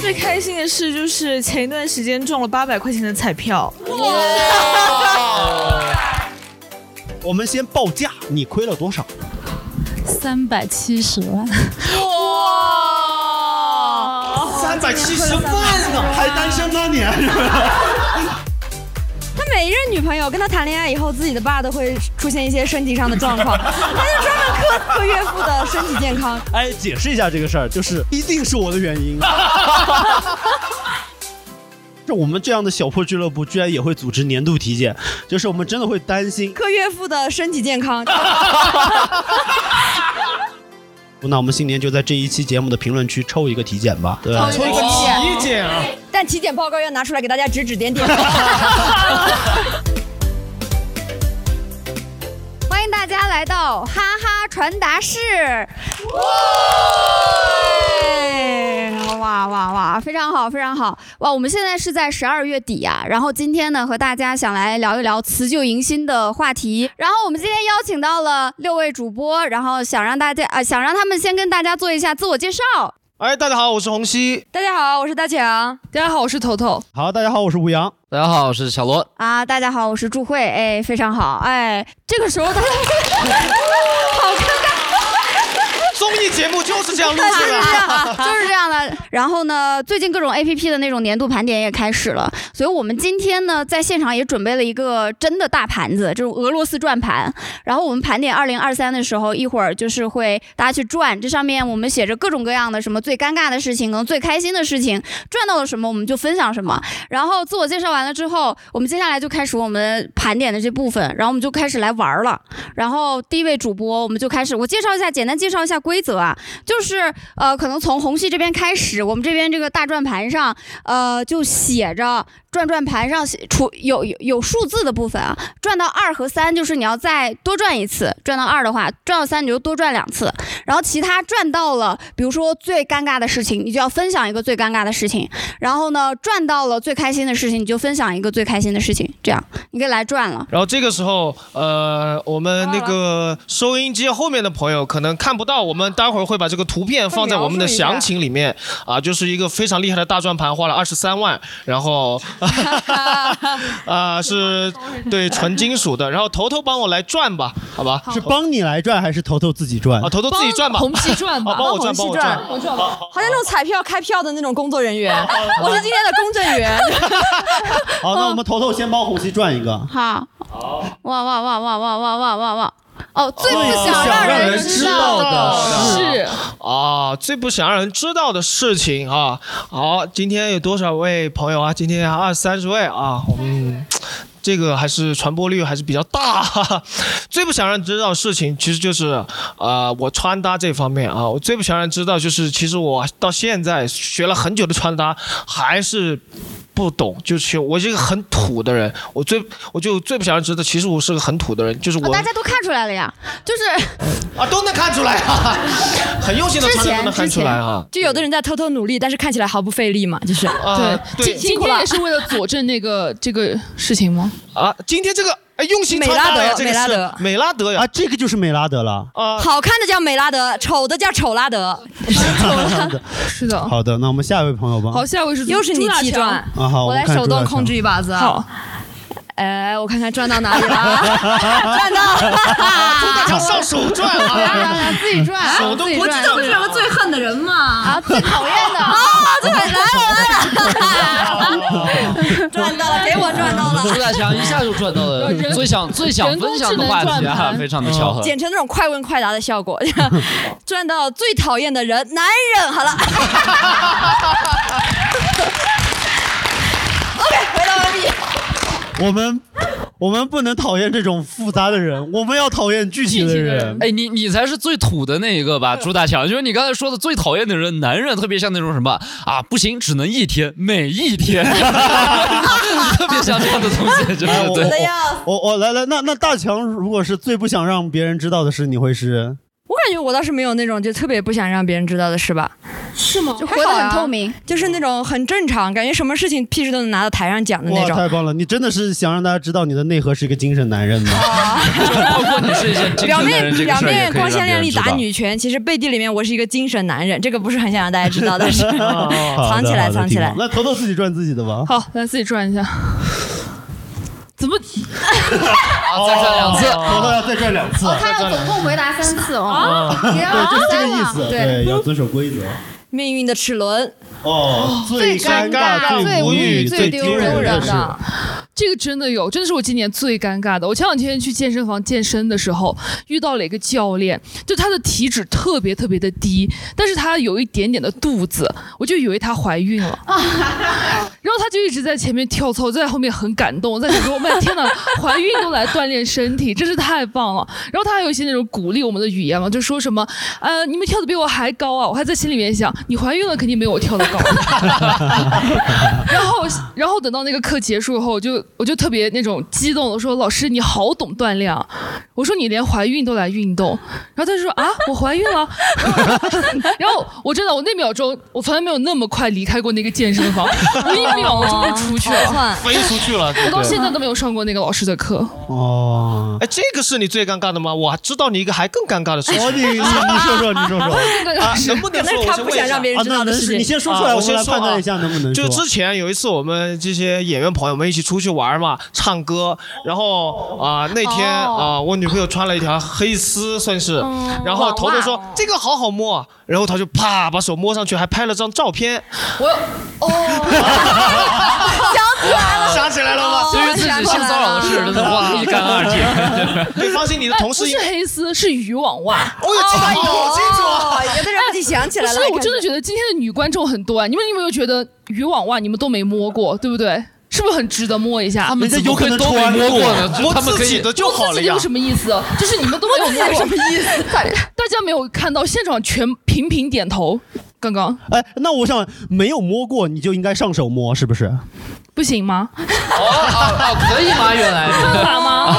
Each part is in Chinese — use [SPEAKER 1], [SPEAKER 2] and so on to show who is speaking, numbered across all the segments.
[SPEAKER 1] 最开心的事就是前一段时间中了八百块钱的彩票，
[SPEAKER 2] 哦我们先报价，你亏了多少？
[SPEAKER 3] 三百七十万，
[SPEAKER 2] 三百七十万呢，
[SPEAKER 4] 哦
[SPEAKER 2] 还单身吗你？
[SPEAKER 5] 他每一任女朋友跟他谈恋爱以后，自己的爸都会出现一些身体上的状况，他就专门苛刻岳父的身体健康。
[SPEAKER 2] 哎，解释一下这个事儿，就是一定是我的原因。 就我们这样的小破俱乐部，居然也会组织年度体检，就是我们真的会担心。
[SPEAKER 5] 克岳父的身体健康，
[SPEAKER 2] 那我们新年就在这一期节目的评论区抽一个体检吧，对吧？
[SPEAKER 4] 抽一个体检啊！
[SPEAKER 5] 但体检报告要拿出来给大家指指点点。
[SPEAKER 6] 欢迎大家来到哈哈传达室。哇哇哇哇，非常好，非常好！哇，我们现在是在十二月底啊，然后今天呢，和大家想来聊一聊辞旧迎新的话题。然后我们今天邀请到了六位主播，然后想让大家啊、想让他们先跟大家做一下自我介绍。
[SPEAKER 4] 哎，大家好，我是红熙。
[SPEAKER 5] 大家好，我是大强。
[SPEAKER 3] 大家好，我是头头。
[SPEAKER 2] 好，大家好，我是吴阳。
[SPEAKER 7] 大家好，我是小罗。
[SPEAKER 6] 啊，大家好，我是祝慧，哎，非常好，哎，这个时候大家 好尴
[SPEAKER 4] 综艺节目就是这 样录
[SPEAKER 6] 尬，就
[SPEAKER 4] 制
[SPEAKER 6] 是这
[SPEAKER 4] 的。
[SPEAKER 6] 样，就是这样的。然后呢，最近各种 A P P 的那种年度盘点也开始了，所以我们今天呢，在现场也准备了一个真的大盘子，就是俄罗斯转盘。然后我们盘点二零二三的时候，一会儿就是会大家去转，这上面我们写着各种各样的什么最尴尬的事情，可能最开心的事情，赚到了什么我们就分享什么。然后自我介绍完了之后，我们接下来就开始我们盘点的这部分，然后我们就开始来玩儿了。然后第一位主播，我们就开始，我介绍一下，简单介绍一下规则啊，就是呃，可能从红系这边开始，我们这边这个大转盘上，呃，就写着转转盘上写除有有有数字的部分啊，转到二和三就是你要再多转一次，转到二的话，转到三你就多转两次，然后其他转到了，比如说最尴尬的事情，你就要分享一个最尴尬的事情，然后呢，转到了最开心的事情，你就分享一个最开心的事情，这样你可以来转了。
[SPEAKER 4] 然后这个时候，呃，我们那个收音机后面的朋友可能看不到，我们待会儿会把这个图片放在我们的详情里面啊，就是一个非常厉害的大转盘，花了二十三万，然 后 啊是对纯金属的，然后头头帮我来转吧，好吧？
[SPEAKER 2] 是帮你来赚还是头头自己赚
[SPEAKER 4] 啊，？头头自己转
[SPEAKER 2] 哦
[SPEAKER 4] 吧，
[SPEAKER 3] 红旗转
[SPEAKER 4] 啊，
[SPEAKER 3] 吧。
[SPEAKER 4] 帮我转，
[SPEAKER 5] 帮
[SPEAKER 4] 帮
[SPEAKER 5] 我
[SPEAKER 4] 我转。
[SPEAKER 5] 转好像那种彩票开票的那种工作人员，我是今天的公证员。
[SPEAKER 2] 好，那我们头头先帮红旗赚一个。
[SPEAKER 6] 好，哇哇哇哇哇哇哇哇哇！哦，最
[SPEAKER 2] 最
[SPEAKER 6] 不
[SPEAKER 2] 不
[SPEAKER 6] 想
[SPEAKER 2] 想
[SPEAKER 6] 让
[SPEAKER 2] 让
[SPEAKER 6] 人
[SPEAKER 2] 人
[SPEAKER 6] 知
[SPEAKER 2] 知
[SPEAKER 6] 道
[SPEAKER 2] 道
[SPEAKER 6] 的
[SPEAKER 2] 的
[SPEAKER 3] 是，
[SPEAKER 4] 啊，最不想让人知道的事情啊！好，今天有多少位朋友啊？今天二三十位啊，嗯，这个还是传播率还是比较大。 哈哈。最不想让人知道的事情，其实就是啊、呃我穿搭这方面啊，我最不想让人知道就是，其实我到现在学了很久的穿搭，还是。不懂，就是我是一个很土的人，我最我就最不想让人知道，其实我是个很土的人，就是我、
[SPEAKER 6] 哦，大家都看出来了呀，就是
[SPEAKER 4] 啊都能看出来啊，很用心的穿搭都能看出来啊。
[SPEAKER 5] 就有的人在偷偷努力，但是看起来毫不费力嘛，就是。
[SPEAKER 4] 啊，
[SPEAKER 3] 今今天也是为了佐证那个这个事情吗？
[SPEAKER 4] 啊，今天这个哎用心
[SPEAKER 5] 美
[SPEAKER 4] 穿搭
[SPEAKER 5] 拉
[SPEAKER 4] 呀，
[SPEAKER 5] 德
[SPEAKER 4] 这个
[SPEAKER 5] 美拉
[SPEAKER 4] 是
[SPEAKER 5] 德
[SPEAKER 4] 美拉德呀
[SPEAKER 2] 啊，这个就是美拉德了。
[SPEAKER 4] 啊，
[SPEAKER 5] 好看的叫美拉德，丑的叫丑拉德，
[SPEAKER 3] 是的。
[SPEAKER 2] 好的，那我们下一位朋友吧。
[SPEAKER 3] 好，下一位是
[SPEAKER 5] 又是你
[SPEAKER 3] 朱大
[SPEAKER 5] 气
[SPEAKER 3] 强
[SPEAKER 5] 转。。
[SPEAKER 2] 啊，好，
[SPEAKER 8] 我
[SPEAKER 2] 们
[SPEAKER 8] 来
[SPEAKER 2] 看
[SPEAKER 8] 手
[SPEAKER 2] 朱大
[SPEAKER 8] 动
[SPEAKER 2] 强
[SPEAKER 8] 控制一把子啊！
[SPEAKER 3] 好，
[SPEAKER 8] 哎，我看看转到哪里了。
[SPEAKER 5] 赚到，
[SPEAKER 4] 大家上手转啊，
[SPEAKER 6] 啊，自己转，
[SPEAKER 4] 手动
[SPEAKER 6] 自己
[SPEAKER 4] 不
[SPEAKER 6] 转，
[SPEAKER 4] 知道
[SPEAKER 6] 自己转
[SPEAKER 8] 个最恨的人嘛。
[SPEAKER 6] 啊，最讨厌的，
[SPEAKER 5] 赚到了，给我赚 到了。
[SPEAKER 7] 朱大强一下就赚到 了
[SPEAKER 3] 人
[SPEAKER 7] 呃最想最想分享的话
[SPEAKER 3] 人工智能
[SPEAKER 7] 题
[SPEAKER 3] 转
[SPEAKER 7] 啊，
[SPEAKER 3] 盘
[SPEAKER 7] 非常的巧合。
[SPEAKER 5] 剪成那种快问快答的效果， 赚到最讨厌的人，男人。好了 ，OK，回答完毕。
[SPEAKER 2] 我们我们不能讨厌这种复杂的人，我们要讨厌具体的人。
[SPEAKER 7] 哎，你你才是最土的那一个吧，朱大强。就是你刚才说的最讨厌的人，男人特别像那种什么啊，不行，只能一天，每一天， 特别像这样的东 西，就
[SPEAKER 2] 哎
[SPEAKER 7] 是
[SPEAKER 2] 我
[SPEAKER 5] 我
[SPEAKER 7] 对
[SPEAKER 5] 的。要，
[SPEAKER 2] 我我来来，那那大强如果是最不想让别人知道的事，你会是？
[SPEAKER 8] 我感觉我倒是没有那种就特别不想让别人知道的事吧。
[SPEAKER 5] 是吗
[SPEAKER 6] 就活得很透明，
[SPEAKER 5] 啊就是那种很正常，感觉什么事情屁事都能拿到台上讲的那
[SPEAKER 2] 哇，
[SPEAKER 5] 种。
[SPEAKER 2] 太棒了！你真的是想让大家知道你的内核是一个精神男人吗？
[SPEAKER 7] 包括你是一些精
[SPEAKER 5] 表
[SPEAKER 7] 神男人
[SPEAKER 5] 面
[SPEAKER 7] 这个
[SPEAKER 5] 表
[SPEAKER 7] 事儿也
[SPEAKER 5] 面
[SPEAKER 7] 可以
[SPEAKER 5] 光
[SPEAKER 7] 让
[SPEAKER 5] 鲜
[SPEAKER 7] 别
[SPEAKER 5] 亮
[SPEAKER 7] 人
[SPEAKER 5] 丽
[SPEAKER 7] 知
[SPEAKER 5] 打
[SPEAKER 7] 道。
[SPEAKER 5] 女拳，其实背地里面我是一个精神男人，这个不是很想让大家知道但是
[SPEAKER 2] 好的
[SPEAKER 5] 藏起来，
[SPEAKER 2] 好的
[SPEAKER 5] 藏起
[SPEAKER 2] 挺好
[SPEAKER 5] 来。
[SPEAKER 2] 那头头自己赚自己的吧。
[SPEAKER 3] 好，来自己转一下。怎么？
[SPEAKER 7] 啊再战两次，
[SPEAKER 2] 头哦头要再赚两
[SPEAKER 5] 哦
[SPEAKER 2] 次。
[SPEAKER 6] 他要总共回答三次哦，
[SPEAKER 2] 啊
[SPEAKER 5] 啊
[SPEAKER 2] 对，就是这个意思。啊对，要遵守规则。
[SPEAKER 5] 命运的齿轮，
[SPEAKER 2] 哦，最尴
[SPEAKER 6] 尬
[SPEAKER 2] 最
[SPEAKER 6] 最
[SPEAKER 2] 无
[SPEAKER 6] 无
[SPEAKER 2] 语、
[SPEAKER 6] 语最
[SPEAKER 2] 丢
[SPEAKER 6] 丢
[SPEAKER 2] 的
[SPEAKER 6] 人的
[SPEAKER 2] 事。
[SPEAKER 3] 这个真的有，真的是我今年最尴尬的。我前两天去健身房健身的时候，遇到了一个教练，就他的体脂特别特别的低，但是他有一点点的肚子，我就以为她怀 孕了。然后他就一直在前面跳操，就在后面很感动，我在想说， 我天哪，怀孕都来锻炼身体，真是太棒了。然后他还有一些那种鼓励我们的语言嘛，就说什么，呃，你们跳的比我还高啊！我还在心里面想，你怀孕了肯定没有我跳的高。 然后，然后等到那个课结束后，我就我就特别那种激动，我说老师你好懂锻炼啊！我说你连怀孕都来运动，然后他就说啊我怀孕了， 然后我真的我那秒钟我从来没有那么快离开过那个健身房，我一秒我就被出去了。
[SPEAKER 5] 算
[SPEAKER 4] 飞出去了，对
[SPEAKER 3] 我
[SPEAKER 4] 不
[SPEAKER 3] 到
[SPEAKER 4] 哦对？
[SPEAKER 3] 现在都没有上过那个老师的课，
[SPEAKER 2] 哦，
[SPEAKER 4] 哎，这个是你最尴尬的吗？我还知道你一个还更尴尬的事
[SPEAKER 2] 我
[SPEAKER 4] 情。
[SPEAKER 2] 哦你你你说说，你说说。
[SPEAKER 3] 那个
[SPEAKER 4] 啊，能不能
[SPEAKER 5] 可
[SPEAKER 4] 说？
[SPEAKER 5] 能是
[SPEAKER 4] 我
[SPEAKER 5] 他
[SPEAKER 4] 先
[SPEAKER 5] 不
[SPEAKER 4] 问一下
[SPEAKER 5] 想让。别人
[SPEAKER 2] 啊，
[SPEAKER 5] 知
[SPEAKER 2] 那
[SPEAKER 5] 道的
[SPEAKER 2] 能
[SPEAKER 5] 事情。
[SPEAKER 2] 你先说
[SPEAKER 4] 啊
[SPEAKER 2] 出来，
[SPEAKER 4] 我
[SPEAKER 2] 我们
[SPEAKER 4] 先
[SPEAKER 2] 来
[SPEAKER 4] 说
[SPEAKER 2] 判断
[SPEAKER 4] 啊
[SPEAKER 2] 一下能不能
[SPEAKER 4] 就
[SPEAKER 2] 说。
[SPEAKER 4] 之前有一次，我们这些演员朋友们一起出去玩嘛，唱歌，然后啊、那天啊、
[SPEAKER 5] 哦
[SPEAKER 4] 我女朋友穿了一条黑丝，算是，然后头头说这个好好摸啊，然后他就啪把手摸上去，还拍了张照片，
[SPEAKER 3] 我哦
[SPEAKER 4] 想起来了吗？
[SPEAKER 7] 对于自己性骚扰的事，真的 忘得一干二净。
[SPEAKER 4] 对，放心，你的
[SPEAKER 3] 哎
[SPEAKER 4] 同
[SPEAKER 3] 不
[SPEAKER 4] 事
[SPEAKER 3] 是
[SPEAKER 4] 应，
[SPEAKER 3] 黑丝是渔网袜。
[SPEAKER 4] 我有记
[SPEAKER 3] 哎
[SPEAKER 4] 得好清楚啊。
[SPEAKER 5] 哦，有的人自己想起
[SPEAKER 3] 不
[SPEAKER 5] 来了
[SPEAKER 3] 是，，我真的觉得今天的女观众很多啊！你们有没有觉得渔网袜你们都没摸过，对不对？是不是很值得摸一下？
[SPEAKER 7] 他们
[SPEAKER 2] 人家
[SPEAKER 7] 怎么
[SPEAKER 2] 有可
[SPEAKER 7] 会
[SPEAKER 2] 能
[SPEAKER 7] 都没
[SPEAKER 2] 穿
[SPEAKER 7] 摸
[SPEAKER 2] 过
[SPEAKER 7] 过呢？就
[SPEAKER 4] 摸
[SPEAKER 7] 他们可
[SPEAKER 4] 自己
[SPEAKER 7] 以
[SPEAKER 4] 的就好
[SPEAKER 3] 自
[SPEAKER 4] 了
[SPEAKER 3] 己
[SPEAKER 4] 呀
[SPEAKER 3] 有。什么意思？就是你们都没有摸过，什么意思？大家没有看到现场全频频点头，刚刚
[SPEAKER 2] 哎，那我想问没有摸过你就应该上手摸，是不是？
[SPEAKER 3] 不行吗？
[SPEAKER 7] 哦哦哦，可以吗？原来
[SPEAKER 3] 犯法吗？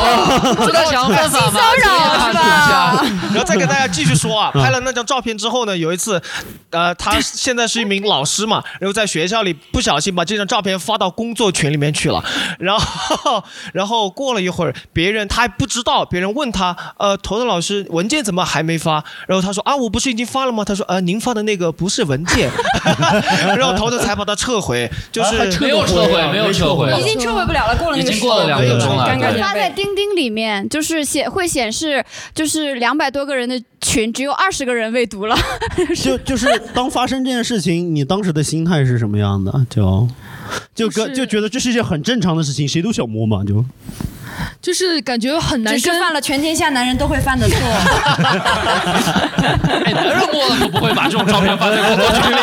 [SPEAKER 7] 朱大强犯法吗？骚扰是吧？
[SPEAKER 4] 然后再给大家继续说啊，拍了那张照片之后呢，有一次，呃，他现在是一名老师嘛，然后在学校里不小心把这张照片发到工作群里面去了，然后然后过了一会儿，别人他还不知道，别人问他，呃，头头老师文件怎么还没发？然后他说啊，我不是已经发了吗？他说呃，您发的那个不是文件，然后头头才把它撤回，就是、
[SPEAKER 7] 没有撤回，哦没有撤回。
[SPEAKER 5] 已经撤回不了了，过了那个
[SPEAKER 7] 已经
[SPEAKER 5] 时候
[SPEAKER 7] 过了两
[SPEAKER 4] 分钟了
[SPEAKER 5] 尴尬
[SPEAKER 4] 对
[SPEAKER 5] 点
[SPEAKER 6] 发在钉钉里面，就是显会显示，就是两百多个人的群，只有二十个人未读了。
[SPEAKER 2] 就就是当发生这件事情，你当时的心态是什么样的？就就跟
[SPEAKER 3] 就是
[SPEAKER 2] 就觉得这是一件很正常的事情，谁都想摸嘛，就
[SPEAKER 3] 就是感觉很难
[SPEAKER 5] 只是
[SPEAKER 3] 跟
[SPEAKER 5] 犯了全天下男人都会犯的错。
[SPEAKER 7] 哎，男人摸了可不会把这种照片发在工作群里。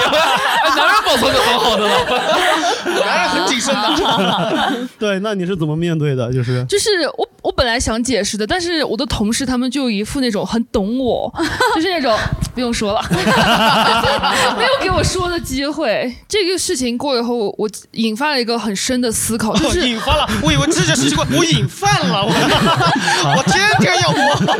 [SPEAKER 7] 哎，男人保存的很好的了。
[SPEAKER 4] 男人很谨慎的，
[SPEAKER 2] 对。那你是怎么面对的？就是
[SPEAKER 3] 就是我我本来想解释的，但是我的同事他们就有一副那种很懂我， 就是那种不用说了， 没有给我说的机会。这个事情过以后，我引发了一个很深的思考，就
[SPEAKER 4] 我
[SPEAKER 3] 是
[SPEAKER 4] 哦引发了，我以为这件事情我我引犯了，我我天天要摸。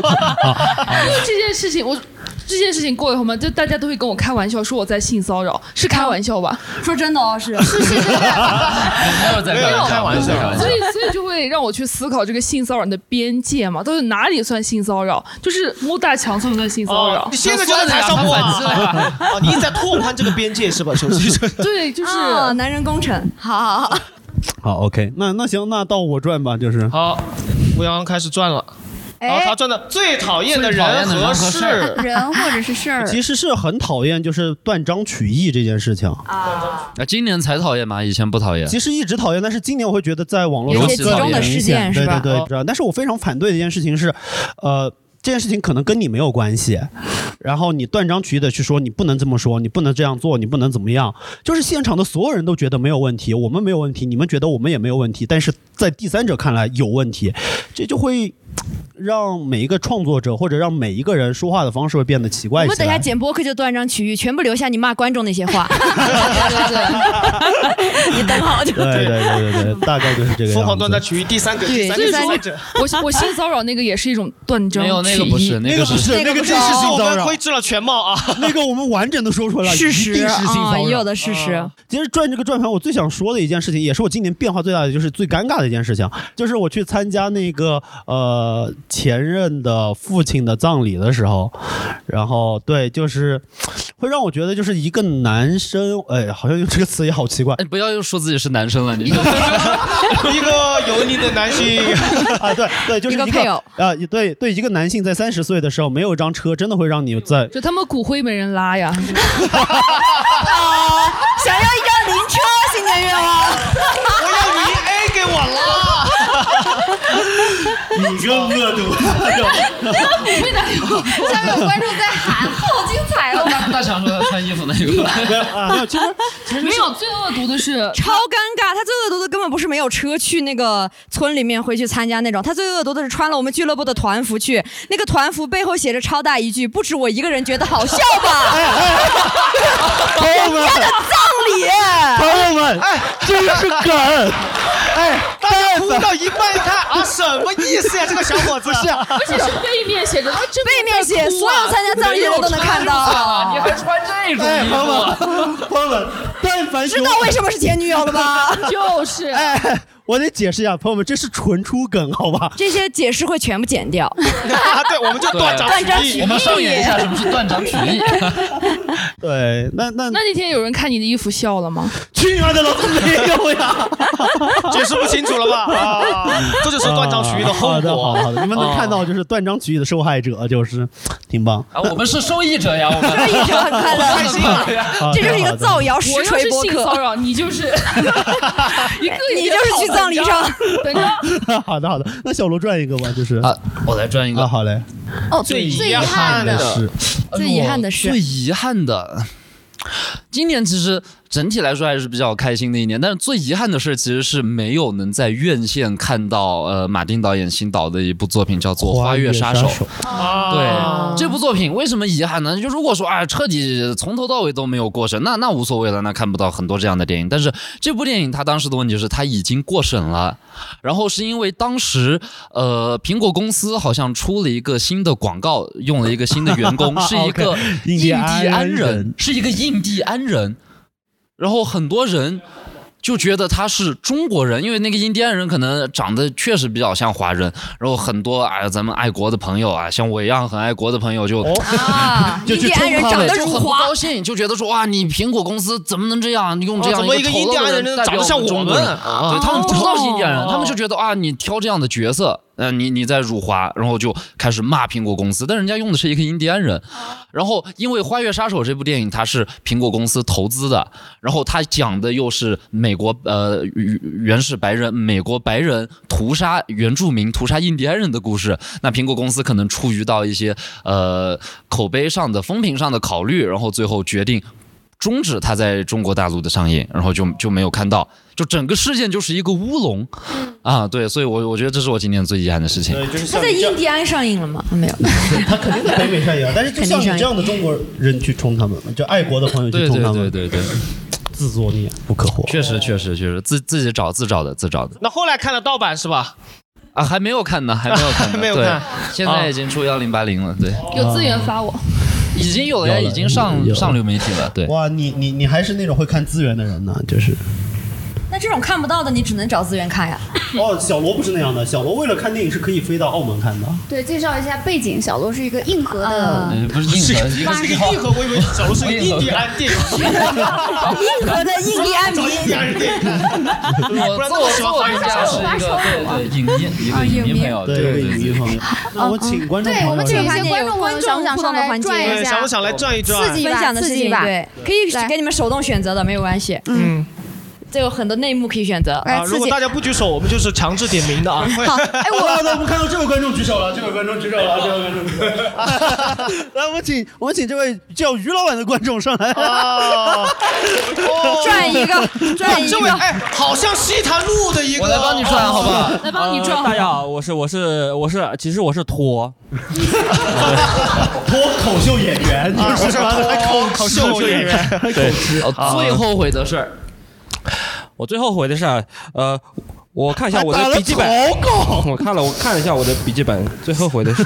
[SPEAKER 3] 这件事情我。这件事情过以后嘛，就大家都会跟我开玩笑说我在性骚扰，是开玩笑吧？
[SPEAKER 5] 哦说真的哦，是是
[SPEAKER 7] 没有在开玩笑，
[SPEAKER 3] 所以所以就会让我去思考这个性骚扰的边界嘛，到底哪里算性骚扰？就是摸大强算不算性骚扰
[SPEAKER 4] 你？哦现在就在台上摸啊！哦，你一直在拓宽这个边界是吧？手机这
[SPEAKER 3] 对，就是、
[SPEAKER 5] 啊，男人工程，好好好。
[SPEAKER 2] 好 OK，那那行，那到我转吧，就是
[SPEAKER 4] 好，吴阳开始转了。然后他转的最讨厌的人和
[SPEAKER 7] 最讨厌的人
[SPEAKER 4] 事，
[SPEAKER 6] 人或者是事儿
[SPEAKER 2] 其实是很讨厌就是断章取义这件事情。
[SPEAKER 7] 啊，今年才讨厌吗？以前不讨厌。
[SPEAKER 2] 其实一直讨厌，但是今年我会觉得在网络
[SPEAKER 7] 尤
[SPEAKER 2] 上
[SPEAKER 7] 其
[SPEAKER 2] 比
[SPEAKER 7] 集
[SPEAKER 2] 较
[SPEAKER 7] 中的
[SPEAKER 2] 明
[SPEAKER 5] 事
[SPEAKER 2] 显
[SPEAKER 5] 件是吧哦
[SPEAKER 2] 对对对，知道。但是我非常反对的一件事情是，呃。这件事情可能跟你没有关系，然后你断章取义的去说你不能这么说，你不能这样做，你不能怎么样，就是现场的所有人都觉得没有问题，我们没有问题，你们觉得我们也没有问题，但是在第三者看来有问题，这就会让每一个创作者或者让每一个人说话的方式会变得奇怪
[SPEAKER 5] 我
[SPEAKER 2] 起来。
[SPEAKER 5] 们等一下剪播客就断章取义，全部留下你骂观众那些 话。
[SPEAKER 3] 对对对。
[SPEAKER 5] 你等好就。
[SPEAKER 2] 对对对对对，大概就是这个样子。
[SPEAKER 4] 疯狂断章取义，第三个，第三个，第三者。
[SPEAKER 3] 我我性骚扰那个也是一种断章
[SPEAKER 7] 没有那
[SPEAKER 3] 取
[SPEAKER 7] 个不是，
[SPEAKER 3] 义。
[SPEAKER 7] 那个是
[SPEAKER 2] 是那个
[SPEAKER 4] 这
[SPEAKER 2] 真是
[SPEAKER 4] 是
[SPEAKER 2] 性
[SPEAKER 5] 哦
[SPEAKER 4] 我
[SPEAKER 2] 骚
[SPEAKER 4] 们
[SPEAKER 2] 扰
[SPEAKER 4] 可，窥知了全貌啊。
[SPEAKER 2] 那个我们完整的说出来了，
[SPEAKER 5] 事实
[SPEAKER 2] 一定是性骚
[SPEAKER 5] 啊，
[SPEAKER 2] 扰
[SPEAKER 5] 也有的事实。
[SPEAKER 2] 其实转这个转盘，我最想说的一件事情，也是我今年变化最大的，就是最尴尬的一件事情，就是我去参加那个呃前任的父亲的葬礼的时候，然后对，就是会让我觉得就是一个男生，哎，好像用这个词也好奇怪，
[SPEAKER 7] 哎，不要又说自己是男生了，你 这
[SPEAKER 4] 一个油腻的男性，
[SPEAKER 2] 啊，对对，就是
[SPEAKER 3] 一个配偶
[SPEAKER 2] 啊，对对，一个男性在三十岁的时候没有一张车，真的会让你在
[SPEAKER 3] 就他们骨灰没人 拉呀，
[SPEAKER 5] 啊，哦想要一辆灵车，新年愿望。
[SPEAKER 4] 我要你 A 给我啦！
[SPEAKER 2] 你更恶毒。
[SPEAKER 8] 下面有观众在喊，好精彩哦！
[SPEAKER 7] 大大强说他穿衣服那 个，
[SPEAKER 2] 没有啊，没有，其实其实
[SPEAKER 3] 没有最恶毒的是
[SPEAKER 5] 超尴尬，他最恶毒的根本不是没有车去那个村里面回去参加那种，他最恶毒的是穿了我们俱乐部的团服去，那个团服背后写着超大一句“不止我一个人觉得好笑吧
[SPEAKER 2] 朋友们，”，
[SPEAKER 5] 葬礼，
[SPEAKER 2] 朋友们，这个是梗，哎，
[SPEAKER 4] 大家哭到一半一看啊，什么意思呀？这个小伙子是
[SPEAKER 3] 而且是背面写着，这
[SPEAKER 5] 背面写所有参加葬礼的人都能看
[SPEAKER 7] 你
[SPEAKER 5] 到。
[SPEAKER 7] 还穿这种
[SPEAKER 2] 哎，
[SPEAKER 7] 衣
[SPEAKER 2] 朋友
[SPEAKER 7] 服？
[SPEAKER 2] 们，朋友们，但凡是
[SPEAKER 5] 知道为什么是前女友了吧？
[SPEAKER 3] 就是
[SPEAKER 2] 哎，我得解释一下，朋友们，这是纯出梗，好吧？
[SPEAKER 5] 这些解释会全部剪掉。
[SPEAKER 4] 啊， 对，我们就断章
[SPEAKER 5] 断章
[SPEAKER 4] 取
[SPEAKER 5] 取
[SPEAKER 7] 我
[SPEAKER 4] 义。
[SPEAKER 7] 们上演一下什么是断章取义。
[SPEAKER 2] 对，那那
[SPEAKER 3] 那那天有人看你的衣服笑了吗？
[SPEAKER 2] 去你妈的老子没有呀！
[SPEAKER 4] 解释不清楚了 吧？啊，这就是断章取义的后
[SPEAKER 2] 啊好的，好
[SPEAKER 4] 果。啊
[SPEAKER 2] 的好的，你们能看到就是断章取义的受害者，就是挺棒。
[SPEAKER 7] 啊，我们是受益者呀，我
[SPEAKER 5] 这
[SPEAKER 7] 们。
[SPEAKER 5] 一直很快乐，
[SPEAKER 2] 啊好的
[SPEAKER 5] 这就是一个造。谣
[SPEAKER 3] 我
[SPEAKER 5] 实
[SPEAKER 3] 又
[SPEAKER 5] 锤
[SPEAKER 3] 是
[SPEAKER 5] 播
[SPEAKER 3] 性
[SPEAKER 5] 客
[SPEAKER 3] 骚。扰，你就是一个一个
[SPEAKER 5] 你就是去葬礼上，
[SPEAKER 3] 等着
[SPEAKER 2] 好的 好的，好的，那小罗转一个吧，就是
[SPEAKER 7] 啊，我来转一
[SPEAKER 2] 啊，
[SPEAKER 7] 个。
[SPEAKER 2] 好嘞。
[SPEAKER 6] 哦，
[SPEAKER 4] 最
[SPEAKER 6] 遗
[SPEAKER 4] 遗憾
[SPEAKER 6] 的
[SPEAKER 4] 的
[SPEAKER 2] 是，
[SPEAKER 5] 最遗憾的是
[SPEAKER 7] 哎最遗憾的。今年其实整体来说还是比较开心的一年，但是最遗憾的事其实是没有能在院线看到呃马丁导演新导的一部作品，叫做《花月杀手》。对这部作品为什么遗憾呢？就如果说啊，彻底从头到尾都没有过审，那那无所谓了，那看不到很多这样的电影。但是这部电影它当时的问题是它已经过审了，然后是因为当时呃苹果公司好像出了一个新的广告，用了一个新的 员工，是一个
[SPEAKER 2] 哦 OK，印
[SPEAKER 7] 印
[SPEAKER 2] 第
[SPEAKER 7] 第
[SPEAKER 2] 安
[SPEAKER 7] 安
[SPEAKER 2] 人
[SPEAKER 7] 人，是一个印第安人，然后很多人。就觉得他是中国人，因为那个印第安人可能长得确实比较像华人，然后很多啊、咱们爱国的朋友啊，像我一样很爱国的朋友就、
[SPEAKER 5] 啊！
[SPEAKER 2] 就
[SPEAKER 5] 印
[SPEAKER 2] 去
[SPEAKER 5] 第安人
[SPEAKER 2] 冲他
[SPEAKER 5] 长
[SPEAKER 2] 们
[SPEAKER 5] 得
[SPEAKER 7] 对就
[SPEAKER 5] 如
[SPEAKER 7] 很不
[SPEAKER 5] 花，
[SPEAKER 7] 高兴，就觉得说哇，你苹果公司怎么能这样用 这样
[SPEAKER 4] 哦怎么
[SPEAKER 7] 一
[SPEAKER 4] 一
[SPEAKER 7] 个
[SPEAKER 4] 个
[SPEAKER 7] 丑
[SPEAKER 4] 印第
[SPEAKER 7] 陋
[SPEAKER 4] 安
[SPEAKER 7] 的
[SPEAKER 4] 人
[SPEAKER 7] 人
[SPEAKER 4] 长得像我
[SPEAKER 7] 中
[SPEAKER 4] 们
[SPEAKER 7] 国人？
[SPEAKER 3] 啊
[SPEAKER 4] 啊
[SPEAKER 7] 对他们
[SPEAKER 3] 哦
[SPEAKER 7] 不知道是印第安人，他们就觉得啊，你挑这样的角色，嗯、你你在辱华，然后就开始骂苹果公司，但人家用的是一个印第安人。然后因为《花月杀手》这部电影，它是苹果公司投资的，然后它讲的又是美国呃原原始白人，美国白人屠杀原住民、屠杀印第安人的故事。那苹果公司可能出于到一些呃口碑上的、风评上的考虑，然后最后决定终止它在中国大陆的上映，然后就就没有看到，就整个事件就是一个乌龙、啊，对，所以我我觉得这是我今年最遗憾的事情。
[SPEAKER 2] 就是
[SPEAKER 5] 他在印第安上映了吗？没有，
[SPEAKER 2] 他肯定在北美上演，但是就像你这样的中国人去冲他们，就爱国的朋友去
[SPEAKER 7] 对
[SPEAKER 2] 冲
[SPEAKER 7] 对
[SPEAKER 2] 他
[SPEAKER 7] 对
[SPEAKER 2] 们，
[SPEAKER 7] 对对，
[SPEAKER 2] 自作孽不可活。
[SPEAKER 7] 确实确实确实，自自己找自找的自找的
[SPEAKER 4] 那后来看了盗版是吧？
[SPEAKER 7] 啊，还没有看呢，还没有 看呢，
[SPEAKER 4] 没有
[SPEAKER 7] 对
[SPEAKER 4] 看，
[SPEAKER 7] 现在已经出幺零八零了，对，
[SPEAKER 3] 哦有资源发我，
[SPEAKER 7] 已经有了
[SPEAKER 2] 有
[SPEAKER 7] 呀，
[SPEAKER 2] 了
[SPEAKER 7] 已经上
[SPEAKER 2] 啊有了
[SPEAKER 7] 上流媒体了，对。
[SPEAKER 2] 哇，你你你还是那种会看资源的人呢，就是。
[SPEAKER 5] 那这种看不到的，你只能找资源看呀。
[SPEAKER 2] 哦，小罗不是那样的，小罗为了看电影是可以飞到澳门看的。
[SPEAKER 8] 对，介绍一下背景，小罗是一个硬核的
[SPEAKER 7] 呃不是硬核，一个
[SPEAKER 4] 是个硬核，我以为小罗是个印第安电影，
[SPEAKER 5] 硬核的印第安迷，
[SPEAKER 4] 印第安人电影。
[SPEAKER 7] 我
[SPEAKER 4] 不然
[SPEAKER 7] 自
[SPEAKER 4] 那
[SPEAKER 7] 我
[SPEAKER 4] 我喜欢
[SPEAKER 7] 自我
[SPEAKER 4] 花
[SPEAKER 7] 评
[SPEAKER 4] 样
[SPEAKER 7] 价是一个对对影迷，一个影迷朋友，对
[SPEAKER 2] 对，
[SPEAKER 7] 对
[SPEAKER 2] 影迷
[SPEAKER 7] 对。
[SPEAKER 2] 方面。那我请观众
[SPEAKER 8] 对
[SPEAKER 2] 朋
[SPEAKER 8] 我
[SPEAKER 2] 友
[SPEAKER 8] 们
[SPEAKER 2] 来
[SPEAKER 8] 请一
[SPEAKER 5] 这
[SPEAKER 8] 些观众朋友想不想上来转一
[SPEAKER 4] 对，
[SPEAKER 8] 下
[SPEAKER 4] 想不？想来转一
[SPEAKER 8] 刺
[SPEAKER 4] 转？啊
[SPEAKER 8] 激
[SPEAKER 5] 分享
[SPEAKER 8] 吧，
[SPEAKER 5] 的
[SPEAKER 8] 刺
[SPEAKER 5] 事
[SPEAKER 8] 激
[SPEAKER 5] 情，
[SPEAKER 8] 吧，
[SPEAKER 5] 对，可以
[SPEAKER 8] 来
[SPEAKER 5] 给你们手动选择的，没有关系。
[SPEAKER 4] 嗯
[SPEAKER 5] 这有很多内幕可以选择。
[SPEAKER 6] 来
[SPEAKER 4] 啊，
[SPEAKER 6] 刺
[SPEAKER 4] 如果
[SPEAKER 6] 激。
[SPEAKER 4] 大家不举手，我们就是强制点名的啊。会
[SPEAKER 2] 哎，我来，我们看到 这位观众举手了，这位观众举手了，这位观众举手了。来，我们请我们请这位叫于老板的观众上来。
[SPEAKER 4] 啊，
[SPEAKER 5] 转一个，转一
[SPEAKER 4] 这位
[SPEAKER 5] 个，
[SPEAKER 4] 哎，好像西坛路的一个，
[SPEAKER 7] 我来帮你转好不好？
[SPEAKER 3] 来帮你转
[SPEAKER 9] 哦呃
[SPEAKER 3] 好
[SPEAKER 9] 大
[SPEAKER 3] 不
[SPEAKER 9] 家
[SPEAKER 3] 好。
[SPEAKER 9] 好，我是我是我是，其实我是托，
[SPEAKER 2] 脱口秀演员，
[SPEAKER 4] 啊，
[SPEAKER 2] 就是
[SPEAKER 4] 是口口秀演员，
[SPEAKER 2] 啊
[SPEAKER 7] 哦最后悔的事儿，
[SPEAKER 9] 我最后悔的是，呃，我看一下我
[SPEAKER 2] 打
[SPEAKER 9] 的
[SPEAKER 2] 了
[SPEAKER 9] 笔记本，我看了我看了一下我的笔记本，最后悔的是，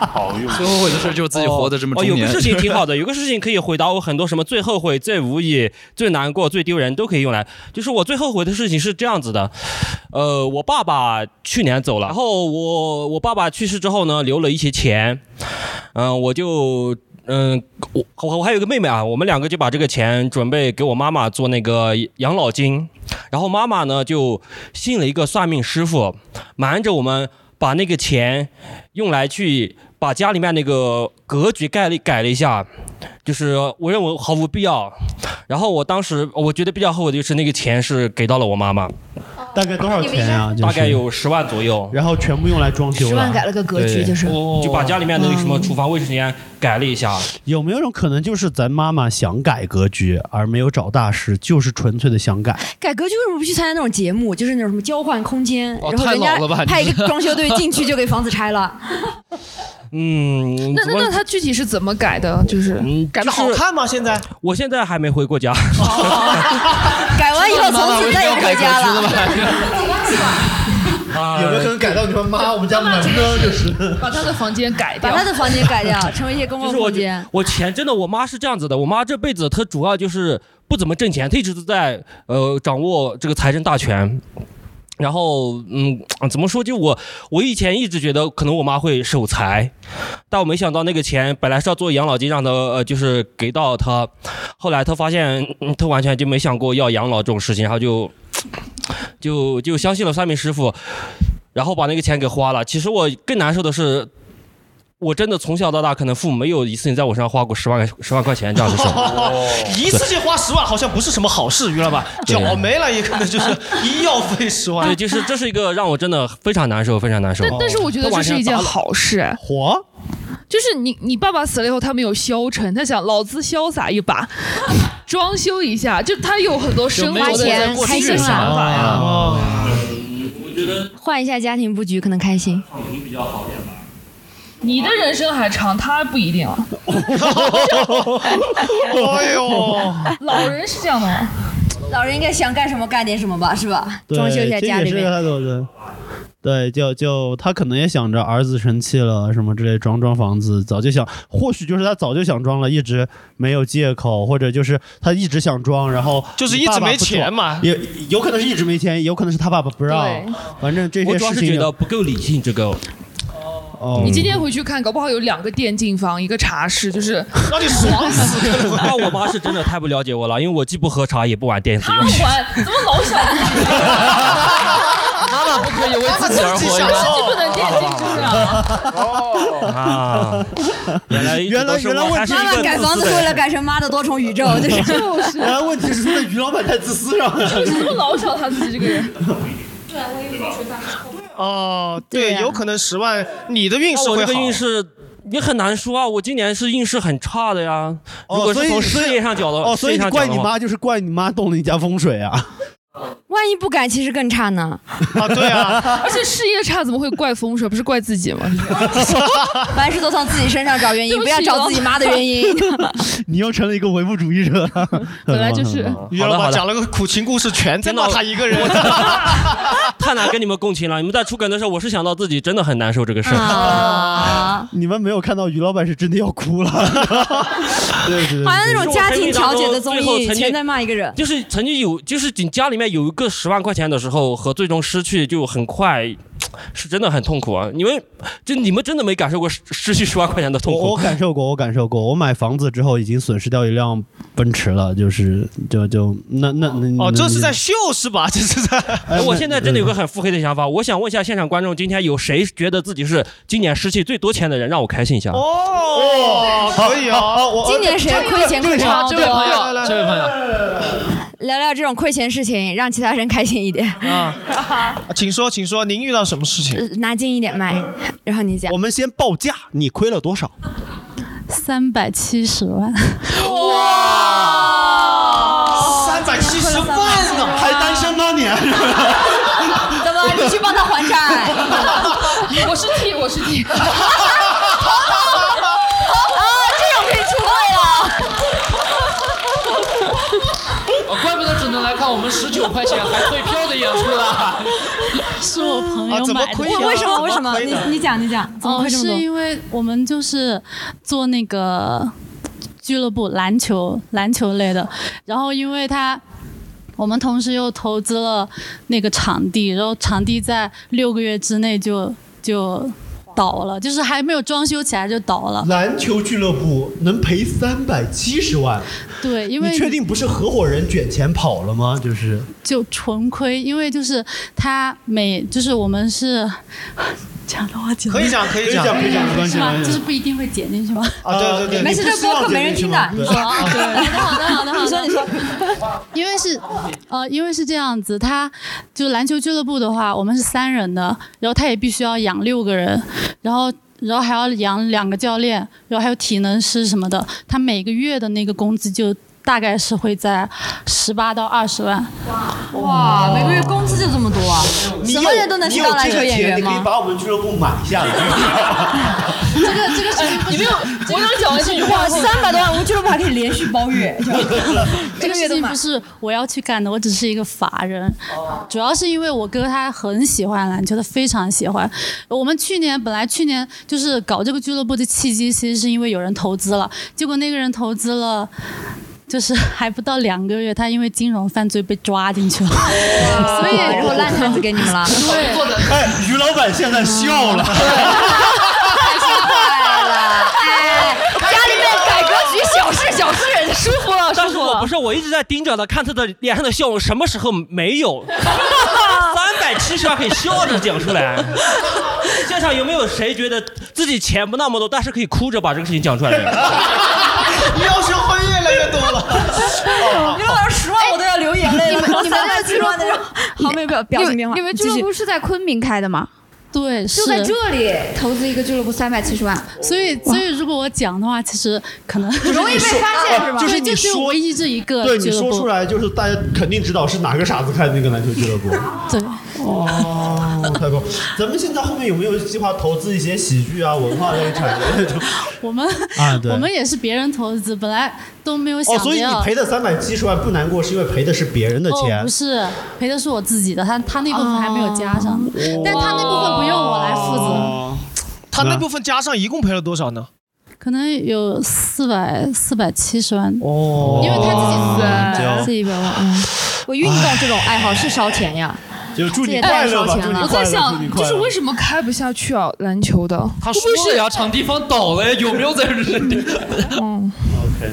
[SPEAKER 7] 好
[SPEAKER 10] 好用。
[SPEAKER 7] 最后悔的事就是自己活得这么
[SPEAKER 9] 哦，
[SPEAKER 7] 中
[SPEAKER 9] 有
[SPEAKER 7] 年。
[SPEAKER 9] 个事情挺好的， 有个事情可以回答我很多什么最后悔、最无语、最难过、最丢人都可以用来。就是我最后悔的事情是这样子的，呃，我爸爸去年走了，然后嗯我我爸爸去世之后呢，留了一些钱，嗯、我就。嗯，我我我还有一个妹妹啊，我们两个就把这个钱准备给我妈妈做那个养老金，然后妈妈呢就信了一个算命师傅，瞒着我们把那个钱用来去把家里面那个格局盖了改了一下，就是我认为毫无必要。然后我当时我觉得比较后悔的就是那个钱是给到了我妈妈，
[SPEAKER 2] 大概多少钱啊？就是
[SPEAKER 9] 大概有十万左右。
[SPEAKER 2] 然后全部用来装修了。
[SPEAKER 9] 了个格局，就是就把家里面那个什么厨房卫生间改了一下。
[SPEAKER 2] 有没有一种可能，就是咱妈妈想改格局，而没有找大师，就是纯粹的想改？
[SPEAKER 5] 改革就是不去参加那种节目，就是那种什么交换空间，
[SPEAKER 2] 哦
[SPEAKER 5] 然后
[SPEAKER 2] 太
[SPEAKER 5] 人家
[SPEAKER 2] 老了吧你
[SPEAKER 5] 派一个装修队进去就给房子拆 了。
[SPEAKER 9] 嗯，
[SPEAKER 3] 那那那他具体是怎么改的？就是
[SPEAKER 4] 改的好看吗？现在
[SPEAKER 9] 我现在还没回过家，
[SPEAKER 6] 哦
[SPEAKER 5] 改完以后，
[SPEAKER 10] 妈妈
[SPEAKER 5] 从
[SPEAKER 10] 为什
[SPEAKER 5] 此
[SPEAKER 10] 么
[SPEAKER 5] 再也
[SPEAKER 10] 要
[SPEAKER 5] 不
[SPEAKER 10] 改
[SPEAKER 5] 回家
[SPEAKER 10] 格局
[SPEAKER 5] 了。
[SPEAKER 9] 哎
[SPEAKER 10] 有没有可能改到你们妈？我们家门呢？就是
[SPEAKER 3] 把他的房间改掉，
[SPEAKER 5] 把他的房间改掉，成为一些公共
[SPEAKER 9] 就是我
[SPEAKER 5] 空
[SPEAKER 9] 觉
[SPEAKER 5] 间。
[SPEAKER 9] 我钱真的，我妈是这样子的，我妈这辈子她主要就是不怎么挣钱，她一直都在呃掌握这个财政大权。然后，嗯，怎么说？就我，我以前一直觉得可能我妈会守财，但我没想到那个钱本来是要做养老金，让她呃就是给到她，后来她发现、嗯她完全就没想过要养老这种事情，然后就就就相信了算命师傅，然后把那个钱给花了。其实我更难受的是，我真的从小到大，可能父母没有一次性在我身上花过十万十万块钱这样的事。
[SPEAKER 4] 哦一次性花十万好像不是什么好事，于老板，
[SPEAKER 9] 对
[SPEAKER 4] 脚哦没了也可能就是医药费十万。
[SPEAKER 9] 对，就是这是一个让我真的非常难受，非常难受
[SPEAKER 3] 但。但是我觉得这是一件好事。
[SPEAKER 2] 火
[SPEAKER 3] 就是你你爸爸死了以后，他没有消沉，他想老子潇洒一把， 装修一下，就他有很多生活
[SPEAKER 6] 花钱
[SPEAKER 3] 的
[SPEAKER 6] 开心
[SPEAKER 3] 的想
[SPEAKER 6] 了
[SPEAKER 3] 法呀。
[SPEAKER 5] 换一下家庭布局可能开心。
[SPEAKER 3] 你的人生还长，他不一定啊。
[SPEAKER 2] 啊
[SPEAKER 4] 哎呦，
[SPEAKER 3] 老人是这样的吗？
[SPEAKER 5] 老人应该想干什么干点什么吧，是吧？
[SPEAKER 2] 对
[SPEAKER 5] 装修一下
[SPEAKER 2] 这
[SPEAKER 5] 家
[SPEAKER 2] 也
[SPEAKER 5] 里
[SPEAKER 2] 是啊
[SPEAKER 5] 面。
[SPEAKER 2] 他的对，对，就就他可能也想着儿子生气了什么之类，装装房子，早就想，或许就是他早就想装了，一直没有借口，或者就是他一直想装，然后
[SPEAKER 4] 就是一
[SPEAKER 2] 爸
[SPEAKER 4] 直
[SPEAKER 2] 爸
[SPEAKER 4] 没
[SPEAKER 2] 不做
[SPEAKER 4] 钱嘛
[SPEAKER 2] 也有可能是一直没钱，有可能是他爸爸不让
[SPEAKER 3] 对，
[SPEAKER 2] 反正这
[SPEAKER 9] 我
[SPEAKER 2] 些
[SPEAKER 9] 主要
[SPEAKER 2] 事
[SPEAKER 9] 是
[SPEAKER 2] 情
[SPEAKER 9] 觉得不够理性，这 个。
[SPEAKER 2] 哦
[SPEAKER 3] 你今天回去看，搞不好有两个电竞房，一个茶室， 就是
[SPEAKER 4] 让你爽死。
[SPEAKER 9] 那我妈是真的太不了解我了，因为我既不喝茶，也不玩电子游
[SPEAKER 3] 不
[SPEAKER 9] 戏。
[SPEAKER 3] 管怎么老想自己，
[SPEAKER 7] 妈妈不可以为自
[SPEAKER 3] 哦
[SPEAKER 7] 己而活
[SPEAKER 3] 就不能电竞就 是啊。
[SPEAKER 9] 啊！原 来原来
[SPEAKER 2] 原来问题
[SPEAKER 5] 妈妈改房子是为了改成妈的多啊重宇宙，就是
[SPEAKER 3] 就是
[SPEAKER 2] 原来问题是出在于老板太自私上了。
[SPEAKER 3] 就是不老想他自己这个人。
[SPEAKER 5] 啊
[SPEAKER 4] 哦，对，有可能十万，你的运势
[SPEAKER 9] 我
[SPEAKER 4] 会
[SPEAKER 9] 这个
[SPEAKER 4] 好。
[SPEAKER 9] 运势也很难说啊，我今年是运势很差的呀。如
[SPEAKER 2] 哦，
[SPEAKER 9] 果
[SPEAKER 2] 所
[SPEAKER 9] 是
[SPEAKER 2] 以
[SPEAKER 9] 从事业上角度，
[SPEAKER 2] 哦，所以
[SPEAKER 9] 事业
[SPEAKER 2] 你
[SPEAKER 9] 上
[SPEAKER 2] 怪
[SPEAKER 9] 讲
[SPEAKER 2] 你
[SPEAKER 9] 的话
[SPEAKER 2] 妈，就是怪你妈动了你家风水啊。
[SPEAKER 5] 万一不改，其实更差呢。
[SPEAKER 4] 啊，对啊，
[SPEAKER 3] 而且事业差怎么会怪风水？不是怪自己 吗？
[SPEAKER 5] 凡事都从自己身上找原因，
[SPEAKER 3] 对不
[SPEAKER 5] 不
[SPEAKER 3] 起
[SPEAKER 5] 要找自己妈的原 因。
[SPEAKER 2] 你又成了一个唯物主义者啊了。
[SPEAKER 3] 本来就是
[SPEAKER 9] 嗯
[SPEAKER 2] 很棒
[SPEAKER 4] 于老板讲了个苦情故事，全在骂他一个人。
[SPEAKER 9] 太难跟你们共情了。你们在出梗的时候，我是想到自己真的很难受这个事儿。
[SPEAKER 5] 啊，
[SPEAKER 2] 你们没有看到于老板是真的要哭了， 对对对，
[SPEAKER 5] 好像那种家庭调解的综
[SPEAKER 9] 最后曾
[SPEAKER 5] 艺，
[SPEAKER 9] 经
[SPEAKER 5] 全在骂一个人。
[SPEAKER 9] 就是曾经有，就是你家里面有一个十万块钱的时候，和最终失去就很快，是真的很痛苦啊！因为就你们真的没感受过失失去十万块钱的痛
[SPEAKER 2] 我我
[SPEAKER 9] 苦。啊
[SPEAKER 2] 感受过，我感受过，我买房子之后已经损失掉一辆奔驰了，就是就就那那那
[SPEAKER 4] 哦，这是在秀是吧？这是在
[SPEAKER 9] 哎，我现在真的有个
[SPEAKER 2] 嗯
[SPEAKER 9] 很腹黑的想法，我想问一下现场观众，今天有谁觉得自己是今年失去最多钱的人？让我开心一下。
[SPEAKER 4] 哦，可
[SPEAKER 5] 啊
[SPEAKER 4] 以
[SPEAKER 2] 好
[SPEAKER 4] 哦。
[SPEAKER 2] 好我
[SPEAKER 5] 今年谁亏钱亏超
[SPEAKER 7] 这位朋
[SPEAKER 5] 多？
[SPEAKER 7] 友，这位朋友，
[SPEAKER 5] 聊聊这种亏钱事情，让其他人开心一 点，
[SPEAKER 4] 啊，请说，请说，您遇到什么事情？
[SPEAKER 5] 呃拿近一点麦，然后你讲
[SPEAKER 2] 我。们先报价，你亏了多少？
[SPEAKER 11] 三百七十万，
[SPEAKER 4] 三百七十万呢，
[SPEAKER 2] 还单身吗你？
[SPEAKER 5] 怎么？你去帮他还 债？
[SPEAKER 3] 我是 T，我是 T。
[SPEAKER 5] 这种可以出柜了。
[SPEAKER 7] 哦啊怪不得只能来看我们十九块钱还退票的演出了。
[SPEAKER 11] 是我朋
[SPEAKER 10] 啊
[SPEAKER 11] 没有买的。
[SPEAKER 5] 为什么？为什么？你你讲，你讲，怎么
[SPEAKER 11] 哦，
[SPEAKER 5] 会这么
[SPEAKER 11] 是
[SPEAKER 5] 多？
[SPEAKER 11] 因为我们就是做那个俱乐部篮球篮球类的，然后因为它。我们同时又投资了那个场地，然后场地在六个月之内就就倒了，就是还没有装修起来就倒了。
[SPEAKER 10] 篮球俱乐部能赔三百七十万，
[SPEAKER 11] 对，因为
[SPEAKER 10] 你确定不是合伙人卷钱跑了吗？就是
[SPEAKER 11] 就纯亏，因为就是他每就是我们是讲的话
[SPEAKER 4] 可以讲可以讲可以讲可以讲没关系
[SPEAKER 11] 是
[SPEAKER 4] 没
[SPEAKER 11] 吧？
[SPEAKER 4] 关系
[SPEAKER 11] 就是不一定会剪进去吗？
[SPEAKER 4] 啊对对对没事你不这希播望客没人剪进去听的吗你对说
[SPEAKER 11] 好的好的好的，
[SPEAKER 5] 啊 你说你说，
[SPEAKER 11] 因为是呃因为是这样子，他就篮球俱乐部的话，我们是三人的，然后他也必须要养六个人，然后。然后还要养两个教练，然后还有体能师什么的，他每个月的那个工资就大概是会在十八到二十万。
[SPEAKER 5] 哇，每个月工资就这么多啊？
[SPEAKER 10] 你
[SPEAKER 5] 什
[SPEAKER 10] 有
[SPEAKER 5] 么人都能
[SPEAKER 10] 你
[SPEAKER 5] 是
[SPEAKER 10] 有
[SPEAKER 5] 当篮
[SPEAKER 10] 这
[SPEAKER 5] 球
[SPEAKER 10] 个
[SPEAKER 5] 演
[SPEAKER 10] 钱，
[SPEAKER 5] 员
[SPEAKER 10] 你可以
[SPEAKER 5] 吗？
[SPEAKER 10] 把我们俱乐部买下来。
[SPEAKER 5] 这个这个事情你没有，我刚讲完这句话，三百多万，我们俱乐部还可以连续包月。
[SPEAKER 11] 这个事情不是我要去干的，我只是一个法人。
[SPEAKER 5] 哦
[SPEAKER 11] 主要是因为我哥他很喜欢篮球，他非常喜欢。我们去年本来去年就是搞这个俱乐部的契机，其实是因为有人投资了，结果那个人投资了。就是还不到两个月，他因为金融犯罪被抓进去了，所以
[SPEAKER 5] 然后烂摊子给你们了
[SPEAKER 11] 对，
[SPEAKER 10] 哎，于老板现在笑了。
[SPEAKER 5] 嗯 太奇怪了，哎，家里面改革举小事小事，舒服了，
[SPEAKER 9] 但
[SPEAKER 5] 舒
[SPEAKER 9] 是
[SPEAKER 5] 服
[SPEAKER 9] 我不
[SPEAKER 5] 了。
[SPEAKER 9] 是，我一直在盯着他，看他的脸上的笑容什么时候没有。 三百七十万可以笑着讲出来。现场有没有谁觉得自己钱不那么多，但是可以哭着把这个事情讲出来 的？
[SPEAKER 4] 要求会越来越多
[SPEAKER 11] 哦
[SPEAKER 4] 了。
[SPEAKER 5] 你老板十万我都要流眼泪了，
[SPEAKER 6] 哎你们你们
[SPEAKER 5] 三百七十万的人，好没有表表情变化，
[SPEAKER 6] 你们俱乐部是在昆明开的吗？
[SPEAKER 11] 对，
[SPEAKER 6] 就是在这里投资一个俱乐部三百七十万，
[SPEAKER 11] 所以所以如果我讲的话，其实可能
[SPEAKER 6] 容易被发现是吧？
[SPEAKER 10] 就是
[SPEAKER 11] 对
[SPEAKER 10] 你
[SPEAKER 11] 就只有
[SPEAKER 10] 说
[SPEAKER 11] 唯一这一个
[SPEAKER 10] 对，
[SPEAKER 11] 俱
[SPEAKER 10] 你
[SPEAKER 11] 乐
[SPEAKER 10] 说
[SPEAKER 11] 部
[SPEAKER 10] 出来就是大家肯定知道是哪个傻子开的那个篮球俱乐部。
[SPEAKER 11] 对，
[SPEAKER 10] 哦，太棒！咱们现在后面有没有计划投资一些喜剧啊、文化类产业？ 哦
[SPEAKER 11] 我们
[SPEAKER 10] 啊对
[SPEAKER 11] 我们也是别人投资，本来都没有想
[SPEAKER 10] 哦，
[SPEAKER 11] 着
[SPEAKER 10] 所以
[SPEAKER 11] 要。
[SPEAKER 10] 你赔的三百七十万不难过，是因为赔的是别人的
[SPEAKER 11] 哦、
[SPEAKER 10] 钱
[SPEAKER 11] 不。是赔的是我自己的，他他那部分还没有加上，
[SPEAKER 10] 哦
[SPEAKER 11] 但他那部分不用我来负责，
[SPEAKER 4] 哦，他那部分加上一共赔了多少呢？
[SPEAKER 11] 可能有四百四百七十万
[SPEAKER 4] 哦
[SPEAKER 11] 因为他自己
[SPEAKER 10] 哦
[SPEAKER 11] 自己一百万，嗯，
[SPEAKER 5] 我运动这种爱好是烧钱呀，
[SPEAKER 10] 就祝
[SPEAKER 5] 这
[SPEAKER 10] 你
[SPEAKER 5] 也太
[SPEAKER 10] 快
[SPEAKER 5] 烧
[SPEAKER 10] 乐吧，
[SPEAKER 5] 钱
[SPEAKER 10] 祝你
[SPEAKER 5] 了。
[SPEAKER 10] 快乐，祝你快乐
[SPEAKER 12] 什么开不下去啊？篮球的，
[SPEAKER 7] 他说了呀，场地方倒了呀，有没有在这里？
[SPEAKER 10] 嗯 OK，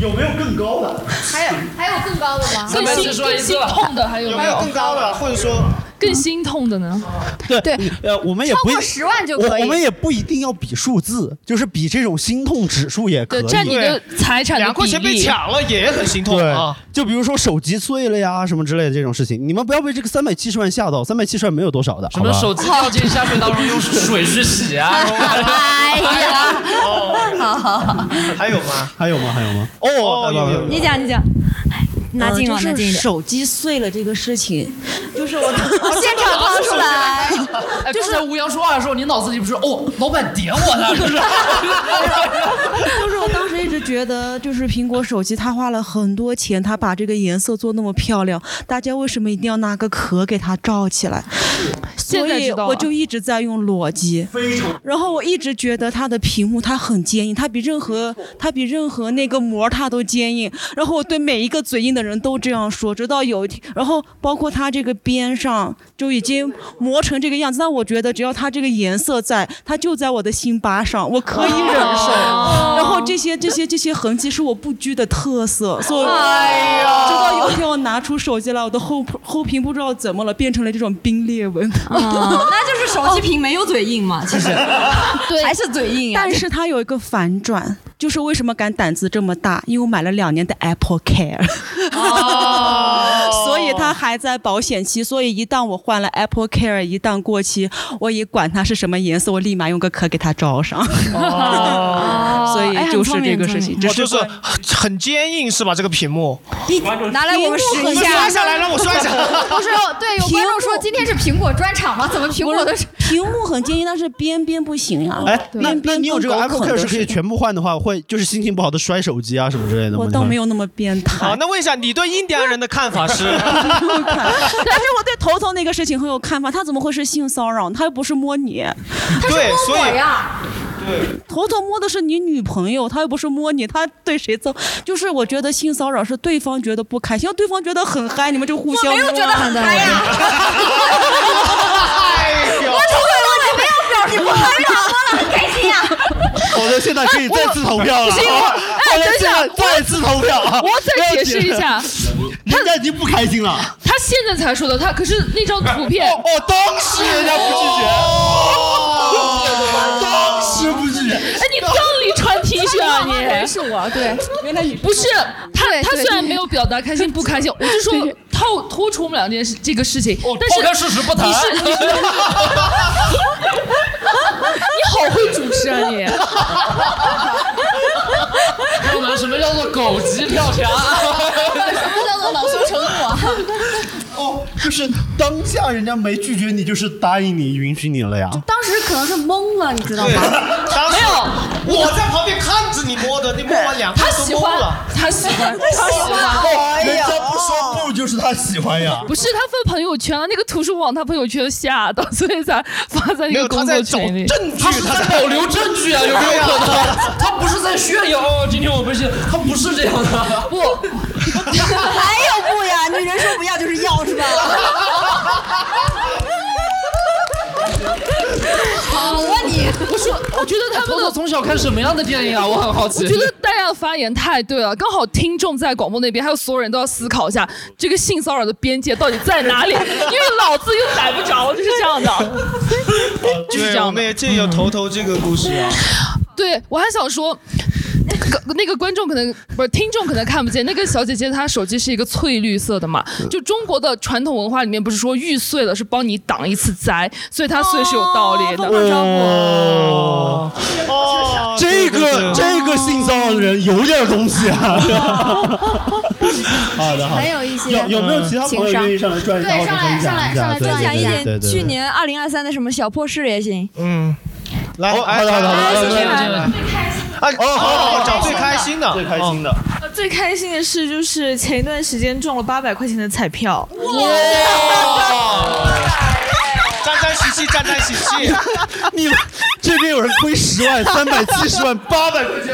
[SPEAKER 10] 有没有更高的？
[SPEAKER 8] 还有还有更高的吗？
[SPEAKER 12] 更心更心痛的还有没有？
[SPEAKER 4] 高的，或者说
[SPEAKER 12] 更心痛的呢？
[SPEAKER 2] 对对，呃，我们也不
[SPEAKER 8] 超过10万就可以
[SPEAKER 2] 我我们也不一定要比数字，就是比这种心痛指数也可以。
[SPEAKER 12] 对占你的财产的
[SPEAKER 4] 两块钱
[SPEAKER 12] 比例
[SPEAKER 4] 被抢了也很心痛
[SPEAKER 2] 对
[SPEAKER 4] 啊。，
[SPEAKER 2] 就比如说手机碎了呀什么之类的这种事情，你们不要被这个三百七十万吓到，三百七十万没有多少的。
[SPEAKER 7] 什么手机掉进下水道中用水去洗 啊？
[SPEAKER 5] 哎呀，好好好，
[SPEAKER 4] 还有吗？
[SPEAKER 2] 还有吗？还有吗？哦，有有
[SPEAKER 5] 你讲你讲，拿近了
[SPEAKER 13] 呃
[SPEAKER 5] 拿
[SPEAKER 13] 就
[SPEAKER 5] 近一
[SPEAKER 13] 是
[SPEAKER 5] 点，
[SPEAKER 13] 手 机碎了这个事情，就是我现
[SPEAKER 5] 场掏出来。
[SPEAKER 7] 哎，就是在吴阳说话的时候，你脑子里不是哦，老板点我呢，是不 是？
[SPEAKER 13] 就是我当时一直觉得，就是苹果手机，它花了很多钱，它把这个颜色做那么漂亮，大家为什么一定要拿个壳给它罩起来？所
[SPEAKER 12] 现在
[SPEAKER 13] 以
[SPEAKER 12] 知道了
[SPEAKER 13] 我就一直在用裸机，然后我一直觉得它的屏幕它很坚硬，它比任何它比任何那个膜它都坚硬。然后我对每一个嘴硬的人都这样说，直到有一天，然后包括它这个边上就已经磨成这个样子。但我觉得只要它这个颜色在，它就在我的心巴上，我可以忍受。然后这些这些这些痕迹是我不拘的特色，所以
[SPEAKER 5] 哎呀
[SPEAKER 13] 直到有一天我拿出手机来，我的后后屏不知道怎么了变成了这种冰裂纹。
[SPEAKER 5] 哦那就是手机屏没有嘴硬嘛， 其实哦对，还是嘴
[SPEAKER 14] 啊
[SPEAKER 5] 硬呀。
[SPEAKER 13] 但是它有一个反转，就是为什么敢胆子这么大？因为我买了两年的 Apple Care，、所以
[SPEAKER 14] 哦
[SPEAKER 13] 它还在保险期。所以一旦我换了 Apple Care，一旦过期，我也管它是什么颜色，我立马用个壳给它罩上。
[SPEAKER 14] 哎
[SPEAKER 13] 所以就是这个事情，
[SPEAKER 4] 哦
[SPEAKER 13] 这
[SPEAKER 4] 就是是 很很坚硬是吧？这个屏幕
[SPEAKER 5] 你拿来我们试一下，
[SPEAKER 14] 不是，对，有观众说今天是苹果专场吗？怎么苹果的？
[SPEAKER 13] 屏 幕很坚硬，但是边边不行呀。
[SPEAKER 2] 哎，那
[SPEAKER 13] 边
[SPEAKER 2] 那
[SPEAKER 13] 边
[SPEAKER 2] 你有这个
[SPEAKER 13] 跟
[SPEAKER 2] Apple
[SPEAKER 13] 狗啃
[SPEAKER 2] Care
[SPEAKER 13] 的
[SPEAKER 2] 是可以全部换的话，会就是心情不好的摔手机啊什么之类的吗？
[SPEAKER 13] 我倒没有那么变态。
[SPEAKER 4] 好，那问一下，你对印第安人的看法是？
[SPEAKER 13] 但是我对头头那个事情很有看法，他怎么会是性骚扰？他又不是摸你，
[SPEAKER 4] 对，所以
[SPEAKER 13] 头头摸的是你女朋友，他又不是摸你，他对谁造？就是我觉得性骚扰是对方觉得不开心，要对方觉得很嗨，你们就互相啊
[SPEAKER 5] 我没有觉得很嗨呀
[SPEAKER 4] 哎
[SPEAKER 5] 我
[SPEAKER 13] 我
[SPEAKER 5] 头头没有表示不嗨呀，摸了很开心呀。啊
[SPEAKER 2] 好的，现在可以再次投票了。
[SPEAKER 3] 不是
[SPEAKER 2] 好吧
[SPEAKER 3] 哎
[SPEAKER 2] 好的，
[SPEAKER 3] 等一
[SPEAKER 2] 现
[SPEAKER 3] 下
[SPEAKER 2] 在再次投票啊。
[SPEAKER 3] 我再解释一下
[SPEAKER 2] 人家已经不开心了。
[SPEAKER 3] 他现在才说的，他可是那张图片，哦
[SPEAKER 2] 哦，当时人家不拒绝，当时不拒绝。
[SPEAKER 3] 哎，你葬礼穿 T 恤啊你？
[SPEAKER 1] 是我对，
[SPEAKER 13] 原来你
[SPEAKER 3] 不是他
[SPEAKER 1] 对，
[SPEAKER 3] 他
[SPEAKER 1] 对
[SPEAKER 3] 虽然没有表达开心不开心，我就说套脱出我们俩这件事这个事情，
[SPEAKER 2] 哦
[SPEAKER 7] 抛
[SPEAKER 3] 但
[SPEAKER 7] 开
[SPEAKER 3] 是
[SPEAKER 7] 事实不谈
[SPEAKER 3] 你是 你是你好会主持啊你。
[SPEAKER 7] 我们什么叫做狗急跳墙？啊
[SPEAKER 6] 什么叫做恼羞成怒？
[SPEAKER 15] 哦，就是当下人家没拒绝你，就是答应你、允许你了呀。
[SPEAKER 6] 当时可能是懵了，你知道吗？
[SPEAKER 4] 当时
[SPEAKER 6] 没有
[SPEAKER 4] 我在旁边看着你摸的，你摸完两下
[SPEAKER 3] 他
[SPEAKER 4] 都
[SPEAKER 3] 喜
[SPEAKER 4] 懵
[SPEAKER 3] 欢
[SPEAKER 4] 了。，
[SPEAKER 3] 他喜欢，他喜
[SPEAKER 15] 哦
[SPEAKER 3] 欢，
[SPEAKER 15] 人家不说不就是他喜欢呀？
[SPEAKER 3] 不是他分朋友圈了，那个图书网他朋友圈吓到，所以才发在那个工作群里。
[SPEAKER 7] 他是在保留证据啊，有没有 可能？他不是在炫耀，哦今天我不是，他不是这样的。
[SPEAKER 3] 不，
[SPEAKER 5] 还有不呀？女人说不要就是要是吧？
[SPEAKER 3] 好
[SPEAKER 5] 我问你，
[SPEAKER 3] 我说，我觉得他们
[SPEAKER 7] 头头从小看什么样的电影啊我很好奇
[SPEAKER 3] 我觉得大家的发言太对了，刚好听众在广播那边，还有所有人都要思考一下这个性骚扰的边界到底在哪里，因为老子又逮不着，就是这样 的。
[SPEAKER 4] 就是我们也借由头头这个故事啊。
[SPEAKER 3] 对我还想说。个那个观众可能不是听众，可能看不见。那个小姐姐她手机是一个翠绿色的嘛，就中国的传统文化里面不是说玉碎了是帮你挡一次灾，所以她碎是有道理的。
[SPEAKER 2] 哦，
[SPEAKER 7] 哦
[SPEAKER 2] 这个这个性骚扰的人有点东西 啊。好的，好的。
[SPEAKER 5] 很有一些
[SPEAKER 2] 有有没有其他朋友愿意上来转一下，
[SPEAKER 5] 情商
[SPEAKER 2] 或者分享一下？
[SPEAKER 5] 分享一
[SPEAKER 2] 啊对
[SPEAKER 5] 点
[SPEAKER 2] 对
[SPEAKER 5] 去
[SPEAKER 2] 对。
[SPEAKER 5] 年二零二三的什么小破事也行。
[SPEAKER 4] 嗯，来，
[SPEAKER 7] 哦
[SPEAKER 2] 好的好的好的，来
[SPEAKER 4] 啊，
[SPEAKER 2] 哦
[SPEAKER 4] 好，找最开心的，哦
[SPEAKER 15] 最开心的。
[SPEAKER 12] 呃最开心的事就是前一段时间中了八百块钱的彩票，
[SPEAKER 4] 沾沾喜气，沾沾喜气。
[SPEAKER 2] 你们这边有人亏十万、三百、七十万、八百块钱。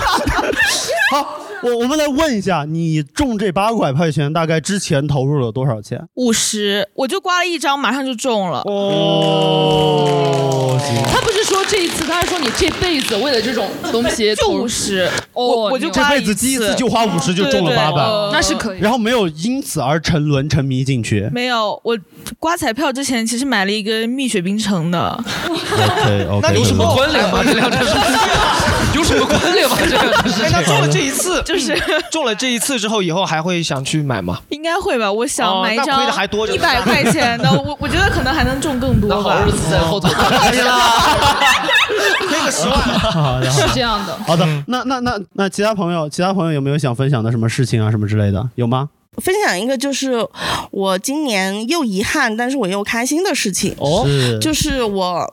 [SPEAKER 2] 好，我我们来问一下，你中这八百块钱大概之前投入了多少钱？
[SPEAKER 12] 五十，我就刮了一张，马上就中了。
[SPEAKER 2] 哦，
[SPEAKER 3] 他不是说这一次，他是说你这辈子为了这种东西哦
[SPEAKER 12] 就五十，我我就
[SPEAKER 2] 这
[SPEAKER 12] 刮
[SPEAKER 2] 辈子第一次就花五十就中了八百，
[SPEAKER 12] 那是可以。
[SPEAKER 2] 然后没有因此而沉沦沉迷进 去。
[SPEAKER 12] 没有，我刮彩票之前其实买了一个蜜雪冰城的，
[SPEAKER 2] OK OK，
[SPEAKER 7] 有什么关联
[SPEAKER 12] 哦
[SPEAKER 7] 吗？这两件事情 有什么关联吗？这两件事情。
[SPEAKER 4] 哎，那中了这一次，
[SPEAKER 12] 就是
[SPEAKER 4] 中了这一次之后，以后还会想去买吗？
[SPEAKER 12] 应该会吧？我想
[SPEAKER 4] 哦
[SPEAKER 12] 买一
[SPEAKER 4] 那亏
[SPEAKER 12] 张
[SPEAKER 4] 得还多着
[SPEAKER 12] 一
[SPEAKER 4] 呢
[SPEAKER 12] 百块钱的，我我觉得可能还能中更多吧。
[SPEAKER 7] 日子在后 头哎
[SPEAKER 4] 亏个十万。
[SPEAKER 2] 好的，
[SPEAKER 3] 是这样的。
[SPEAKER 2] 好的，那那那那其他朋友，其他朋友有没有想分享的什么事情啊，什么之类的，有吗？
[SPEAKER 16] 分享一个，就是我今年又遗憾，但是我又开心的事情。
[SPEAKER 2] 哦是
[SPEAKER 16] 就是我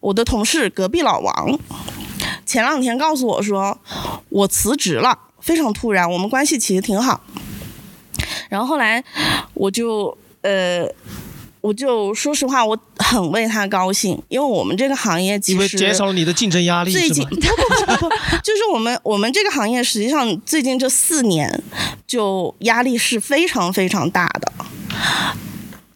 [SPEAKER 16] 我的同事隔壁老王，前两天告诉我说我辞职了，非常突然。我们关系其实挺好，然后后来我就呃。我就说实话，我很为他高兴，因为我们这个行业其
[SPEAKER 4] 因为
[SPEAKER 16] 实
[SPEAKER 4] 减少了你的竞争压力，
[SPEAKER 16] 最
[SPEAKER 4] 是
[SPEAKER 16] 近
[SPEAKER 4] 吗？
[SPEAKER 16] 不不不不不， 就是我们我们这个行业，实际上最近这四年就压力是非常非常大的，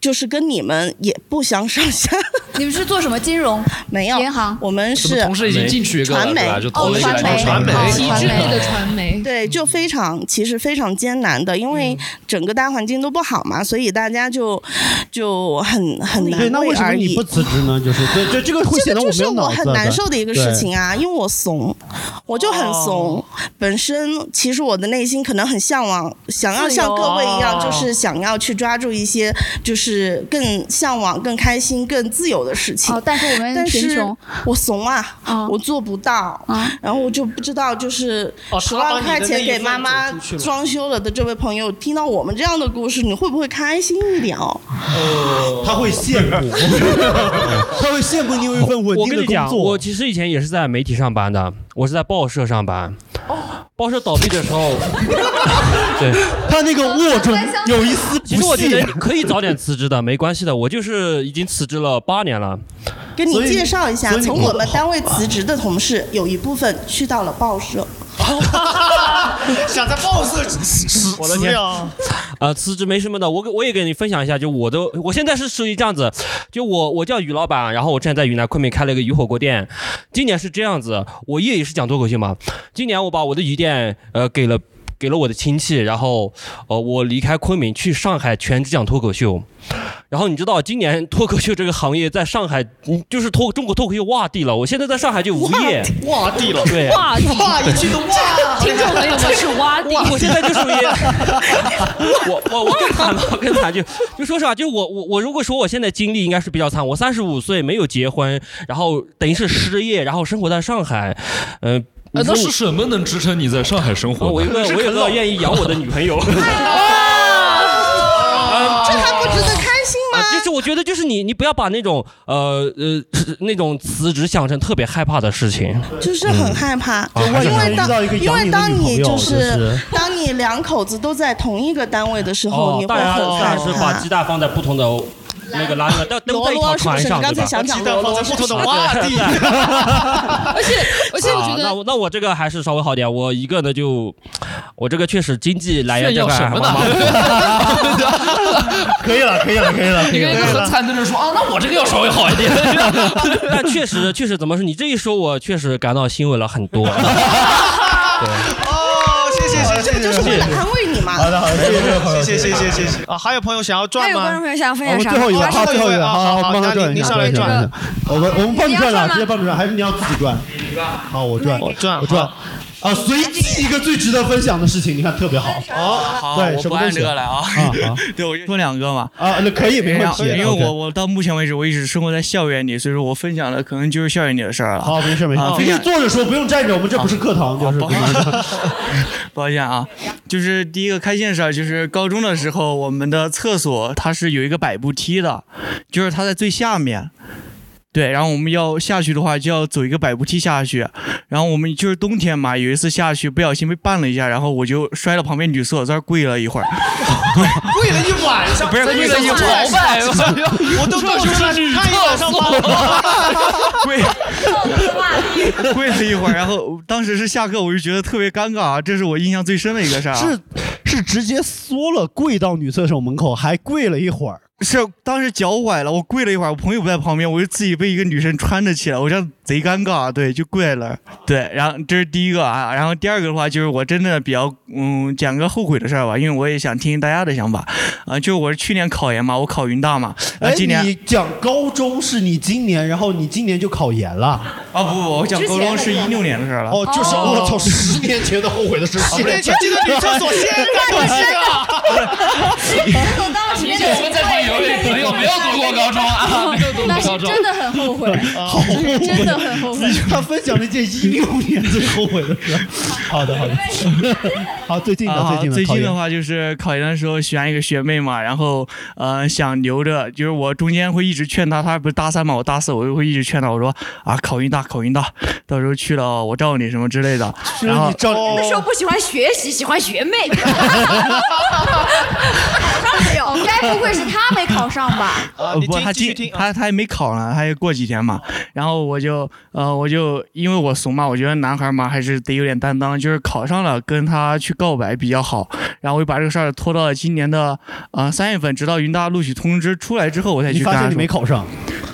[SPEAKER 16] 就是跟你们也不相上下。
[SPEAKER 6] 你们是做什么金融？
[SPEAKER 16] 没有
[SPEAKER 6] 银行？
[SPEAKER 16] 我们
[SPEAKER 7] 怎
[SPEAKER 16] 是
[SPEAKER 7] 么同事已经进去一个了
[SPEAKER 16] 传媒
[SPEAKER 7] 对吧就投了一个
[SPEAKER 16] 哦
[SPEAKER 7] 传媒
[SPEAKER 16] 哦
[SPEAKER 7] 体制内的传
[SPEAKER 3] 媒，
[SPEAKER 16] 对，就非常其实非常艰难的，因
[SPEAKER 7] 嗯
[SPEAKER 16] 为整个大环境都不好嘛，所以大家就就很很难
[SPEAKER 2] 对，那为什么
[SPEAKER 16] 而已
[SPEAKER 2] 你不辞职呢？就是 对对，这个会显得
[SPEAKER 16] 这个
[SPEAKER 2] 我
[SPEAKER 16] 就
[SPEAKER 2] 没
[SPEAKER 16] 是
[SPEAKER 2] 有
[SPEAKER 16] 我
[SPEAKER 2] 脑子。
[SPEAKER 16] 很难受的一个事情
[SPEAKER 2] 啊。
[SPEAKER 12] 哦
[SPEAKER 16] 啊，因为我怂，我就很怂，本身其实我的内心可能很向往，想要像各位一样，
[SPEAKER 12] 啊
[SPEAKER 5] 自由
[SPEAKER 16] 就是想要去抓住一些就是更向往、更开心、更自由的事情。
[SPEAKER 12] 哦但是我们
[SPEAKER 16] 但
[SPEAKER 12] 贫
[SPEAKER 16] 是
[SPEAKER 12] 穷哦啊
[SPEAKER 16] 我怂啊，我做不到，然后我就不知道就是
[SPEAKER 4] 哦
[SPEAKER 16] 十
[SPEAKER 4] 他把
[SPEAKER 16] 万
[SPEAKER 4] 你
[SPEAKER 16] 块
[SPEAKER 4] 的那
[SPEAKER 16] 钱
[SPEAKER 4] 一
[SPEAKER 16] 给
[SPEAKER 4] 份
[SPEAKER 16] 妈
[SPEAKER 4] 走
[SPEAKER 16] 妈
[SPEAKER 4] 出去了
[SPEAKER 16] 装修了的这位朋友，听到我们这样的故事，你会不会开心一点哦？
[SPEAKER 2] 他会羡 慕， 他会羡慕你有一份稳
[SPEAKER 9] 我
[SPEAKER 2] 定
[SPEAKER 9] 跟
[SPEAKER 2] 的
[SPEAKER 9] 你
[SPEAKER 2] 工
[SPEAKER 9] 讲，
[SPEAKER 2] 作。
[SPEAKER 9] 我其实以前也是在媒体上班的，我是在报社上班。报社倒闭的时候，对，
[SPEAKER 2] 他那个握中有一 丝不
[SPEAKER 9] 其实我觉得
[SPEAKER 2] 屑
[SPEAKER 9] 你可以早点辞职的，没关系的。我就是已经辞职了八年了。
[SPEAKER 16] 给你介绍一下，
[SPEAKER 9] 所以
[SPEAKER 16] 从我们单位辞职的同事，有一部分去到了报 社。
[SPEAKER 4] 想在报社辞我的天 啊！
[SPEAKER 9] 呃，辞职没什么的，我给我也给你分享一下，就我的，我现在是属于这样子，就我我叫于老板，然后我之前在云南昆明开了一个鱼火锅店，今年是这样子，我爷也是讲脱口秀嘛，今年我把我的鱼店呃给了给了我的亲戚，然后呃我离开昆明去上海全职讲脱口秀，然后你知道今年脱口秀这个行业在上海嗯就是脱中国脱口秀洼地了，我现在在上海就无业，
[SPEAKER 4] 哇地了，
[SPEAKER 9] 对，
[SPEAKER 4] 哇地哇一句都哇
[SPEAKER 3] 听众朋友们是挖地，
[SPEAKER 9] 我现在就属于 我我我更惨吧，我 更惨就就说实话，就我我我如果说我现在经历应该是比较惨，我三十五岁没有结婚，然后等于是失业，然后生活在上海，嗯、
[SPEAKER 7] 哎，那是什么能支撑你在上海生活呢？
[SPEAKER 9] 哦我有个我有个 愿意养我的女 朋友。
[SPEAKER 3] 啊
[SPEAKER 16] 啊这还不值得开心吗？
[SPEAKER 9] 啊，就是我觉得就是你，你不要把那种呃呃是那种辞职想成特别害怕的事情。
[SPEAKER 16] 就是很害怕，
[SPEAKER 9] 嗯啊
[SPEAKER 16] 因
[SPEAKER 9] 还是
[SPEAKER 16] 为
[SPEAKER 9] 遇到
[SPEAKER 16] 当
[SPEAKER 9] 一个
[SPEAKER 16] 因
[SPEAKER 9] 养
[SPEAKER 16] 为
[SPEAKER 9] 你的
[SPEAKER 16] 当
[SPEAKER 9] 女朋
[SPEAKER 16] 你
[SPEAKER 9] 友
[SPEAKER 16] 就
[SPEAKER 9] 就是哦
[SPEAKER 16] 当你两口子都在同一个单位的时候，你会
[SPEAKER 9] 大家
[SPEAKER 16] 很害
[SPEAKER 9] 是
[SPEAKER 16] 怕
[SPEAKER 9] 把鸡。蛋放在不同的那个篮子，但都在一条船上，对吧？
[SPEAKER 3] 啊而且而且我觉
[SPEAKER 9] 啊那
[SPEAKER 3] 得
[SPEAKER 9] 我那我这个还是稍微好点，我一个呢就，我这个确实经济来源
[SPEAKER 7] 炫
[SPEAKER 9] 这
[SPEAKER 7] 耀
[SPEAKER 9] 块
[SPEAKER 7] 什么呢
[SPEAKER 2] 可以了，可以了，可以了，可以了。可以了
[SPEAKER 7] 餐的人说啊，那我这个要稍微好一 点。
[SPEAKER 9] 但确实确实怎么说，你这一说我确实感到欣慰了很多。
[SPEAKER 4] 哦， 谢谢谢谢，
[SPEAKER 16] 这就是为了安慰你嘛。
[SPEAKER 4] 好的
[SPEAKER 2] 好的谢谢这位朋友
[SPEAKER 4] 谢谢
[SPEAKER 2] 谢谢
[SPEAKER 4] 谢谢谢谢啊！还有朋友想要转
[SPEAKER 17] 还有
[SPEAKER 4] 吗？
[SPEAKER 17] 观众朋友想要分享
[SPEAKER 2] 我们
[SPEAKER 17] 啥？
[SPEAKER 2] 最后一位，
[SPEAKER 17] 我
[SPEAKER 2] 好，最后一位，
[SPEAKER 4] 好
[SPEAKER 2] 好
[SPEAKER 4] 好
[SPEAKER 2] 好，帮他
[SPEAKER 4] 那
[SPEAKER 2] 转一
[SPEAKER 4] 你
[SPEAKER 2] 下，
[SPEAKER 4] 你上来
[SPEAKER 2] 帮他
[SPEAKER 4] 转
[SPEAKER 2] 一下。我们我们帮你转
[SPEAKER 4] 你要转
[SPEAKER 2] 了，
[SPEAKER 4] 吗
[SPEAKER 2] 直接帮你转，还是你要自己转？好，我转，我
[SPEAKER 4] 转，
[SPEAKER 2] 我转。啊，随机一个最值得分享的事情，你看特别好。
[SPEAKER 18] 好，
[SPEAKER 2] 哦对
[SPEAKER 18] 我
[SPEAKER 2] 什
[SPEAKER 18] 不
[SPEAKER 2] 么
[SPEAKER 18] 按
[SPEAKER 2] 东西
[SPEAKER 18] 这个来啊。
[SPEAKER 2] 啊好
[SPEAKER 18] 对，我就说两个嘛。
[SPEAKER 2] 啊那可以没问题
[SPEAKER 18] 因为因为
[SPEAKER 2] OK
[SPEAKER 18] 我我到目前为止我一直生活在校园里，所以说我分享的可能就是校园里的事儿了。
[SPEAKER 2] 好，没事没哦事
[SPEAKER 18] 啊，分
[SPEAKER 2] 你可以
[SPEAKER 18] 享
[SPEAKER 2] 坐着说，不用站着，我们这不是课堂，就是。
[SPEAKER 18] 抱歉啊，就是第一个开心的事儿，就是高中的时候，我们的厕所它是有一个百步梯的，就是它在最下面。对，然后我们要下去的话，就要走一个百步梯下去。然后我们就是冬天嘛，有一次下去不小心被绊了一下，然后我就摔到旁边女厕所，在那儿跪了一会儿。
[SPEAKER 4] 跪了一晚上，
[SPEAKER 18] 不是跪了一晚上
[SPEAKER 4] 我都到学校去看一晚 上吧。
[SPEAKER 18] 跪跪了一会儿，然后当时是下课，我就觉得特别尴尬啊，这是我印象最深的一个事儿啊。
[SPEAKER 2] 是是直接缩了，跪到女厕所门口，还跪了一会儿。
[SPEAKER 18] 是，当时脚崴了，我跪了一会儿，我朋友不在旁边，我就自己被一个女生穿着起来，我这样贼尴尬，对，就跪了。啊对， 然后这是第一个啊，然后第二个的话就是我真的比较嗯讲个后悔的事儿吧，因为我也想听听大家的想法啊、就是我是去年考研嘛，我考云大嘛，然
[SPEAKER 2] 哎
[SPEAKER 18] 后，今年
[SPEAKER 2] 你讲高中是你今年，然后你今年就考研了。
[SPEAKER 18] 啊不不，我讲高中是一六年的事儿了，
[SPEAKER 2] 哦，就是我操，十年前的后悔的事情。
[SPEAKER 18] 对
[SPEAKER 4] 前进的女厕所先
[SPEAKER 2] 我
[SPEAKER 4] 关心啊！
[SPEAKER 6] 走到
[SPEAKER 7] 你这哎我们在场有位朋友没有读过高中啊，没有读过
[SPEAKER 6] 那
[SPEAKER 7] 高
[SPEAKER 6] 是
[SPEAKER 7] 中，
[SPEAKER 6] 真的很后悔，
[SPEAKER 2] 好后悔，
[SPEAKER 6] 真的很后悔。
[SPEAKER 2] 他分享了一件一六年最后悔的事。好的，好的，好，最近的，
[SPEAKER 18] 啊，
[SPEAKER 2] 最近的，
[SPEAKER 18] 最
[SPEAKER 2] 考
[SPEAKER 18] 近的
[SPEAKER 2] 研
[SPEAKER 18] 话就是考研的时候喜欢一个学妹嘛，然后呃想留着，就是我中间会一直劝她，她不是大三嘛，我大四，我就会一直劝她，我说啊考云大考云大，到时候去了我罩你什么之类的。然后
[SPEAKER 2] 哦
[SPEAKER 5] 那时候不喜欢学习，喜欢学妹。 没
[SPEAKER 6] 有，该不会是他没考上吧？
[SPEAKER 18] 呃不，他今
[SPEAKER 2] 啊
[SPEAKER 18] 他他还没考呢，他也过几天嘛。然后我就呃我就因为我怂嘛，我觉得男孩嘛还是得有点担当，就是考上了跟他去告白比较好。然后我就把这个事儿拖到了今年的呃三月份，直到云大录取通知出来之后，我才去
[SPEAKER 2] 你
[SPEAKER 18] 跟他
[SPEAKER 2] 发
[SPEAKER 18] 说。
[SPEAKER 2] 现你没考上，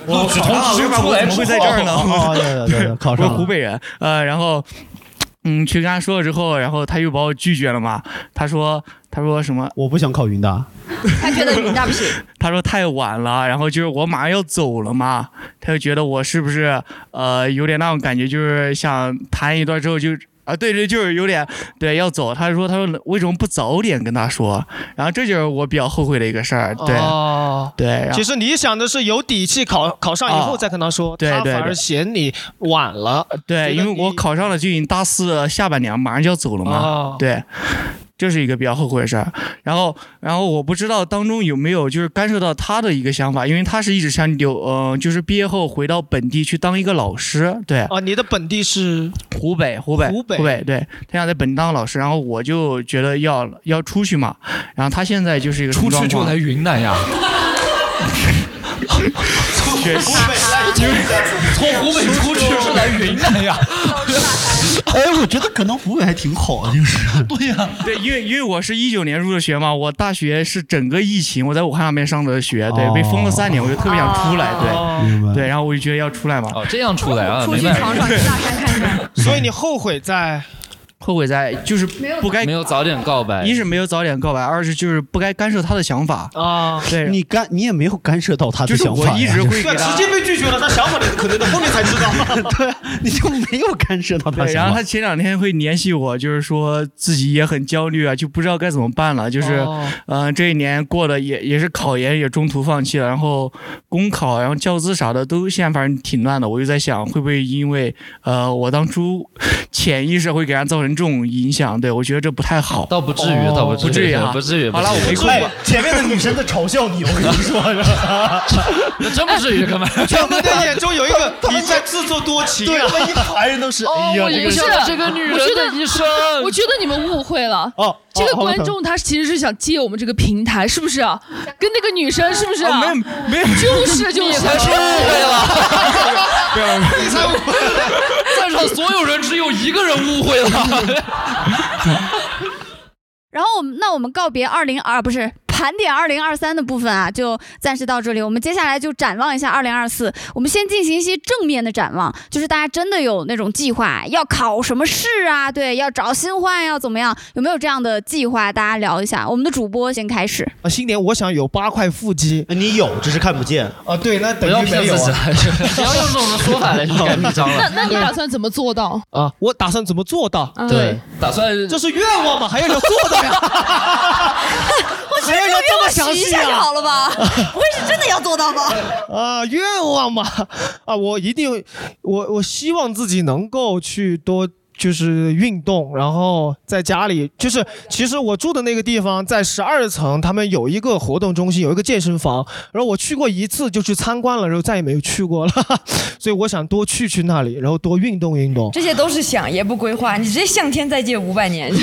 [SPEAKER 18] 我考上了，为啥我怎么会在这 儿呢？
[SPEAKER 2] 哦，对对 对，考
[SPEAKER 18] 我
[SPEAKER 2] 上
[SPEAKER 18] 是湖
[SPEAKER 2] 了。
[SPEAKER 18] 北人，呃，然后，嗯，去跟他说了之后，然后他又把我拒绝了嘛。他说，他说什么？
[SPEAKER 2] 我不想考云大。
[SPEAKER 17] 他觉得云大不行，
[SPEAKER 18] 他说太晚了，然后就是我马上要走了嘛，他就觉得我是不是呃有点那种感觉，就是想谈一段之后就啊，对对，就是有点对要走，他说他说为什么不早点跟他说？然后这就是我比较后悔的一个事儿，对、
[SPEAKER 4] 哦
[SPEAKER 18] 对。然后
[SPEAKER 4] 其实你想的是有底气考考上以后再跟他说，
[SPEAKER 18] 对对
[SPEAKER 4] 他反而
[SPEAKER 18] 对
[SPEAKER 4] 嫌你晚了。
[SPEAKER 18] 对，因为我考上了就已经大四下半年了，马上就要走了嘛。
[SPEAKER 4] 哦
[SPEAKER 18] 对，这是一个比较后悔的事儿。然后，然后我不知道当中有没有就是干涉到他的一个想法，因为他是一直想留，呃，就是毕业后回到本地去当一个老师。对，
[SPEAKER 4] 啊，你的本地是
[SPEAKER 18] 湖北，湖北，
[SPEAKER 4] 湖北
[SPEAKER 18] 湖北，对，他想在本地当老师，然后我就觉得要要出去嘛，然后他现在就是一个什么
[SPEAKER 7] 出
[SPEAKER 18] 状
[SPEAKER 7] 去就
[SPEAKER 18] 况
[SPEAKER 7] 来云南呀，
[SPEAKER 18] 确实
[SPEAKER 7] 从湖北出去是来云南呀。
[SPEAKER 18] 哎，我觉得可能湖北还挺好的，就是。对呀、对，因为因为我是一九年入的学嘛，我大学是整个疫情，我在武汉那边上的学，对，被封了三年，我就特别想出来，对，对，然后我就觉得要出来嘛。哦，
[SPEAKER 7] 这样出来啊出去明白闯
[SPEAKER 4] 闯
[SPEAKER 7] 对
[SPEAKER 4] 大山看看。所以你后悔在
[SPEAKER 18] 后悔在就是不该
[SPEAKER 7] 没有早点告白，
[SPEAKER 18] 一是没有早点告白，二是就是不该干涉他的想法
[SPEAKER 7] 哦
[SPEAKER 4] 啊。
[SPEAKER 18] 对，
[SPEAKER 2] 你干你也没有干涉到他的
[SPEAKER 18] 就是
[SPEAKER 2] 想
[SPEAKER 18] 我
[SPEAKER 2] 法呀，
[SPEAKER 18] 一直会
[SPEAKER 4] 对，
[SPEAKER 18] 给他
[SPEAKER 4] 直接被拒绝了，他想法你可能到后面才 知道。
[SPEAKER 2] 对，啊你就没有干涉到他的
[SPEAKER 18] 对，然后
[SPEAKER 2] 想法
[SPEAKER 18] 他。前两天会联系我，就是说自己也很焦虑啊，就不知道该怎么办了。就是，嗯、
[SPEAKER 2] 哦
[SPEAKER 18] 这一年过得也也是考研也中途放弃了，然后公考，然后教资啥的都现在反正挺乱的。我就在想，会不会因为呃我当初潜意识会给他造成这种影响？对我觉得这不太好。
[SPEAKER 7] 倒不至于倒不至于
[SPEAKER 18] 不至于哈，
[SPEAKER 7] 不至于不
[SPEAKER 18] 好了，
[SPEAKER 7] 至于
[SPEAKER 18] 我没空
[SPEAKER 7] 哎
[SPEAKER 18] 了。
[SPEAKER 10] 前面的女生在嘲笑你，我跟你说，
[SPEAKER 7] 那真不至 于，哥们。
[SPEAKER 4] 他们的眼中有 一个你在自作多情啊！
[SPEAKER 10] 对他们一排人都
[SPEAKER 2] 哦
[SPEAKER 10] 是，哎呀，
[SPEAKER 12] 哦我
[SPEAKER 10] 这
[SPEAKER 12] 不
[SPEAKER 10] 个
[SPEAKER 12] 是我觉得我觉得你们误会了。
[SPEAKER 2] 哦，
[SPEAKER 12] 这个
[SPEAKER 18] 哦好的
[SPEAKER 12] 观众他其实是想借我们这个平台，是不是啊？跟那个女生是不是啊？
[SPEAKER 18] 哦没有没有
[SPEAKER 12] 就是就是。
[SPEAKER 18] 你才是误会
[SPEAKER 12] 了。
[SPEAKER 18] 不
[SPEAKER 4] 啊
[SPEAKER 18] 要
[SPEAKER 7] 你才误会了， 在场所有人只有一个人误会了。
[SPEAKER 6] 然后我们那我们告别二零二啊不是盘点二零二三的部分啊，就暂时到这里。我们接下来就展望一下二零二四。我们先进行一些正面的展望，就是大家真的有那种计划，要考什么试啊？对，要找新欢，要怎么样？有没有这样的计划？大家聊一下。我们的主播先开始。
[SPEAKER 4] 啊，新年我想有八块腹肌，
[SPEAKER 10] 呃你有，只是看不见
[SPEAKER 4] 啊。对，那等
[SPEAKER 10] 不要
[SPEAKER 4] 于
[SPEAKER 10] 骗
[SPEAKER 4] 没有
[SPEAKER 10] 自己
[SPEAKER 4] 啊。
[SPEAKER 7] 不要用这种说法 来去盖密章
[SPEAKER 12] 那
[SPEAKER 7] 了。
[SPEAKER 12] 那你打算怎么做到？
[SPEAKER 4] 啊，我打算怎么做到？
[SPEAKER 7] 对，打算
[SPEAKER 4] 这是愿望嘛，还要要做到呀。
[SPEAKER 5] 我觉得
[SPEAKER 4] 还要这么详
[SPEAKER 5] 我许一
[SPEAKER 4] 细
[SPEAKER 5] 下就
[SPEAKER 4] 啊
[SPEAKER 5] 好？了吧？ 不会是真的要做到吧？
[SPEAKER 4] 啊，愿望嘛，啊，我一定，我我希望自己能够去多。就是运动，然后在家里，就是其实我住的那个地方在十二层，他们有一个活动中心，有一个健身房，然后我去过一次就去参观了，然后再也没有去过了， 所以我想多去去那里，然后多运动运动。
[SPEAKER 5] 这些都是想也不规划，你直接向天再借五百年，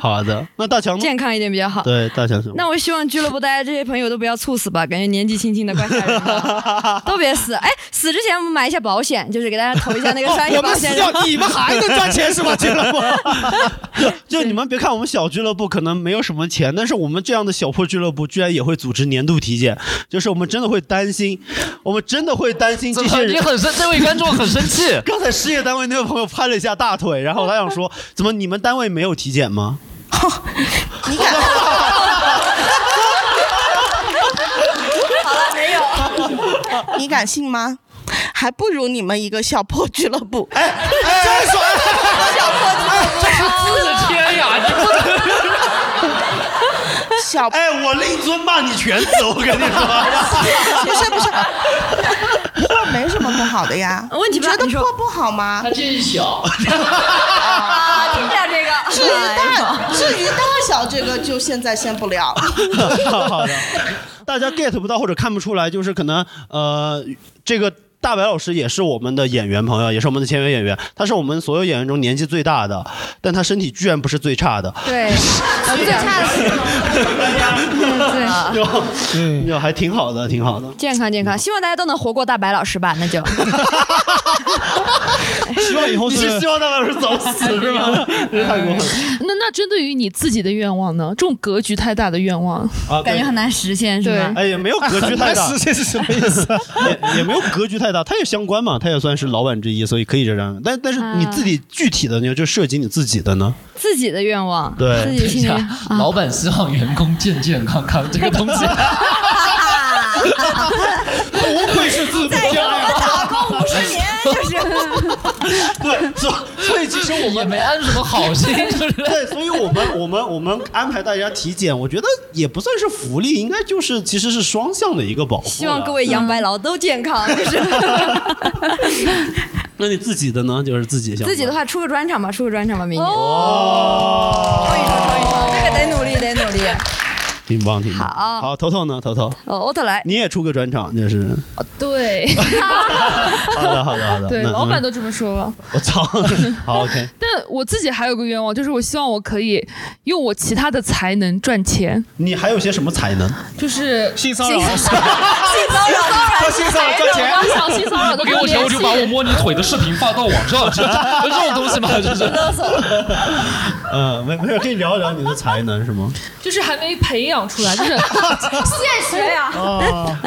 [SPEAKER 2] 好的，那大强呢
[SPEAKER 5] 健康一点比较好。
[SPEAKER 2] 对大强什么？
[SPEAKER 5] 那我希望俱乐部大家这些朋友都不要猝死吧，感觉年纪轻轻的怪吓人的，都别死。哎，死之前我们买一下保险，就是给大家投一下那个
[SPEAKER 4] 哦
[SPEAKER 5] 商业
[SPEAKER 2] 我
[SPEAKER 5] 保
[SPEAKER 2] 们
[SPEAKER 5] 险。
[SPEAKER 2] 死掉你们还能赚钱是吧俱乐部 就你们别看我们小俱乐部可能没有什么钱，但是我们这样的小破俱乐部居然也会组织年度体检，就是我们真的会担心， 我们真的会担心这些人。
[SPEAKER 7] 你很生这位观众很生气
[SPEAKER 2] 刚才事业单位那位朋友拍了一下大腿，然后他想说， 怎么你们单位没有体检吗？
[SPEAKER 5] 你敢？
[SPEAKER 16] 好
[SPEAKER 5] 了，没有。
[SPEAKER 16] 你敢信吗？还不如你们一个小破俱乐部。哎，
[SPEAKER 4] 真爽！
[SPEAKER 16] 小破俱乐部，这是
[SPEAKER 7] 自天呀！你 不
[SPEAKER 16] 能。小
[SPEAKER 10] 哎，我令尊骂你全死， 我跟你说。
[SPEAKER 16] 不是不是，破没什么不好的呀。
[SPEAKER 5] 问题
[SPEAKER 16] 你觉得破不好吗？他
[SPEAKER 7] 建 议小。
[SPEAKER 5] 啊，听见这个？
[SPEAKER 16] 至于大，至于大小这个就现在先不聊。
[SPEAKER 2] 好的， 大家 get 不到或者看不出来，就是可能呃，这个大白老师也是我们的演员朋友，也是我们的签约演员，他是我们所有演员中年纪最大的，但他身体居然不是最差的，
[SPEAKER 5] 对，呃最差的是对。
[SPEAKER 2] 对，就还挺好的，挺好的。
[SPEAKER 5] 健康健康，希望大家都能活过大白老师吧，那就。
[SPEAKER 2] 希望以后
[SPEAKER 12] 你是
[SPEAKER 2] 希望大白老师早死是吗？这太过分了。
[SPEAKER 12] 那那针对于你自己的愿望呢？这种格局太大的愿望，
[SPEAKER 2] 啊对感觉很
[SPEAKER 5] 难实现
[SPEAKER 12] 是吧
[SPEAKER 2] 哎，也没有 格 局太大，
[SPEAKER 4] 实现是什么意思？啊
[SPEAKER 2] 也也没有格局太大，他也相关嘛，他也算是老板之一，所以可以这样。但但是你自己具体的呢，就涉及你自己的呢？
[SPEAKER 5] 自己的愿望，
[SPEAKER 2] 对
[SPEAKER 5] 自己心里
[SPEAKER 7] 等一下老板希望员工健健康康，这个东西
[SPEAKER 5] 不
[SPEAKER 7] 愧是自
[SPEAKER 5] 在座的打工无
[SPEAKER 19] 之前 就是。
[SPEAKER 20] 对，所所以其实我们也
[SPEAKER 7] 没啊安什么好心就是
[SPEAKER 20] 对，所以我们我们我们安排大家体检，我觉得也不算是福利，应该就是其实是双向的一个保护了。
[SPEAKER 5] 希望各位杨白劳都健康。就是
[SPEAKER 2] 那你自己的呢？就是自己想
[SPEAKER 5] 自己的话，出个专场吧，出个专场吧，明年。
[SPEAKER 2] 哦，
[SPEAKER 5] 这个得努力，得努力。
[SPEAKER 2] 挺棒，挺棒。
[SPEAKER 5] 好
[SPEAKER 2] 好，头头呢？头头，
[SPEAKER 5] 哦，我特来。
[SPEAKER 2] 你也出个专场，就是
[SPEAKER 3] 对，
[SPEAKER 2] 好的，好的，好的。
[SPEAKER 3] 对，
[SPEAKER 2] 那
[SPEAKER 3] 老板都
[SPEAKER 2] 嗯
[SPEAKER 3] 这么说了。
[SPEAKER 2] 我操，好 OK。
[SPEAKER 3] 但我自己还有个愿望，就是我希望我可以用我其他的才能赚钱，
[SPEAKER 2] 你还有些什么才能？
[SPEAKER 3] 就是
[SPEAKER 4] 性
[SPEAKER 3] 骚扰
[SPEAKER 4] 他性骚扰赚钱
[SPEAKER 3] 我想性骚扰
[SPEAKER 7] 不
[SPEAKER 3] 的
[SPEAKER 7] 给我钱，我就把我摸你腿的视频发到网上， 这这这种东西嘛，这是。
[SPEAKER 2] 嗯，没没事，可以聊一聊你的才能是吗？
[SPEAKER 3] 就是还没培养出来，就是
[SPEAKER 6] 现学呀
[SPEAKER 2] 啊，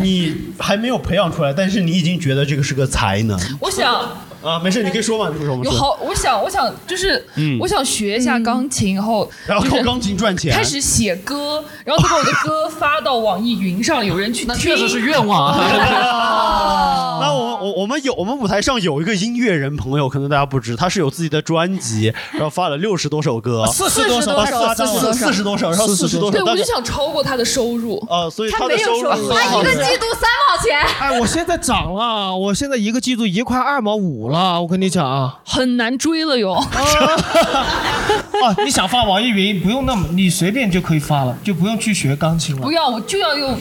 [SPEAKER 2] 你还没有培养出来，但是你已经觉得这个是个才能
[SPEAKER 3] 我想
[SPEAKER 2] 啊。没事，你可以说嘛，你可以说我们
[SPEAKER 3] 有
[SPEAKER 2] 说。
[SPEAKER 3] 好，我想，我想就是，
[SPEAKER 2] 嗯
[SPEAKER 3] 我想学一下钢琴，然后
[SPEAKER 2] 然后
[SPEAKER 3] 就是
[SPEAKER 2] 靠钢琴赚钱
[SPEAKER 3] 开始写歌，然后再把我的歌发到网易云上，有人去听，
[SPEAKER 7] 确实是愿望
[SPEAKER 3] 啊。
[SPEAKER 2] 那我我我们有我们舞台上有一个音乐人朋友，可能大家不知，他是有自己的专辑，然后发了六十多首歌，
[SPEAKER 3] 40多首
[SPEAKER 2] 他发他四四十多首，然后四十多首，
[SPEAKER 3] 对，我就
[SPEAKER 2] 大概
[SPEAKER 3] 想超过他的收入。
[SPEAKER 2] 呃，所以
[SPEAKER 3] 他
[SPEAKER 2] 他的
[SPEAKER 3] 没有
[SPEAKER 2] 收入
[SPEAKER 3] 收入
[SPEAKER 2] 很好
[SPEAKER 3] 他一个
[SPEAKER 2] 的
[SPEAKER 3] 季
[SPEAKER 6] 度三 毛钱。
[SPEAKER 4] 哎，我现在涨了，我现在一个季度一块二毛五了，我跟你讲啊。
[SPEAKER 3] 很难追了哟。
[SPEAKER 4] 哦，你想发网易云，不用那么，你随便就可以发了，就不用去学钢琴了
[SPEAKER 3] 不。要，我就要用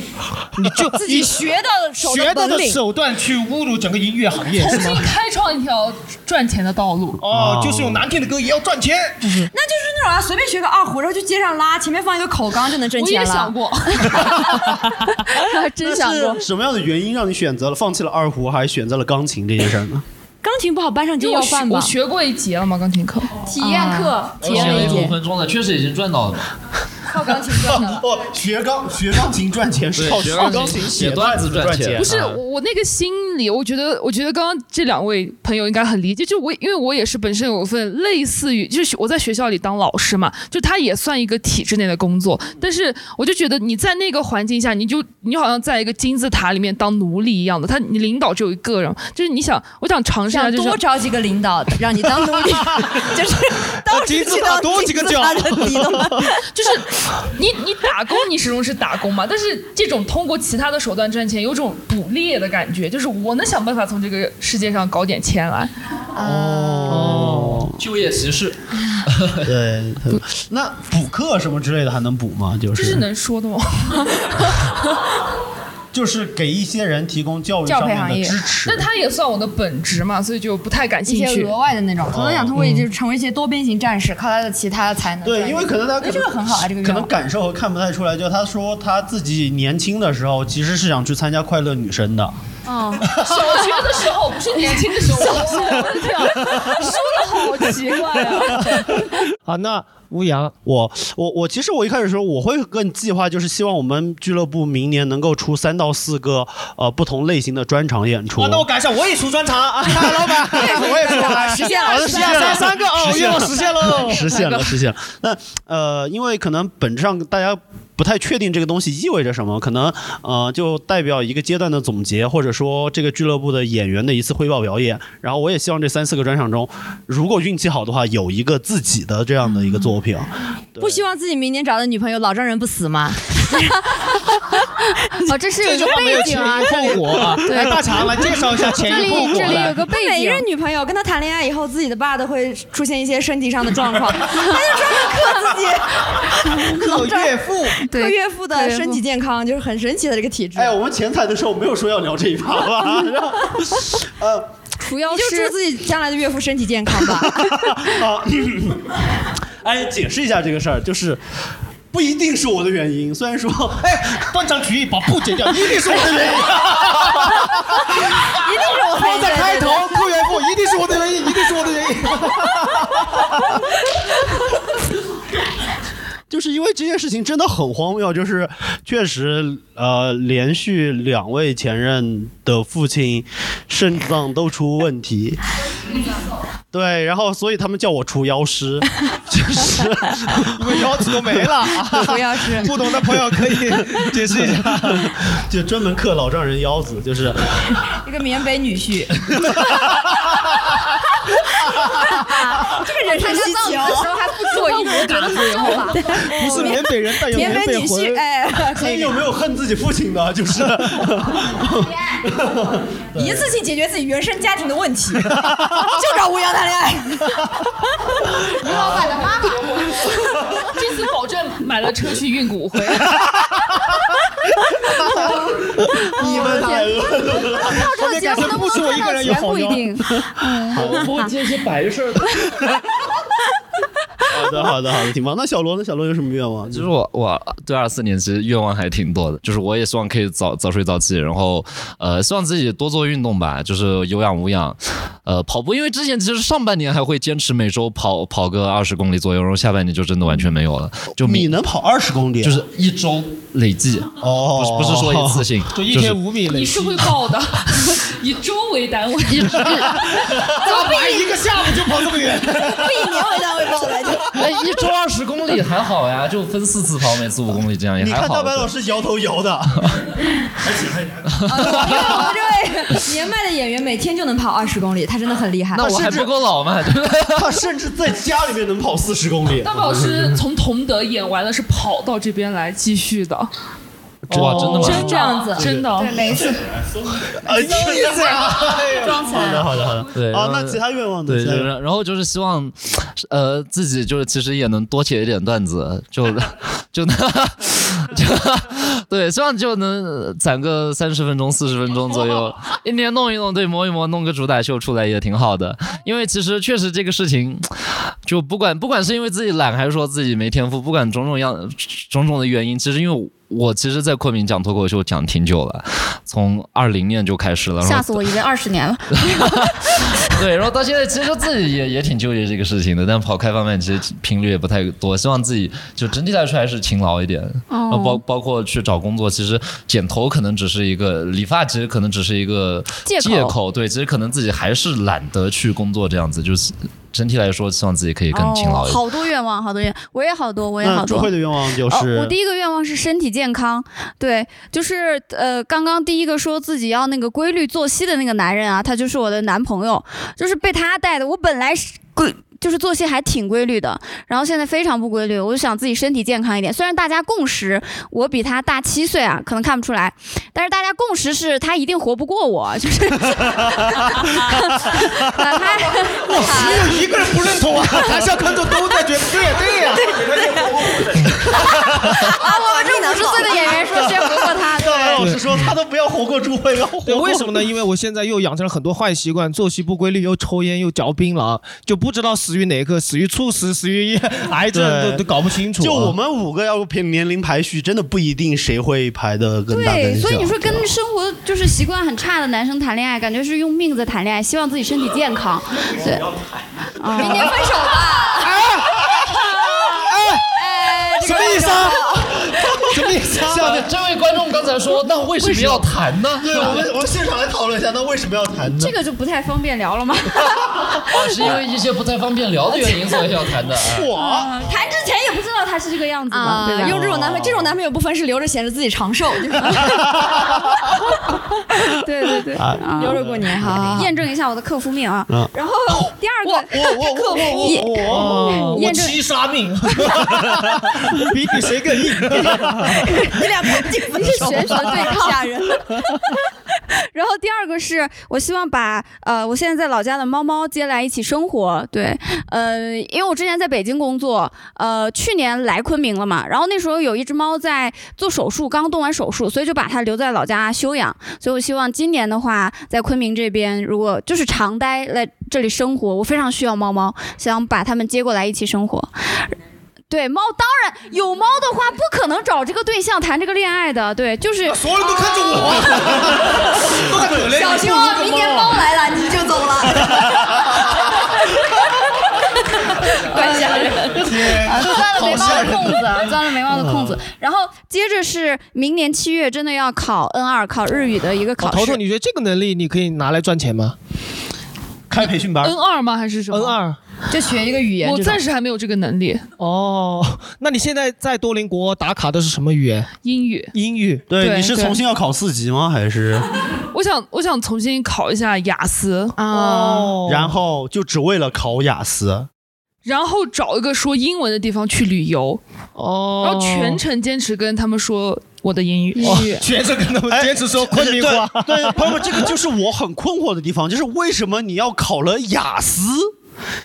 [SPEAKER 4] 你就
[SPEAKER 3] 自己
[SPEAKER 4] 你
[SPEAKER 3] 学到的手段
[SPEAKER 4] 学到
[SPEAKER 3] 本
[SPEAKER 4] 的
[SPEAKER 3] 领
[SPEAKER 4] 手段去侮辱整个音乐行业
[SPEAKER 3] 重
[SPEAKER 4] 是
[SPEAKER 3] 新
[SPEAKER 4] 吗？
[SPEAKER 3] 开创一条赚钱的道路。
[SPEAKER 4] 哦，就是用难听的歌也要赚钱，就是
[SPEAKER 5] 那就是那种啊，随便学个二胡，然后就街上拉，前面放一个口缸就能挣钱了。
[SPEAKER 3] 我也想过，
[SPEAKER 5] 真想 过。
[SPEAKER 2] 什么样的原因让你选择了放弃了二胡，还选择了钢琴这件事儿呢？
[SPEAKER 5] 钢琴不好，班上就
[SPEAKER 3] 因为
[SPEAKER 5] 要
[SPEAKER 3] 我学
[SPEAKER 5] 饭吧
[SPEAKER 3] 我。学过一节了吗？钢琴课
[SPEAKER 5] 体验课
[SPEAKER 3] 啊
[SPEAKER 5] 体验了一节
[SPEAKER 7] 分钟了，确实已经赚到了。
[SPEAKER 5] 靠钢琴赚的。
[SPEAKER 2] 哦，学钢学钢琴赚钱是
[SPEAKER 7] 对
[SPEAKER 2] 靠
[SPEAKER 7] 学
[SPEAKER 2] 靠
[SPEAKER 7] 钢
[SPEAKER 2] 钢
[SPEAKER 7] 琴
[SPEAKER 2] 琴
[SPEAKER 7] 写段
[SPEAKER 2] 段
[SPEAKER 7] 子
[SPEAKER 2] 子
[SPEAKER 7] 赚钱
[SPEAKER 2] 钱，
[SPEAKER 3] 不是我我那个心理，我觉得，我觉得刚刚这两位朋友应该很理解，就我因为我也是本身有一份类似于，就是我在学校里当老师嘛，就他也算一个体制内的工作，但是我就觉得你在那个环境下，你就你好像在一个金字塔里面当奴隶一样的，他你领导只有一个人，就是你想，我想尝试一下，
[SPEAKER 5] 想
[SPEAKER 3] 就是
[SPEAKER 5] 多找几个领导，让你当奴 隶， 就是 当
[SPEAKER 4] 金字塔多几个啊角
[SPEAKER 5] 金字塔的底洞
[SPEAKER 3] 就是你你打工，你始终是打工嘛，但是这种通过其他的手段赚钱，有种捕猎的感觉，就是我能想办法从这个世界上搞点钱来。
[SPEAKER 5] 啊
[SPEAKER 2] 哦，
[SPEAKER 7] 就业歧视，
[SPEAKER 2] 对，那补课什么之类的还能补吗？就
[SPEAKER 3] 这是
[SPEAKER 2] 是
[SPEAKER 3] 能说的吗？
[SPEAKER 2] 就是给一些人提供教育
[SPEAKER 3] 教
[SPEAKER 2] 上
[SPEAKER 3] 培
[SPEAKER 2] 面
[SPEAKER 3] 行
[SPEAKER 2] 的
[SPEAKER 3] 业
[SPEAKER 2] 支持，
[SPEAKER 3] 但它也算我的本职嘛，所以就不太感
[SPEAKER 5] 一
[SPEAKER 3] 兴
[SPEAKER 5] 些
[SPEAKER 3] 趣。
[SPEAKER 5] 额外的那种，可能想通过
[SPEAKER 2] 嗯
[SPEAKER 5] 就是成为一些多边形战士，靠他的其他的才能赚钱。
[SPEAKER 2] 对，因为可能他
[SPEAKER 5] 那这个很好啊，这个
[SPEAKER 2] 可
[SPEAKER 5] 愿
[SPEAKER 2] 能
[SPEAKER 5] 望。
[SPEAKER 2] 感受和看不太出来。就他说他自己年轻的时候其实是想去参加快乐女生 的，
[SPEAKER 3] 嗯，小学的时候不是年轻的时候，我我的天啊，说的好奇怪啊！
[SPEAKER 2] 啊，那吴阳，我我我其实我一开始说我会更计划，就是希望我们俱乐部明年能够出三到四个呃不同类型的专场演出。
[SPEAKER 4] 啊，那我改一下，我也出专场啊，大老板， 我也出啊，
[SPEAKER 2] 实现了
[SPEAKER 4] 好的，
[SPEAKER 2] 实
[SPEAKER 4] 实
[SPEAKER 2] 现
[SPEAKER 4] 现
[SPEAKER 2] 了
[SPEAKER 4] 了三个哦，愿望实现喽，
[SPEAKER 2] 实现了，实现了。那呃，因为可能本质上大家不太确定这个东西意味着什么，可能呃就代表一个阶段的总结，或者说这个俱乐部的演员的一次汇报表演。然后我也希望这三四个专场中，如果运气好的话，有一个自己的这样的一个作品。啊
[SPEAKER 5] 不希望自己明年找的女朋友老丈人不死 吗？
[SPEAKER 21] 哦，这是有一个背景啊，这里对，这里这里有个背景，
[SPEAKER 5] 啊他每一任女朋友跟他谈恋爱以后，自己的爸都会出现一些身体上的状况，他就专门克自己，
[SPEAKER 2] 克岳父，
[SPEAKER 21] 对
[SPEAKER 5] 克岳父的
[SPEAKER 2] 克岳父
[SPEAKER 5] 身体健康，就是很神奇的这个体质。
[SPEAKER 2] 哎，我们前台的时候没有说要聊这一趴吧？ 然后呃，
[SPEAKER 5] 除妖就祝自己将来的岳父身体健康吧。
[SPEAKER 2] 啊，哎，解释一下这个事儿，就是不一定是我的原因，虽然 说，哎，断章取义把不剪掉，一定是我的原因。
[SPEAKER 4] 一
[SPEAKER 5] 定是我
[SPEAKER 4] 放在开头，扣元富，一定是我的原因，一定是我的原因。
[SPEAKER 2] 就是因为这件事情真的很荒谬，就是确实，呃，连续两位前任的父亲肾脏都出问题，
[SPEAKER 10] 对，然后所以他们叫我除妖 师，
[SPEAKER 5] 啊
[SPEAKER 10] 就是因为腰子都没了。
[SPEAKER 5] 除妖师，
[SPEAKER 10] 不懂的朋友可以解释一 下，就专门克老丈人腰子，就是
[SPEAKER 5] 一个缅北女婿， 这个人生稀奇
[SPEAKER 8] 他造的时候还不止我一个人觉得不友好
[SPEAKER 10] 不是缅北人，但 有
[SPEAKER 5] 缅北
[SPEAKER 10] 北
[SPEAKER 5] 女
[SPEAKER 10] 魂。
[SPEAKER 5] 婿哎可以
[SPEAKER 10] 你有没有恨自己父亲的？就是。
[SPEAKER 22] 一次性解决自己原生家庭的问 题，就找吴阳谈恋爱。
[SPEAKER 3] 吴老板的妈妈， 这次保证买了车去运骨灰。
[SPEAKER 10] 你们太恶毒了！
[SPEAKER 3] 我
[SPEAKER 10] 后
[SPEAKER 3] 们
[SPEAKER 10] 面
[SPEAKER 3] 改
[SPEAKER 10] 改
[SPEAKER 3] 成
[SPEAKER 10] 成
[SPEAKER 3] 不
[SPEAKER 10] 不
[SPEAKER 3] 是
[SPEAKER 10] 是
[SPEAKER 3] 我
[SPEAKER 10] 我
[SPEAKER 3] 一
[SPEAKER 10] 一
[SPEAKER 3] 个
[SPEAKER 10] 个人
[SPEAKER 3] 人有
[SPEAKER 10] 有
[SPEAKER 3] 好啊
[SPEAKER 10] 好
[SPEAKER 3] 妖
[SPEAKER 10] 妖。
[SPEAKER 7] 嗯
[SPEAKER 23] 我不接一些白事儿 的。
[SPEAKER 10] 好的，好的，好的，挺棒。那小罗呢？小罗有什么愿望？
[SPEAKER 7] 其实啊我我对二四年其实愿望还挺多的，就是我也希望可以早早睡早起，然后呃希望自己多做运动吧，就是有氧无氧，呃跑步，因为之前其实上半年还会坚持每周跑跑个二十公里左右，然后下半年就真的完全没有了。就你
[SPEAKER 10] 能跑二十公里，啊
[SPEAKER 7] 就是一周累计
[SPEAKER 10] 哦
[SPEAKER 7] 不是不是说一 次性，
[SPEAKER 4] 就一
[SPEAKER 7] 是
[SPEAKER 4] 天五米累
[SPEAKER 3] 你是会报的，以周为单位，
[SPEAKER 7] 一周
[SPEAKER 23] 咋玩一个下午就跑这么 远？
[SPEAKER 22] 以年为单位报来着。
[SPEAKER 7] 哎，一周二十公里还好呀，就分四次跑，每次五公里这样也
[SPEAKER 10] 你
[SPEAKER 7] 还好。
[SPEAKER 10] 看大白老师摇头摇的，
[SPEAKER 5] 因为啊我们这位年迈的演员每天就能跑二十公里，他真的很厉害。
[SPEAKER 7] 那我还不够老吗？
[SPEAKER 10] 他甚至在家里面能跑四十公里。
[SPEAKER 3] 大宝老师 从同德演完了，是跑到这边来继续的。
[SPEAKER 7] 哇，真的
[SPEAKER 3] 哦
[SPEAKER 7] 吗？
[SPEAKER 3] 真这样子，真的，哦
[SPEAKER 10] 对
[SPEAKER 3] 每一次。
[SPEAKER 10] 啊，你这样
[SPEAKER 3] 装
[SPEAKER 10] 好的，好 的，好的。
[SPEAKER 7] 对，
[SPEAKER 10] 啊
[SPEAKER 7] 然，后
[SPEAKER 10] 那其他愿望呢？
[SPEAKER 7] 对，
[SPEAKER 10] 其
[SPEAKER 7] 就
[SPEAKER 10] 他愿
[SPEAKER 7] 是
[SPEAKER 10] 望
[SPEAKER 7] 然后就是希望，呃，自己就是其实也能多写一点段子，就 就能就对，希望就能攒个三十分钟、四十分钟左右，一天弄一弄，对，磨一磨，弄个主打秀出来也挺好的。因为其实确实这个事情，就不管不管是因为自己懒，还是说自己没天赋，不管种种样种种的原因，其实因为。我其实，在昆明讲脱口秀讲挺久了，从二零年就开始了，然后
[SPEAKER 6] 吓死我，以为二十 年了。
[SPEAKER 7] 对，然后到现在其实自己也也挺纠结这个事情的，但跑开方面其实频率也不太多，希望自己就整体来说还是勤劳一点。
[SPEAKER 6] 哦
[SPEAKER 7] 呃包包括去找工作，其实剪头可能只是一个，理发其实可能只是一个
[SPEAKER 6] 借口
[SPEAKER 7] 对，其实可能自己还是懒得去工作这样子，就是整体来说希望自己可以更勤劳一点。
[SPEAKER 6] 哦好多愿望，好多愿，我也好多，我也好
[SPEAKER 7] 那
[SPEAKER 6] 多。
[SPEAKER 7] 朱嗯慧的愿望就是
[SPEAKER 6] 哦，我第一个愿望是身体健康。对，就是呃，刚刚第一个说自己要那个规律作息的那个男人啊，他就是我的男朋友，就是被他带的。我本来是规。就是作息还挺规律的，然后现在非常不规律，我就想自己身体健康一点。虽然大家共识我比他大七岁啊，可能看不出来，但是大家共识是他一定活不过我，就是
[SPEAKER 23] 我只有一个人不认同啊，台下观众都在觉得对呀对呀。
[SPEAKER 6] 啊，我们这五十岁的演 员说谁活过他？
[SPEAKER 10] 大白老师说他都不要活过朱慧，要活
[SPEAKER 4] 对，
[SPEAKER 10] 过
[SPEAKER 4] 为什么呢？因为我现在又养成了很多坏习惯，作息不规律，又抽烟，又嚼槟榔，就不知道死于哪个，死于猝死，死于癌症，
[SPEAKER 10] 对
[SPEAKER 4] 都都搞不清楚啊。
[SPEAKER 10] 就我们五个要排年龄排序，真的不一定谁会排的更大更
[SPEAKER 6] 对，
[SPEAKER 10] 小。
[SPEAKER 6] 所以你说跟生活就是习惯很差的男生谈恋爱，感觉是用命在谈恋爱，希望自己身体健康。对，
[SPEAKER 24] 嗯
[SPEAKER 6] 啊
[SPEAKER 23] 明年分手
[SPEAKER 22] 吧。
[SPEAKER 23] 哎，什么意思啊？ 什么意思啊？
[SPEAKER 7] 笑这位观众刚才说，那为什么要谈呢？
[SPEAKER 10] 对我们，我们现场来讨论一下，那为什么要谈呢？
[SPEAKER 6] 这个就不太方便聊了吗？
[SPEAKER 7] 啊，是因为一些不太方便聊的原因，所以要谈的。啊
[SPEAKER 6] 哇，
[SPEAKER 5] 谈之前也不知道他是这个样子嘛，对啊吧？用这种
[SPEAKER 7] 哦
[SPEAKER 5] 男朋友，这种男朋友不分是留着闲着自己长寿， 就是
[SPEAKER 6] 对对对，
[SPEAKER 10] 啊
[SPEAKER 6] 留着过年哈，验证一下我的克夫命啊
[SPEAKER 10] 啊。
[SPEAKER 6] 然后第二个，克夫
[SPEAKER 23] 我我我
[SPEAKER 6] 验证
[SPEAKER 23] 七杀命，
[SPEAKER 4] 比比谁更硬。
[SPEAKER 23] 你俩肯定
[SPEAKER 6] 你是悬赏对 抗，
[SPEAKER 23] 吓人。
[SPEAKER 6] 然后第二个是我希望把呃我现在在老家的猫猫接来一起生活，对，呃，因为我之前在北京工作，呃，去年来昆明了嘛，然后那时候有一只猫在做手术，刚动完手术，所以就把它留在老家休养，所以我希望今年的话，在昆明这边如果就是常待来这里生活，我非常需要猫猫，想把它们接过来一起生活。对猫，当然有猫的话，不可能找这个对象谈这个恋爱的。对，就是
[SPEAKER 23] 所有人都看着 我，多可怜。
[SPEAKER 22] 小心哦，
[SPEAKER 6] 啊
[SPEAKER 22] 明年猫来了你就走 了。
[SPEAKER 23] 怪吓人
[SPEAKER 6] 啊钻了眉毛的空子，钻了眉毛的空子
[SPEAKER 4] 嗯。
[SPEAKER 6] 然后接着是明年七月真的要考 N 二，考日语的一个考
[SPEAKER 4] 头头，
[SPEAKER 6] 试。
[SPEAKER 4] 你觉得这个能力你可以拿来赚钱吗？
[SPEAKER 2] 开培训班
[SPEAKER 23] 嗯哦
[SPEAKER 3] N 二吗？还是什么？N
[SPEAKER 4] 二
[SPEAKER 3] 就学一个语
[SPEAKER 4] 言
[SPEAKER 3] 我
[SPEAKER 4] 这种
[SPEAKER 3] 暂时还没有这个能力。
[SPEAKER 4] 哦，那你现在在多邻国打卡的是什么语言？
[SPEAKER 3] 英语，
[SPEAKER 4] 英语。
[SPEAKER 2] 对，你是重新要考四级吗？还是？
[SPEAKER 3] 我想，我想重新考一下雅思啊，
[SPEAKER 10] 哦
[SPEAKER 2] 然后就只为了考雅思？
[SPEAKER 3] 然后找一个说英文的地方去旅游，
[SPEAKER 4] 哦
[SPEAKER 3] 然后全程坚持跟他们说我的英语，英 语
[SPEAKER 4] 全程跟他
[SPEAKER 2] 哎
[SPEAKER 4] 们坚持说昆明话。
[SPEAKER 2] 对对， 朋友们，这个就是我很困惑的地方，就是为什么你要考了雅思，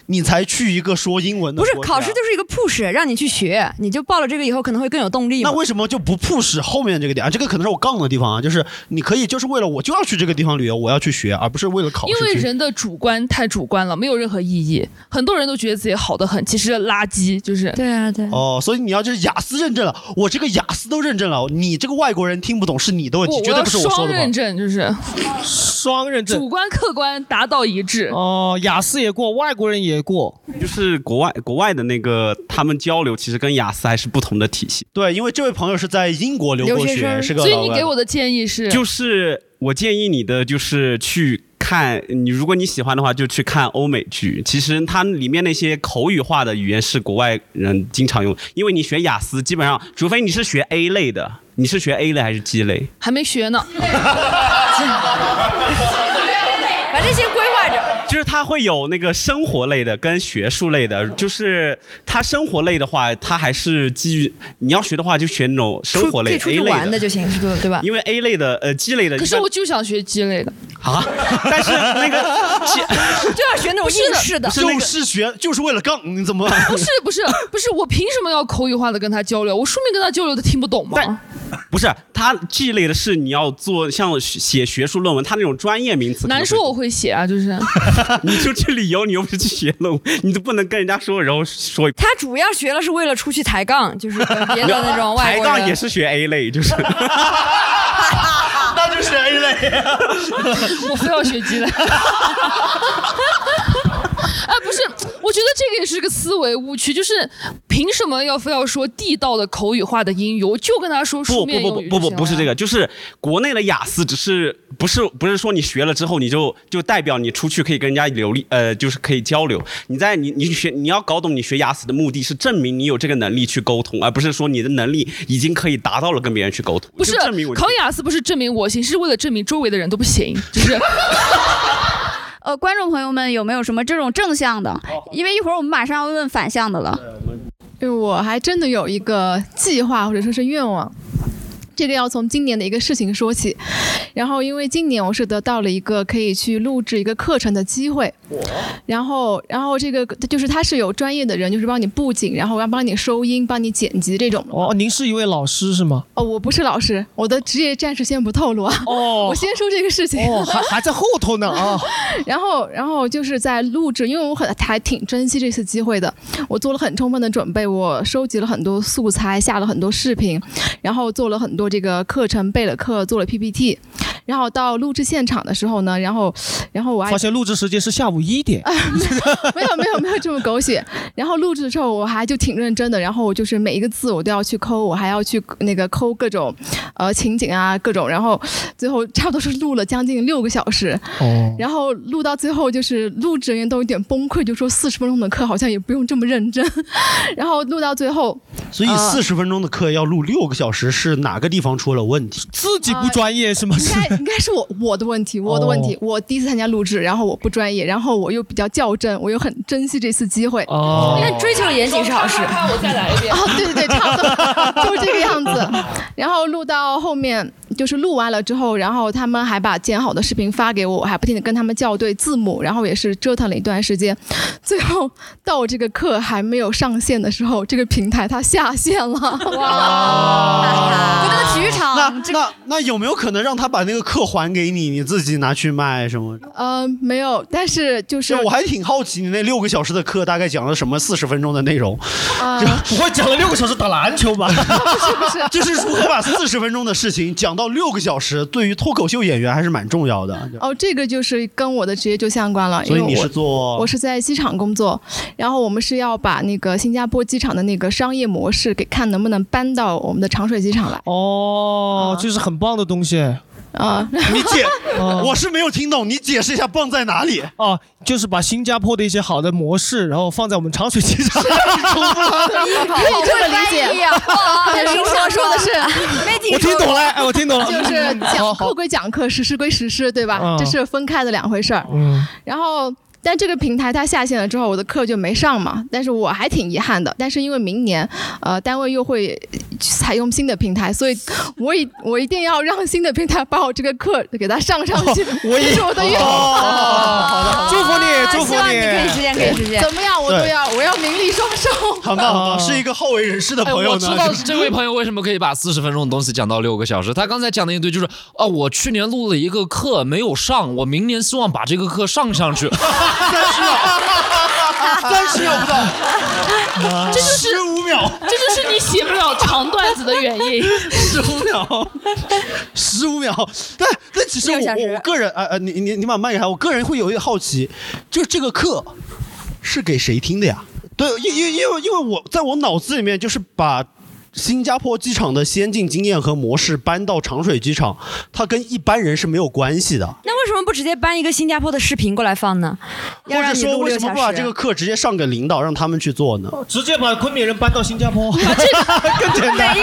[SPEAKER 2] 你才去一个说英文的
[SPEAKER 5] 不是
[SPEAKER 2] 国家
[SPEAKER 5] 考试就是一个 push，让你去学，你就报了这个以后可能会更有动力嘛。
[SPEAKER 2] 那为什么就不 push 后面这个点啊？这个可能是我杠的地方啊，就是你可以就是为了我就要去这个地方旅游，我要去学，而不是为了考试
[SPEAKER 3] 因
[SPEAKER 2] 去。
[SPEAKER 3] 为人的主观太主观了，没有任何意义。很多人都觉得自己好的很，其实垃圾就是。
[SPEAKER 5] 对啊，对
[SPEAKER 2] 哦，所以你要就是雅思认证了，我这个雅思都认证了，你这个外国人听不懂是你的问题，
[SPEAKER 3] 我
[SPEAKER 2] 绝对
[SPEAKER 3] 要
[SPEAKER 2] 不是我说
[SPEAKER 3] 双
[SPEAKER 2] 的吧
[SPEAKER 3] 认？证，就是
[SPEAKER 4] 双认
[SPEAKER 3] 主观客观达到一致。
[SPEAKER 4] 哦，雅思也过，外国人也过。
[SPEAKER 25] 就是国外国外的那个他们交流，其实跟雅思还是不同的体系。
[SPEAKER 2] 对，因为这位朋友是在英国留过学，是个
[SPEAKER 3] 所以
[SPEAKER 2] 老
[SPEAKER 3] 你
[SPEAKER 2] 外
[SPEAKER 3] 给我的建议是，
[SPEAKER 25] 就是我建议你的就是去看你，如果你喜欢的话，就去看欧美剧。其实它里面那些口语化的语言是国外人经常用，因为你学雅思，基本上除非你是学 A 类的，你是学 A 类还是 G 类？
[SPEAKER 3] 还没 学呢。
[SPEAKER 5] 把这些规划着。
[SPEAKER 25] 就是它会有那个生活类的跟学术类的，就是它生活类的话，它还是基于你要学的话，就学那种生活
[SPEAKER 5] 可
[SPEAKER 25] 类
[SPEAKER 5] 以出
[SPEAKER 25] A
[SPEAKER 5] 去玩
[SPEAKER 25] 类
[SPEAKER 5] 的就行，是吧对吧？
[SPEAKER 25] 因为 A 类的呃 G 类的，
[SPEAKER 3] 可是我就想学鸡类的，
[SPEAKER 25] 啊， 但是那 个
[SPEAKER 5] 就要学那种应试的，
[SPEAKER 2] 就是学，就是为了杠，你怎么？
[SPEAKER 3] 不是不是不是，我凭什么要口语化的跟他交流？我书面跟他交流的听不懂吗？
[SPEAKER 25] 不是它 G 类的是你要做像写学术论文，它那种专业名词可能
[SPEAKER 3] 难
[SPEAKER 25] 会
[SPEAKER 3] 说我会写啊，就是。
[SPEAKER 25] 你就去旅游，你又不是去学论文，你都不能跟人家说，然后说
[SPEAKER 5] 他主要学了是为了出去抬杠，就是跟别的那种 外
[SPEAKER 25] 抬
[SPEAKER 5] 国人。
[SPEAKER 25] 杠也是学 A 类，就是
[SPEAKER 2] 那就是 A 类。
[SPEAKER 3] 我非要学鸡了。哎，不是，我觉得这个也是个思维误区，就是凭什么要非要说地道的口语化的英语？我就跟他说书
[SPEAKER 25] 不
[SPEAKER 3] 面
[SPEAKER 25] 不
[SPEAKER 3] 英
[SPEAKER 25] 不不
[SPEAKER 3] 语
[SPEAKER 25] 不
[SPEAKER 3] 就行了
[SPEAKER 25] 不是
[SPEAKER 6] 啊
[SPEAKER 25] 这个，就是国内的雅思，只是不是不是说你学了之后你就就代表你出去可以跟人家流利呃，就是可以交流。你在你你学你要搞懂你学雅思的目的是证明你有这个能力去沟通，而不是说你的能力已经可以达到了跟别人去沟通。
[SPEAKER 3] 不是
[SPEAKER 25] 就证明我
[SPEAKER 3] 考雅思不是证明我行，是为了证明周围的人都不行， 就是。
[SPEAKER 6] 呃，观众朋友们有没有什么这种正向的？因为一会儿我们马上要问反向的了。
[SPEAKER 24] 对，我还真的有一个计划或者说是愿望。这个要从今年的一个事情说起，然后因为今年我是得到了一个可以去录制一个课程的机会，然后然后这个就是他是有专业的人，就是帮你布景，然后要帮你收音、帮你剪辑这种。
[SPEAKER 4] 哦，您是一位老师是吗？
[SPEAKER 24] 哦，我不是老师，我的职业暂时先不透露啊。
[SPEAKER 4] 哦，
[SPEAKER 24] 我先说这个事情。
[SPEAKER 4] 哦，还还在后头呢 啊！
[SPEAKER 24] 然后，然后就是在录制，因为我很还挺珍惜这次机会的，我做了很充分的准备，我收集了很多素材，下了很多视频，然后做了很多这个课程，备了课，做了 PPT，然后到录制现场的时候呢，然后，然后我还
[SPEAKER 4] 发现录制时间是下午一点。
[SPEAKER 24] 没有没有没有这么狗血。然后录制的时候，我还就挺认真的，然后我就是每一个字我都要去抠，我还要去那个抠各种呃情景啊各种，然后最后差不多是录了将近六个小时。
[SPEAKER 4] 哦
[SPEAKER 24] 然后录到最后，就是录制人员都有点崩溃，就说四十分钟的课好像也不用这么认真。 然后录到最后，
[SPEAKER 2] 所以
[SPEAKER 24] 呃
[SPEAKER 2] 四十分钟的课要录六个小时，是哪个地方出了问题？
[SPEAKER 4] 自己不专业是吗？
[SPEAKER 24] 呃应 该应该是我我的问题，我的问题。
[SPEAKER 2] 哦
[SPEAKER 24] 我第一次参加录制，然后我不专业，然后我又比较较真，我又很珍惜这次机会。
[SPEAKER 4] 哦
[SPEAKER 24] 但追求严谨是好事。我再来一遍。哦，对对对，差不多 就是这个样子。然后录到后面，就是录完了之后，然后他们还把剪好的视频发给我，我还不停的跟他们校对字母，然后也是折腾了一段时间。最后到我这个课还没有上线的时候，这个平台它下线了。
[SPEAKER 2] 哇！
[SPEAKER 24] 啊
[SPEAKER 6] 就那个体育场，
[SPEAKER 2] 那那那有没有可能让他把那个课还给你，你自己拿去卖什么？
[SPEAKER 24] 呃，没有，但是就是
[SPEAKER 2] 我还挺好奇你那六个小时的课大概讲了什么四十分钟的内容。
[SPEAKER 24] 啊、
[SPEAKER 2] 不会讲了六个小时打篮球吧？
[SPEAKER 24] 是不是
[SPEAKER 2] 就是如何把四十分钟的事情讲到六个小时，对于脱口秀演员还是蛮重要的。
[SPEAKER 24] 哦，这个就是跟我的职业就相关了，
[SPEAKER 2] 所以
[SPEAKER 24] 因为
[SPEAKER 2] 你
[SPEAKER 24] 我
[SPEAKER 2] 是做
[SPEAKER 24] 我是在机场工作，然后我们是要把那个新加坡机场的那个商业模式给看能不能搬到我们的长水机场来。
[SPEAKER 4] 哦，这是很棒的东西。
[SPEAKER 24] 啊，
[SPEAKER 16] 你解，我是没有听懂，你解释一下棒在哪里？
[SPEAKER 4] 哦，就是把新加坡的一些好的模式，然后放在我们长水机上。重复了
[SPEAKER 24] 可以这么理解。但是啊我想说的是，
[SPEAKER 4] 我听懂了，哎，我听懂了，
[SPEAKER 24] 就是
[SPEAKER 4] 好
[SPEAKER 24] 讲
[SPEAKER 4] 好
[SPEAKER 24] 课归讲课，实施归实施，对吧
[SPEAKER 4] 嗯？
[SPEAKER 24] 这是分开的两回事儿。
[SPEAKER 4] 嗯，
[SPEAKER 24] 然后。但这个平台它下线了之后，我的课就没上嘛，但是我还挺遗憾的。但是因为明年，呃，单位又会采用新的平台，所以我一我一定要让新的平台把我这个课给它上上去，
[SPEAKER 4] 我也
[SPEAKER 24] 这是我的愿望。
[SPEAKER 4] 祝福你，祝福你，
[SPEAKER 24] 怎么样？我都要，我要名利双收。
[SPEAKER 2] 很棒很棒，是一个好为人师的朋友
[SPEAKER 7] 嗯哎我
[SPEAKER 2] 呢
[SPEAKER 7] 知。 道这位朋友为什么可以把四十分钟的东西讲到六个小时。他刚才讲的一堆就是啊，我去年录了一个课没有上，我明年希望把这个课上上去。
[SPEAKER 16] 三十秒，三十秒不到，
[SPEAKER 3] 这就是
[SPEAKER 16] 十五秒，
[SPEAKER 3] 这就是你写不了长段子的原因。
[SPEAKER 2] 十五秒，十五秒。但但其实我我我个人，呃呃，你你你把麦给他，我个人会有一个好奇，就是这个课是给谁听的呀？
[SPEAKER 26] 对，因因因为因为我在我脑子里面就是把
[SPEAKER 2] 新加坡机场的先进经验和模式搬到长水机场，它跟一般人是没有关系的。
[SPEAKER 5] 那为什么不直接搬一个新加坡的视频过来放呢？
[SPEAKER 2] 或者说，为什么不
[SPEAKER 5] 啊
[SPEAKER 2] 把这个课直接上给领导，让他们去做呢？
[SPEAKER 4] 直接把昆明人搬到新加坡，更简单。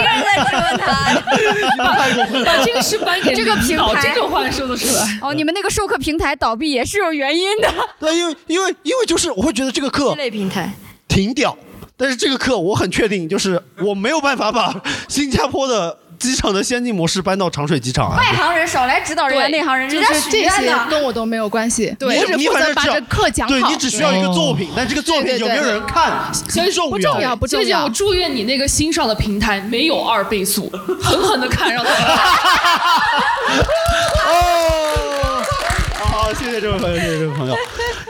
[SPEAKER 3] 把这个事搬给
[SPEAKER 6] 这个平
[SPEAKER 3] 领导
[SPEAKER 6] 台，
[SPEAKER 3] 这种话说得出来。
[SPEAKER 6] 哦，你们那个授课平台倒闭也是有原因的。
[SPEAKER 2] 对，因为因为因为就是我会觉得这个课
[SPEAKER 5] 类平台
[SPEAKER 2] 挺屌，但是这个课我很确定，就是我没有办法把新加坡的机场的先进模式搬到长水机场啊。
[SPEAKER 6] 外行人少来指导人家
[SPEAKER 24] 对
[SPEAKER 6] 内行人，
[SPEAKER 24] 就
[SPEAKER 6] 人家
[SPEAKER 24] 是
[SPEAKER 6] 许
[SPEAKER 24] 这
[SPEAKER 6] 愿
[SPEAKER 24] 些
[SPEAKER 6] 呢。
[SPEAKER 24] 跟我都没有关系，
[SPEAKER 2] 对
[SPEAKER 24] 我只
[SPEAKER 2] 你
[SPEAKER 24] 负
[SPEAKER 2] 反
[SPEAKER 24] 责
[SPEAKER 2] 正
[SPEAKER 24] 把
[SPEAKER 2] 只要
[SPEAKER 24] 这课讲好。
[SPEAKER 2] 啊对你只需要一个作品但这个作品
[SPEAKER 24] 对对
[SPEAKER 2] 有没有
[SPEAKER 24] 对
[SPEAKER 2] 人看
[SPEAKER 3] 所以
[SPEAKER 2] 不重
[SPEAKER 3] 不重
[SPEAKER 2] 要
[SPEAKER 3] 要，不重
[SPEAKER 2] 谢谢
[SPEAKER 3] 要。
[SPEAKER 2] 我
[SPEAKER 3] 我祝愿你那个新上的平台没有二倍速，狠狠的看，让他
[SPEAKER 2] 哦，好，谢谢这位朋友，谢谢这位朋友。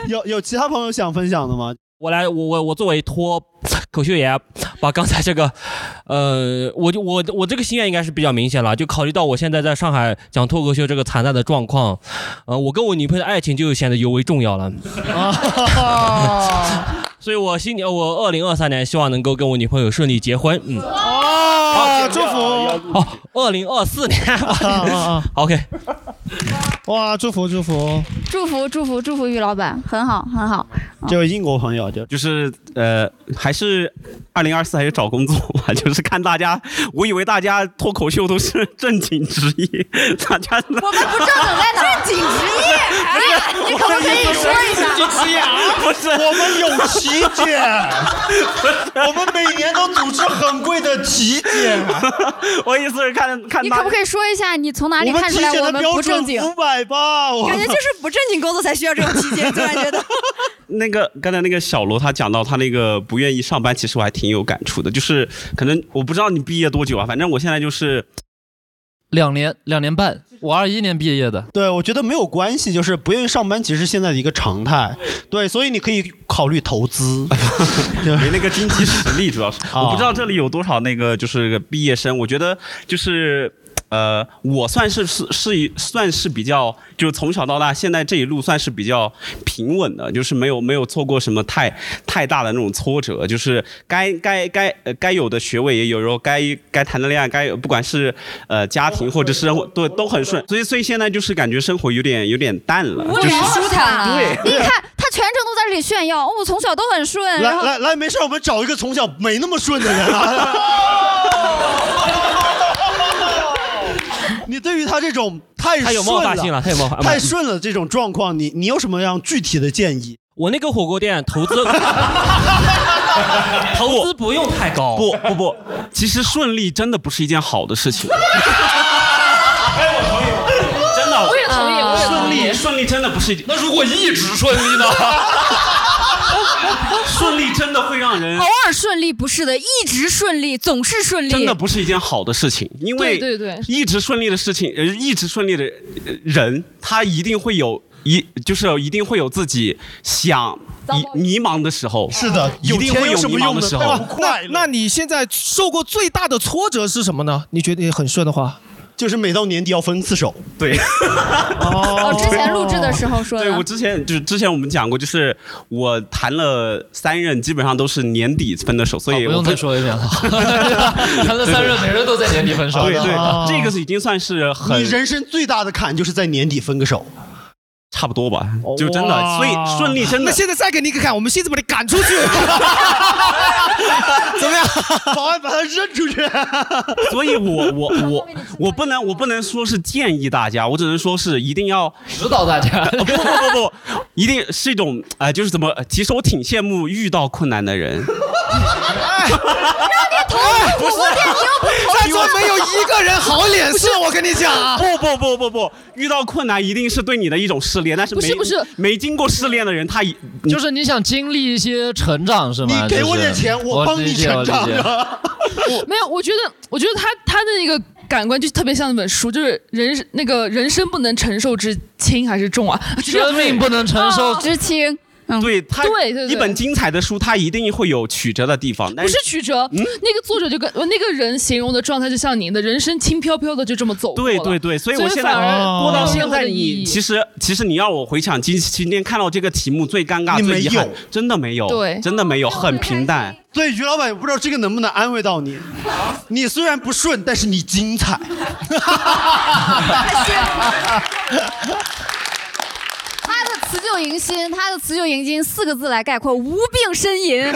[SPEAKER 2] 有有其他朋友想分享的吗？
[SPEAKER 9] 我来，我我我作为脱口秀演员，把刚才这个，呃，我就我我这个心愿应该是比较明显了。就考虑到我现在在上海讲脱口秀这个惨淡的状况，呃，我跟我女朋友的爱情就显得尤为重要了。
[SPEAKER 16] 啊，
[SPEAKER 9] 所以我新年，我二零二三年希望能够跟我女朋友顺利结婚。嗯，
[SPEAKER 16] 啊，祝福，
[SPEAKER 9] 哦，二零二四年，OK，
[SPEAKER 4] 哇，祝福祝福，
[SPEAKER 6] 祝福祝福祝福于老板，很好很好。
[SPEAKER 2] 这位英国朋友就
[SPEAKER 25] 就是呃，还是二零二四还是找工作吧， 就是看大家，我以为大家脱口秀都是正经职业， 大家我们
[SPEAKER 16] 不正经在哪？正经职业，哎呀，你可不可以说一下？正经职业
[SPEAKER 25] 不是，
[SPEAKER 16] 我们有体检，我们每年都组织很贵的体检，
[SPEAKER 2] 啊
[SPEAKER 25] 我意思是看看
[SPEAKER 6] 你可不可以说一下你从哪里看出来我们不正经？
[SPEAKER 2] 百吧，
[SPEAKER 6] 啊
[SPEAKER 5] 感觉就是不正经工作才需要这种体检，突然觉得。
[SPEAKER 25] 那个刚才那个小罗他讲到他那个不愿意上班，其实我还挺有感触的，就是可能我不知道你毕业多久啊，反正我现在就是
[SPEAKER 7] 两年两年半，我二一年毕业的。
[SPEAKER 2] 对，我觉得没有关系，就是不愿意上班，其实是现在的一个常态。对，所以你可以考虑投 资。
[SPEAKER 25] 没那个经济实力，主要是
[SPEAKER 2] 啊
[SPEAKER 25] 我不知道这里有多少那个就是毕业生，我觉得就是。呃，我算是是是算是比较，就是从小到大，现在这一路算是比较平稳的，就是没有没有错过什么太太大的那种挫折，就是该该该呃该有的学位也有，然后该该谈的恋爱，该不管是呃家庭或者是生活，对都很顺，所以所以现在就是感觉生活有点有点淡了，就是
[SPEAKER 6] 舒坦
[SPEAKER 25] 对
[SPEAKER 6] 你看他全程都在这里炫耀，哦我从小都很 顺。然
[SPEAKER 2] 来
[SPEAKER 6] 后
[SPEAKER 2] 来来，没事，我们找一个从小没那么顺的人啊。 你对于他这种太
[SPEAKER 9] 太有冒犯性了太有冒犯
[SPEAKER 2] 太顺了这种状况，你你有什么样具体的建议？
[SPEAKER 9] 我那个火锅店投资， 投资不用太高，
[SPEAKER 25] 不不不，其实顺利真的不是一件好的事情。真的，
[SPEAKER 16] 我也同
[SPEAKER 2] 啊
[SPEAKER 16] 意我也同意
[SPEAKER 25] 顺利顺利真的不是一件。那如果一直顺利呢？ 顺利真的会让人
[SPEAKER 27] 偶尔顺利不是的，一直顺利总是顺利。
[SPEAKER 25] 真的不是一件好的事情，因为
[SPEAKER 27] 对对对
[SPEAKER 25] 一直顺利的事情，呃，一直顺利的呃人，他一定会有一就是一定会有自己想迷迷茫的时候。是的一定会迷茫的时候。
[SPEAKER 4] 那那你现在受过最大的挫折是什么呢？你觉得很顺的话，
[SPEAKER 2] 就是每到年底要分次手。
[SPEAKER 25] 对，
[SPEAKER 6] 哦，之前录制的时候说的。
[SPEAKER 25] 对我之前就是之前我们讲过，就是我谈了三任，基本上都是年底分的手，所以
[SPEAKER 7] 不
[SPEAKER 25] 我
[SPEAKER 7] 用
[SPEAKER 25] 分
[SPEAKER 7] 再说一遍了。 谈了三任，每人都在年底分手。
[SPEAKER 25] 对 对
[SPEAKER 7] 啊，
[SPEAKER 25] 这个是已经算是很
[SPEAKER 2] 你人生最大的坎就是在年底分个手。哦
[SPEAKER 25] 差不多吧，就真的，所以顺利真的。
[SPEAKER 23] 那现在再给你一个看，我们现在把你赶出去，怎么样？
[SPEAKER 2] 保安 把他扔出去。
[SPEAKER 25] 所以我我我我不能我不能说是建议大家，我只能说是一定要呃
[SPEAKER 7] 指导大家。
[SPEAKER 25] 不不不不，一定是一种哎、就是怎么？呃其实我挺羡慕遇到困难的人。
[SPEAKER 23] 哎不是
[SPEAKER 2] 哎
[SPEAKER 23] 在座没有一个人好脸色，
[SPEAKER 25] 不是
[SPEAKER 23] 我跟你讲啊！
[SPEAKER 25] 不不不不不，遇到困难一定是对你的一种试炼，但是
[SPEAKER 7] 不是
[SPEAKER 25] 没
[SPEAKER 7] 不是
[SPEAKER 25] 没经过试炼的人，他一
[SPEAKER 7] 就是你想经历一些成长是吗？
[SPEAKER 25] 你给我
[SPEAKER 7] 就是
[SPEAKER 25] 点钱我帮你
[SPEAKER 7] 理解
[SPEAKER 25] 成长
[SPEAKER 7] 我理解
[SPEAKER 3] 没有，我觉得，我觉得他他的那个感官就特别像一本书，就是人那个人生不能承受之轻还是重啊？
[SPEAKER 25] 生命不能承受
[SPEAKER 3] 之轻。
[SPEAKER 13] 嗯
[SPEAKER 25] 对他
[SPEAKER 3] 对对对
[SPEAKER 25] 一本精彩的书，它一定会有曲折的地方，但
[SPEAKER 3] 不是曲折，
[SPEAKER 25] 嗯
[SPEAKER 3] 那个作者就跟呃那个人形容的状态，就像您的人生轻飘飘的就这么走过了
[SPEAKER 25] 对对对，所以我现在
[SPEAKER 3] 反而
[SPEAKER 25] 播到
[SPEAKER 3] 没有
[SPEAKER 25] 现在，
[SPEAKER 3] 任何的意
[SPEAKER 25] 你
[SPEAKER 3] 义
[SPEAKER 25] 其实其实你让我回想今今天看到这个题目最尴尬、
[SPEAKER 2] 你
[SPEAKER 25] 最遗
[SPEAKER 2] 没有
[SPEAKER 25] 憾，真的没有，
[SPEAKER 2] 对
[SPEAKER 25] 真的没有，很平淡。
[SPEAKER 2] 所以于老板，我不知道这个能不能安慰到你。你虽然不顺，但是你精彩。
[SPEAKER 8] 他的辞旧迎新，他的辞旧迎新四个字来概括，无病呻吟。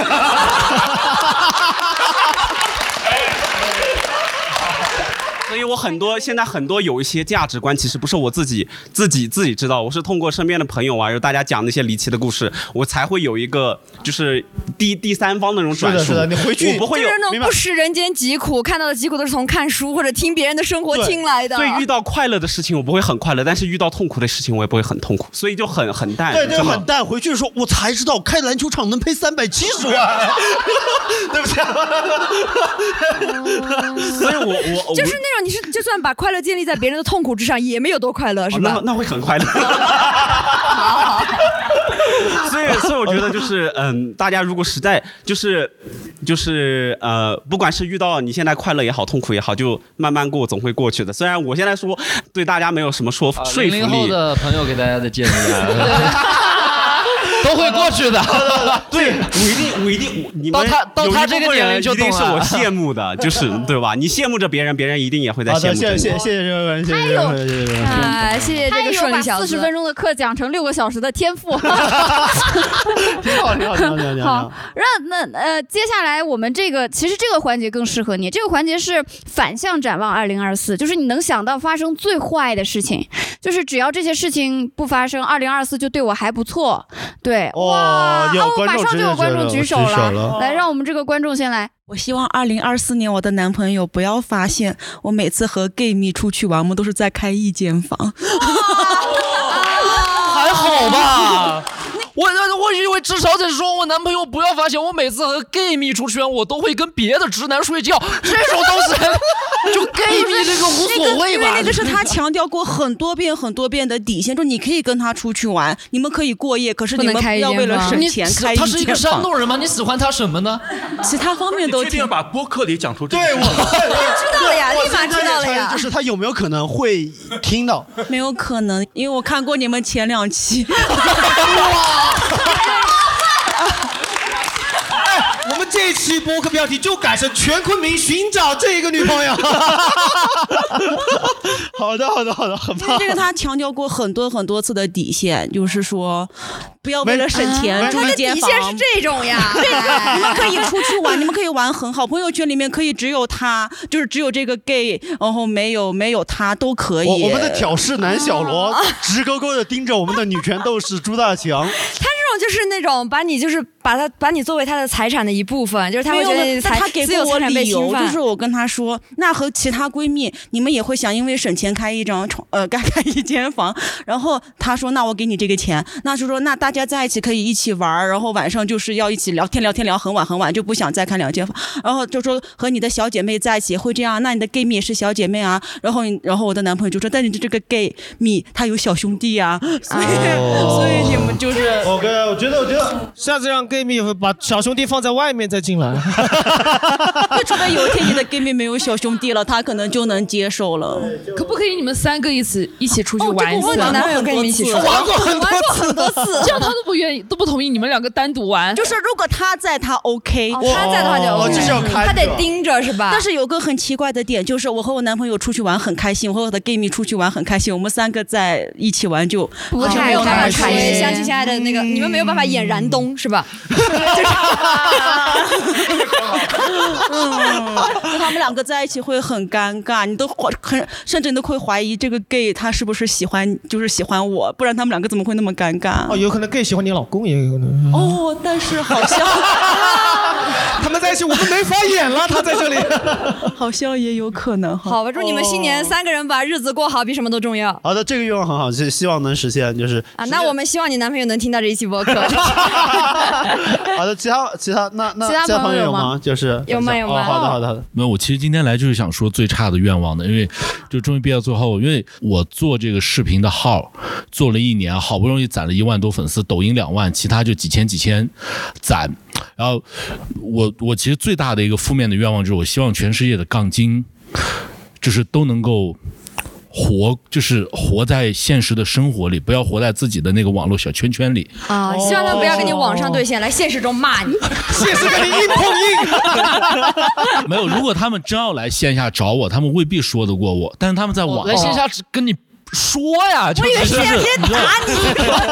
[SPEAKER 25] 所以我很多现在很多有一些价值观，其实不是我自己自己自己知道，我是通过身边的朋友啊，有大家讲那些离奇的故事，我才会有一个就是第第三方的那种转述。我不会有
[SPEAKER 5] 就是那
[SPEAKER 25] 明
[SPEAKER 5] 种
[SPEAKER 25] 白
[SPEAKER 5] 不食人间疾苦，看到的疾苦都是从看书或者听别人的生活听来的。
[SPEAKER 25] 对，所以遇到快乐的事情我不会很快乐，但是遇到痛苦的事情我也不会很痛苦，所以就很很淡，
[SPEAKER 2] 对对，
[SPEAKER 25] 哎真的
[SPEAKER 2] 很淡。回去说，我才知道开篮球场能赔三百七 十万。对不起、
[SPEAKER 25] 所以我我
[SPEAKER 5] 就是那种你是就算把快乐建立在别人的痛苦之上，也没有多快乐，是
[SPEAKER 25] 哦
[SPEAKER 5] 吧？
[SPEAKER 25] 那那会很 快乐。所以，所以我觉得就是，嗯，大家如果实在就是，就是呃，不管是遇到你现在快乐也好，痛苦也好，就慢慢过，总会过去的。虽然我现在说对大家没有什么说服说
[SPEAKER 7] 啊零
[SPEAKER 25] 服
[SPEAKER 7] 零后
[SPEAKER 25] 力，
[SPEAKER 7] 的朋友给大家的建议 啊，都会 过去的。
[SPEAKER 25] 对，我一定，我一定，我你
[SPEAKER 7] 到
[SPEAKER 25] 们
[SPEAKER 7] 他到
[SPEAKER 25] 有
[SPEAKER 7] 他
[SPEAKER 25] 一部
[SPEAKER 7] 这个
[SPEAKER 25] 分
[SPEAKER 7] 年
[SPEAKER 25] 人
[SPEAKER 7] 龄就
[SPEAKER 25] 一定
[SPEAKER 7] 懂
[SPEAKER 25] 是我
[SPEAKER 7] 了
[SPEAKER 25] 羡慕的，就是对吧？你羡慕着别人，别人一定也会在
[SPEAKER 2] 好
[SPEAKER 25] 羡
[SPEAKER 2] 的，谢
[SPEAKER 25] 慕
[SPEAKER 2] 谢
[SPEAKER 25] 着你。
[SPEAKER 2] 谢谢谢谢这位谢谢这位谢谢这位谢谢这位。
[SPEAKER 6] 呃
[SPEAKER 8] 哎，
[SPEAKER 5] 谢谢这个顺利小子
[SPEAKER 8] 四十分钟的课讲成六个小时的天赋。
[SPEAKER 2] 挺好挺好挺好挺好 挺好
[SPEAKER 8] 好。让那呃，接下来我们这个其实这个环节更适合你，这个环节是反向展望二零二四，就是你能想到发生最坏的事情，就是只要这些事情不发生，二零二四就对我还不错。对，
[SPEAKER 2] 哇，有
[SPEAKER 8] 我
[SPEAKER 2] 观
[SPEAKER 8] 哦马
[SPEAKER 2] 众
[SPEAKER 8] 上
[SPEAKER 2] 直
[SPEAKER 8] 就
[SPEAKER 2] 接
[SPEAKER 8] 有观众
[SPEAKER 2] 举
[SPEAKER 8] 手
[SPEAKER 2] 了，
[SPEAKER 8] 来，让我们这个观众先来。
[SPEAKER 13] 哦我希望二零二四年我的男朋友不要发现我每次和 gay 蜜出去玩，我们都是在开一间房。
[SPEAKER 7] 还好吧。我我以为至少得说，我男朋友不要发现我每次和 gay 蜜出去玩，我都会跟别的直男睡觉，这种东西就 gay 蜜这个无所谓
[SPEAKER 13] 那个因
[SPEAKER 7] 吧？
[SPEAKER 13] 为那个是他强调过很多遍、很多遍的底线，就是你可以跟他出去玩，你们可以过夜，可是你们不要为了省钱
[SPEAKER 7] 你
[SPEAKER 13] 开
[SPEAKER 7] 他是一
[SPEAKER 13] 间
[SPEAKER 7] 个山
[SPEAKER 13] 房。
[SPEAKER 7] 东人吗？你喜欢他什么呢？
[SPEAKER 13] 其他方面都
[SPEAKER 28] 确定要把播客里讲出这个？
[SPEAKER 2] 对我，
[SPEAKER 13] 知道了呀
[SPEAKER 2] 我
[SPEAKER 13] 立马
[SPEAKER 2] 我
[SPEAKER 13] 知道了呀
[SPEAKER 2] 我猜就是他有没有可能会听到？。
[SPEAKER 13] 没有可能，因为我看过你们前两 期。
[SPEAKER 23] 我们这一期播客标题就改成“全昆明寻找这一个女朋友”
[SPEAKER 2] 好的，好的，好的，很
[SPEAKER 13] 因为这个他强调过很多很多次的底线，就是说不要为了省钱住
[SPEAKER 5] 他
[SPEAKER 13] 一
[SPEAKER 5] 的
[SPEAKER 13] 间
[SPEAKER 5] 底
[SPEAKER 13] 房。
[SPEAKER 5] 线是这种呀
[SPEAKER 13] ，对你们可以出去玩，你们可以玩很好，朋友圈里面可以只有他，就是只有这个 gay，然后没有没有他都可以。
[SPEAKER 2] 我我们的挑事男小 罗
[SPEAKER 8] 哦
[SPEAKER 2] 直勾勾的盯着我们的女权斗士朱大强，
[SPEAKER 5] 他这种就是那种把你就是把他把你作为他的财产的一部分，就是他
[SPEAKER 13] 没
[SPEAKER 5] 会
[SPEAKER 13] 有
[SPEAKER 5] 觉得你
[SPEAKER 13] 了
[SPEAKER 5] 的，
[SPEAKER 13] 但
[SPEAKER 5] 财
[SPEAKER 13] 他给
[SPEAKER 5] 自由
[SPEAKER 13] 过我
[SPEAKER 5] 财产被
[SPEAKER 13] 理
[SPEAKER 5] 侵
[SPEAKER 13] 由，
[SPEAKER 5] 犯。
[SPEAKER 13] 就是我跟他说，那和其他闺蜜，你们也会想因为省钱开一张床，呃，开开一间房。然后他说，那我给你这个钱，那就说那大家在一起可以一起玩儿，然后晚上就是要一起聊天聊天聊很晚很晚，就不想再开两间房。然后就说和你的小姐妹在一起会这样，那你的 gay 蜜也是小姐妹啊。然后你然后我的男朋友就说，但你这个 gay 蜜他有小兄弟啊，所以、所以你们就是
[SPEAKER 2] 我跟对，我觉得，我觉得
[SPEAKER 4] 哦下次让 gay 蜜把小兄弟放在外面再进来。
[SPEAKER 13] 那除非有一天你的 gay 妹没有小兄弟了，他可能就能接受了。
[SPEAKER 3] 可不可以你们三个一起一起出去玩一次？
[SPEAKER 13] 我男朋友跟你们一起出去玩过很多次玩过很多次
[SPEAKER 3] 这样他都不愿意，都不同意你们两个单独玩。
[SPEAKER 13] 就是如果他在，他 OK，
[SPEAKER 5] 他在的话就 OK，他嗯得盯着是吧？哦
[SPEAKER 13] 但是有个很奇怪的点，就是我和我男朋友出去玩很开心，我和我的 gay 蜜出去玩很开心，我们三个在一起玩就
[SPEAKER 5] 不
[SPEAKER 13] 就
[SPEAKER 5] 太
[SPEAKER 13] 没有那
[SPEAKER 5] 开
[SPEAKER 13] 么
[SPEAKER 5] 心
[SPEAKER 13] 开心。
[SPEAKER 5] 相亲相爱的那个，你们没有办法演燃冬是吧？
[SPEAKER 13] 嗯，就 他们两个在一起会很尴尬，你都怀很甚至你都会怀疑这个 gay 他是不是喜欢就是喜欢我，不然他们两个怎么会那么尴尬？
[SPEAKER 4] 哦，有可能 gay 喜欢你老公，也有可能。
[SPEAKER 13] 哦，但是好像
[SPEAKER 4] 他们在一起，我们没法演了，他在这里。
[SPEAKER 13] 好像也有可能哈。
[SPEAKER 5] 好吧，祝你们新年三个人把日子过好，比什么都重要
[SPEAKER 2] 好的，这个愿望很好，希希望能实现，就是
[SPEAKER 5] 啊！那我们希望你男朋友能听到这一期播 客。
[SPEAKER 2] 好的，其他其他那那
[SPEAKER 5] 其他朋友有
[SPEAKER 2] 有
[SPEAKER 5] 吗
[SPEAKER 2] 吗？就是
[SPEAKER 5] 有吗有吗
[SPEAKER 2] 哦好的好的好的。
[SPEAKER 29] 没有，我其实今天来就是想说最差的愿望的，因为就终于憋到最后，因为我做这个视频的号做了一年，好不容易攒了一万多粉丝，抖音两万，其他就几千几千攒。然后我我其实最大的一个负面的愿望就是，我希望全世界的杠精就是都能够。活就是活在现实的生活里，不要活在自己的那个网络小圈圈里。
[SPEAKER 8] 哦
[SPEAKER 5] 啊，希望他不要跟你网上对线，来现实中骂你，
[SPEAKER 4] 现实跟你硬碰 硬。
[SPEAKER 29] 没有，如果他们真要来线下找我，他们未必说得过我，但是他们在网
[SPEAKER 7] 来线下只
[SPEAKER 29] 跟你说 呀，就
[SPEAKER 3] 我以为
[SPEAKER 29] 就是是
[SPEAKER 3] 要直接
[SPEAKER 29] 你知道
[SPEAKER 3] 打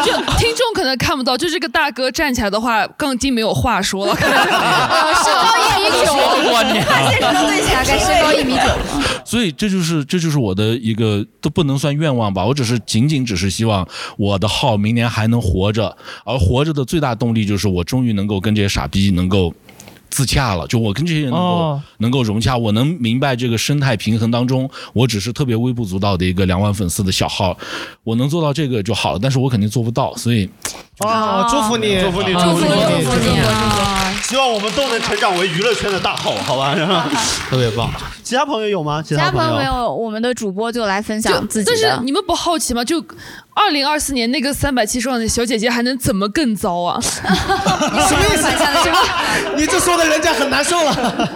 [SPEAKER 3] 就听众可能看不到，就这个大哥站起来的话，杠精没有话说了，可能是呃身高一米九，
[SPEAKER 29] 我天啊
[SPEAKER 3] 现实中对起来
[SPEAKER 5] 该身高一米九。
[SPEAKER 29] 所以这就是这就是我的一个都不能算愿望吧，我只是仅仅只是希望我的号明年还能活着，而活着的最大动力就是我终于能够跟这些傻逼能够。自洽了，就我跟这些人能够、
[SPEAKER 4] 哦
[SPEAKER 29] 能够融洽，我能明白这个生态平衡当中，我只是特别微不足道的一个两万粉丝的小号，我能做到这个就好了，但是我肯定做不到，所以
[SPEAKER 8] 哦
[SPEAKER 4] 啊，祝福你，
[SPEAKER 29] 祝福你祝福你祝福你
[SPEAKER 2] 啊！希望我们都能成长为娱乐圈的大号，好吧？ 特别棒。其他朋友有吗？其
[SPEAKER 8] 其他
[SPEAKER 2] 朋
[SPEAKER 8] 朋友没有，我们的主播就来分享自己
[SPEAKER 3] 但
[SPEAKER 8] 的。
[SPEAKER 3] 是你们不好奇吗？就二零二四年那个三百七十万的小姐姐还能怎么更糟啊？
[SPEAKER 4] 什么意思？你这说的人家很难受啊了。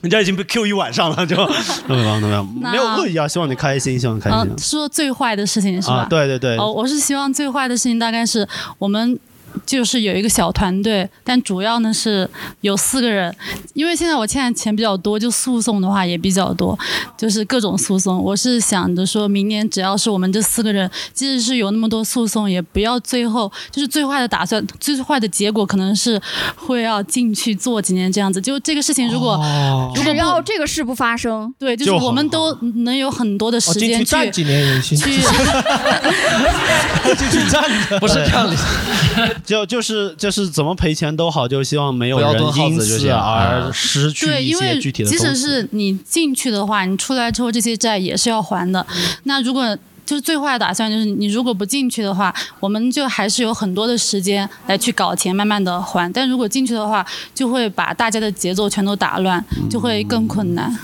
[SPEAKER 2] 人家已经被 Q 一晚上了，就特别棒，特别棒，
[SPEAKER 11] 那哦
[SPEAKER 2] 没有恶意啊，希望你开心，希望你开心。
[SPEAKER 11] 呃说最坏的事情是吧？
[SPEAKER 2] 啊对对对
[SPEAKER 11] 哦，我是希望最坏的事情大概是我们。就是有一个小团队，但主要呢是有四个人，因为现在我欠的钱比较多，就诉讼的话也比较多，就是各种诉讼。我是想着说明年只要是我们这四个人，即使是有那么多诉讼，也不要最后就是最坏的打算，最坏的结果可能是会要进去做几年这样子。就这个事情如果、如果
[SPEAKER 8] 哦只要这个事不发生，
[SPEAKER 11] 对，就是我们都能有很多的时
[SPEAKER 4] 哦
[SPEAKER 2] 哦
[SPEAKER 4] 进
[SPEAKER 11] 间
[SPEAKER 4] 去
[SPEAKER 11] 去、
[SPEAKER 4] 站几年也行，
[SPEAKER 11] 去
[SPEAKER 4] 进去站着，
[SPEAKER 7] 不是这样的。
[SPEAKER 2] 就 就是就是怎么赔钱都好，就希望没有
[SPEAKER 7] 不要
[SPEAKER 2] 人
[SPEAKER 7] 蹲耗
[SPEAKER 2] 因
[SPEAKER 7] 子就
[SPEAKER 2] 此
[SPEAKER 7] 这样
[SPEAKER 2] 而失去
[SPEAKER 11] 对，
[SPEAKER 2] 一
[SPEAKER 11] 因
[SPEAKER 2] 些
[SPEAKER 11] 为
[SPEAKER 2] 具体的
[SPEAKER 11] 即
[SPEAKER 2] 东西。
[SPEAKER 11] 使是你进去的话，你出来之后这些债也是要还的。
[SPEAKER 2] 嗯
[SPEAKER 11] 那如果就是最坏的打算，就是你如果不进去的话，我们就还是有很多的时间来去搞钱，慢慢的还。但如果进去的话，就会把大家的节奏全都打乱，就会更
[SPEAKER 2] 嗯
[SPEAKER 11] 困难。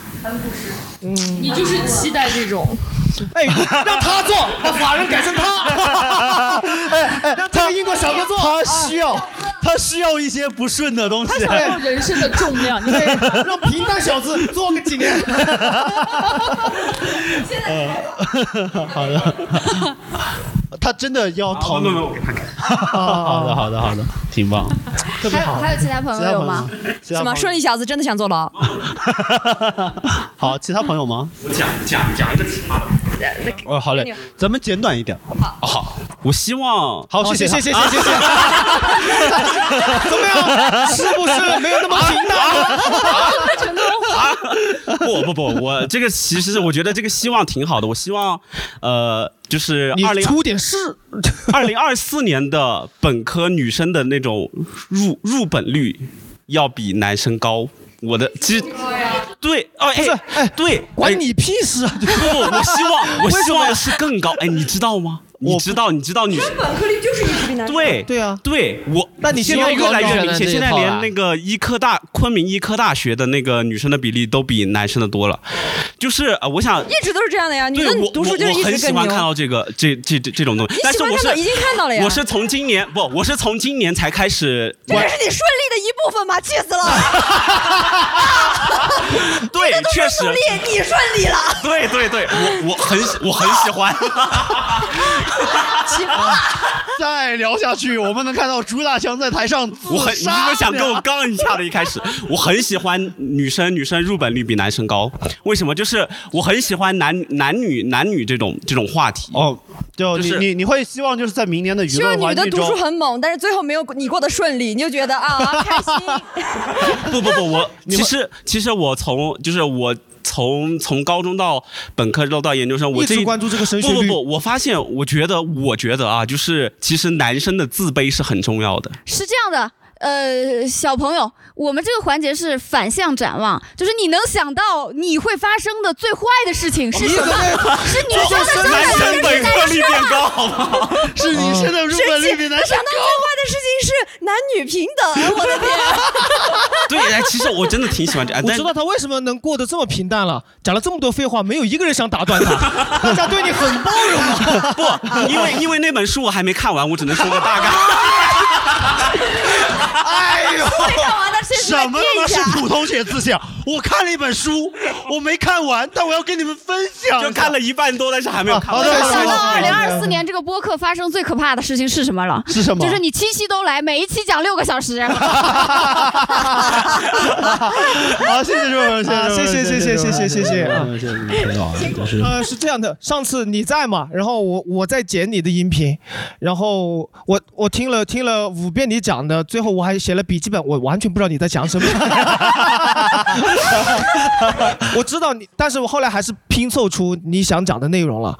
[SPEAKER 3] 你就是期待这种。
[SPEAKER 4] 哎，让他做，把法人改成 他。
[SPEAKER 2] 哎哎，
[SPEAKER 4] 让这个英国小哥做，啊
[SPEAKER 2] 他需要，他需要一些不顺的东西。
[SPEAKER 3] 他想要人生的重量你得
[SPEAKER 4] 让平淡小子做个 几年。
[SPEAKER 2] 呃 好的，他真的要讨论。 好的，好的，好的，挺棒，特别好。
[SPEAKER 5] 还有其他朋友有吗
[SPEAKER 2] 其他朋友
[SPEAKER 5] 什么顺利小子真的想坐 牢？
[SPEAKER 2] 好，其他朋友吗？
[SPEAKER 25] 我讲讲讲一个其他的。
[SPEAKER 2] 哦，好嘞，咱们简短一点。
[SPEAKER 25] 好，我希望
[SPEAKER 2] 好，谢谢，谢谢，谢谢，谢谢。
[SPEAKER 4] 怎么样？是不是没有那么平淡？真的
[SPEAKER 25] 不不不，我这个其实我觉得这个希望挺好的。我希望，呃，就是
[SPEAKER 4] 你
[SPEAKER 25] 二零
[SPEAKER 4] 出点事。
[SPEAKER 25] 二零二四年的本科女生的那种入入本率要比男生高。我的其实对哦，哎哎，对，
[SPEAKER 4] 管你屁事啊！
[SPEAKER 25] 不不，我希望我希望的是更高。哎，你知道吗？你知道，你知道女生
[SPEAKER 5] 本科率就是一直比男生高
[SPEAKER 25] 对
[SPEAKER 4] 对啊，
[SPEAKER 25] 对我，
[SPEAKER 4] 那你现在
[SPEAKER 25] 越来越明
[SPEAKER 4] 高中
[SPEAKER 25] 显，
[SPEAKER 4] 了
[SPEAKER 25] 现在
[SPEAKER 4] 那一套
[SPEAKER 25] 连
[SPEAKER 4] 啊
[SPEAKER 25] 那个医科大昆明医科大学的那个女生的比例都比男生的多了，就是呃，我想。
[SPEAKER 5] 一直都是这样的呀。女
[SPEAKER 25] 对
[SPEAKER 5] 生
[SPEAKER 25] 我
[SPEAKER 5] 读书就是
[SPEAKER 25] 我
[SPEAKER 5] 一
[SPEAKER 25] 我很
[SPEAKER 5] 直
[SPEAKER 25] 喜
[SPEAKER 5] 跟
[SPEAKER 25] 欢看
[SPEAKER 5] 牛。
[SPEAKER 25] 到这个这这这这种东西
[SPEAKER 5] 你，
[SPEAKER 25] 但
[SPEAKER 5] 喜
[SPEAKER 25] 是
[SPEAKER 5] 欢
[SPEAKER 25] 我
[SPEAKER 5] 看
[SPEAKER 25] 是
[SPEAKER 5] 到已经看到了呀
[SPEAKER 25] 我是从今年不，我是从今年才开始
[SPEAKER 5] 这就是你顺利的一部分吗？气死了！
[SPEAKER 25] 对
[SPEAKER 5] 你的，
[SPEAKER 25] 确实
[SPEAKER 5] 努力，你顺利了。
[SPEAKER 25] 对对对，我我很喜我很喜欢。
[SPEAKER 5] 起风了。
[SPEAKER 2] 再聊下去，我们能看到朱大强在台上自
[SPEAKER 25] 我很，你
[SPEAKER 2] 杀
[SPEAKER 25] 们想跟我
[SPEAKER 2] 呢
[SPEAKER 25] 杠一下的？一开始，我很喜欢女生，女生入本率比男生高，为什么？就是我很喜欢男男女男女这种这种话题。
[SPEAKER 30] 哦，就
[SPEAKER 25] 就是
[SPEAKER 30] 你你你会希望就是在明年的舆
[SPEAKER 5] 希望
[SPEAKER 30] 论
[SPEAKER 5] 女
[SPEAKER 30] 环
[SPEAKER 5] 的
[SPEAKER 30] 境
[SPEAKER 5] 读
[SPEAKER 30] 中
[SPEAKER 5] 书，很猛，但是最后没有你过得顺利，你就觉得 啊开心。
[SPEAKER 25] 不不不，我其实其实我从就是我。从从高中到本科到到研究生，我
[SPEAKER 2] 一直
[SPEAKER 25] 这
[SPEAKER 2] 关注这个升学
[SPEAKER 25] 不不
[SPEAKER 2] 率
[SPEAKER 25] 不，我发现，我觉得，我觉得啊，就是其实男生的自卑是很重要的。
[SPEAKER 6] 是这样的，呃，小朋友，我们这个环节是反向展望，就是你能想到你会发生的最坏的事情是什 么？是女生的生
[SPEAKER 29] 男
[SPEAKER 6] 产
[SPEAKER 29] 生
[SPEAKER 6] 率比
[SPEAKER 29] 本
[SPEAKER 6] 男
[SPEAKER 29] 科
[SPEAKER 6] 生
[SPEAKER 29] 率
[SPEAKER 6] 高
[SPEAKER 29] 变
[SPEAKER 25] 高，好不好？
[SPEAKER 2] 是女生
[SPEAKER 25] 呃
[SPEAKER 2] 的入本率比男生
[SPEAKER 5] 想到最坏的事情是男女平 等，我的天！
[SPEAKER 25] 对，哎其实我真的挺喜
[SPEAKER 2] 啊
[SPEAKER 25] 欢这，哎
[SPEAKER 4] 我
[SPEAKER 25] 但
[SPEAKER 4] 知道他为什么能过得这么平淡了，讲了这么多废话，没有一个人想打断他， 大家对你很包容啊。
[SPEAKER 25] 不，因为因为那本书我还没看完，我只能说个大概。
[SPEAKER 2] 哎呦，什么他妈是普通
[SPEAKER 25] 写字想？
[SPEAKER 2] 我看了一本书，我没看完，但我要跟你们分享。啊
[SPEAKER 25] 就看了一半多，但是还没有看完。
[SPEAKER 2] 好的，好
[SPEAKER 6] 想
[SPEAKER 2] 的
[SPEAKER 6] 到
[SPEAKER 2] 好
[SPEAKER 6] 二
[SPEAKER 2] 的
[SPEAKER 6] 零二四年这个播客发生最可怕的事情是什么了？
[SPEAKER 2] 是什么
[SPEAKER 6] 就是你七夕都来，每一期讲六个小时。
[SPEAKER 2] 好，谢谢朱老师，
[SPEAKER 4] 啊谢谢谢谢谢谢谢谢啊！
[SPEAKER 2] 就是
[SPEAKER 4] 呃，是这样的，上次你在嘛，然后我我在剪你的音频，然后我我听了听了五遍你讲的，最后我还写了笔记本，我完全不知道你在讲什么。 我知道你，但是我后来还是拼凑出你想讲的内容了。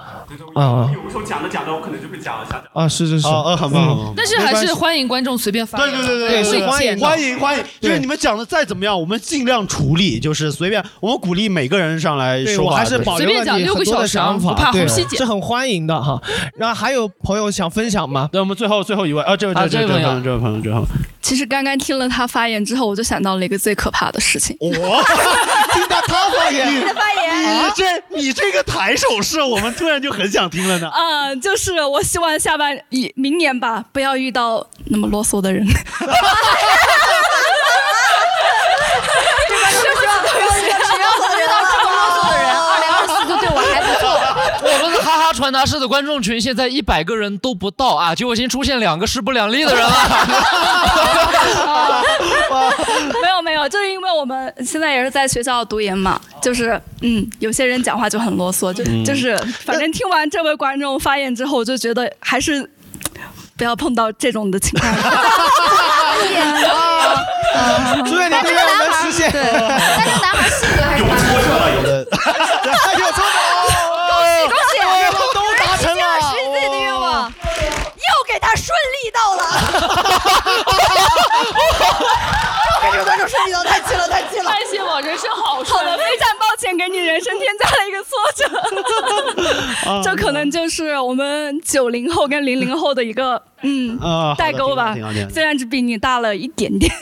[SPEAKER 4] 啊
[SPEAKER 25] 有时候讲着讲着，我可能就被讲了下。
[SPEAKER 4] 啊，是是是，
[SPEAKER 2] 哦哦很棒很
[SPEAKER 4] 嗯
[SPEAKER 2] 棒
[SPEAKER 3] 但是还是欢迎观众随便发言。
[SPEAKER 2] 对对对，
[SPEAKER 3] 是
[SPEAKER 2] 欢迎欢迎欢迎！就是
[SPEAKER 3] 对
[SPEAKER 2] 你们讲的再怎么样，我们尽量处理，就是随便，我们鼓励每个人上来
[SPEAKER 4] 对
[SPEAKER 2] 说
[SPEAKER 4] 我
[SPEAKER 2] 吧。
[SPEAKER 4] 还是
[SPEAKER 2] 对
[SPEAKER 4] 保留了你很多的想法，对，是很欢迎的哈。然后还有朋友想分享吗？
[SPEAKER 2] 那我们最后最后一位啊，这位这位这位朋友，这位朋友，这位朋友，
[SPEAKER 1] 其实刚刚听了他发言之后，我就想到了一个最可怕的事情。
[SPEAKER 2] 听到 他发言，
[SPEAKER 1] 你的发言
[SPEAKER 2] 你这你这个抬手势，我们突然就很想听了呢。
[SPEAKER 1] 啊、就是我希望下半以明年吧，不要遇到那么啰嗦的人。
[SPEAKER 29] 这观众希望不要遇到
[SPEAKER 1] 只
[SPEAKER 29] 要我遇到这么啰嗦的人2024就对 我还不
[SPEAKER 2] 啊
[SPEAKER 29] 错
[SPEAKER 7] 我们的哈哈传达室的观众群现在一百个人都不到啊，结果已经出现两个势不两立的人 了。
[SPEAKER 1] 没有没有，就是因为我们现在也是在学校读研嘛，就是嗯，有些人讲话就很啰嗦，就、
[SPEAKER 29] 嗯
[SPEAKER 1] 就是反正听完这位观众发言之后，我就觉得还是不要碰到这种的情况。
[SPEAKER 4] 祝愿你们愿能实现。
[SPEAKER 29] 但是男孩性格还是蛮不错的。有错
[SPEAKER 5] 恭喜恭喜，
[SPEAKER 25] 哎
[SPEAKER 29] 愿望都达成了，
[SPEAKER 5] 实现了自己的愿
[SPEAKER 25] 哦
[SPEAKER 5] 望，又给他顺利到了。给
[SPEAKER 1] 我
[SPEAKER 5] 这个观众顺利到太气了太气了
[SPEAKER 1] 开心，我人生好
[SPEAKER 5] 顺利
[SPEAKER 1] 好的，非常抱歉给你人生添加了一个挫
[SPEAKER 2] 啊
[SPEAKER 1] 折，这可能就是我们九零后跟零零后的一个嗯
[SPEAKER 2] 啊好的
[SPEAKER 1] 代沟吧
[SPEAKER 2] 挺好挺好挺好，
[SPEAKER 1] 虽然只比你大了一点点。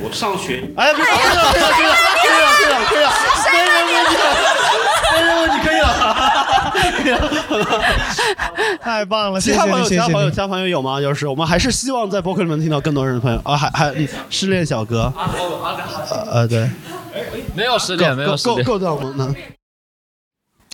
[SPEAKER 25] 我上学，
[SPEAKER 2] 哎，别别别别别了，可以了，可以了，没人问题了，没人问题，可以了。
[SPEAKER 4] 太棒了
[SPEAKER 2] 其他朋友，
[SPEAKER 4] 谢谢
[SPEAKER 2] 其他朋友，
[SPEAKER 4] 谢谢
[SPEAKER 2] 其他朋友有吗？就是我们还是希望在播客里面听到更多人的朋友啊，还还嗯失恋小 哥，啊呃对，
[SPEAKER 7] 没有失恋，没有失
[SPEAKER 2] 够
[SPEAKER 7] 恋。
[SPEAKER 2] 够到吗？那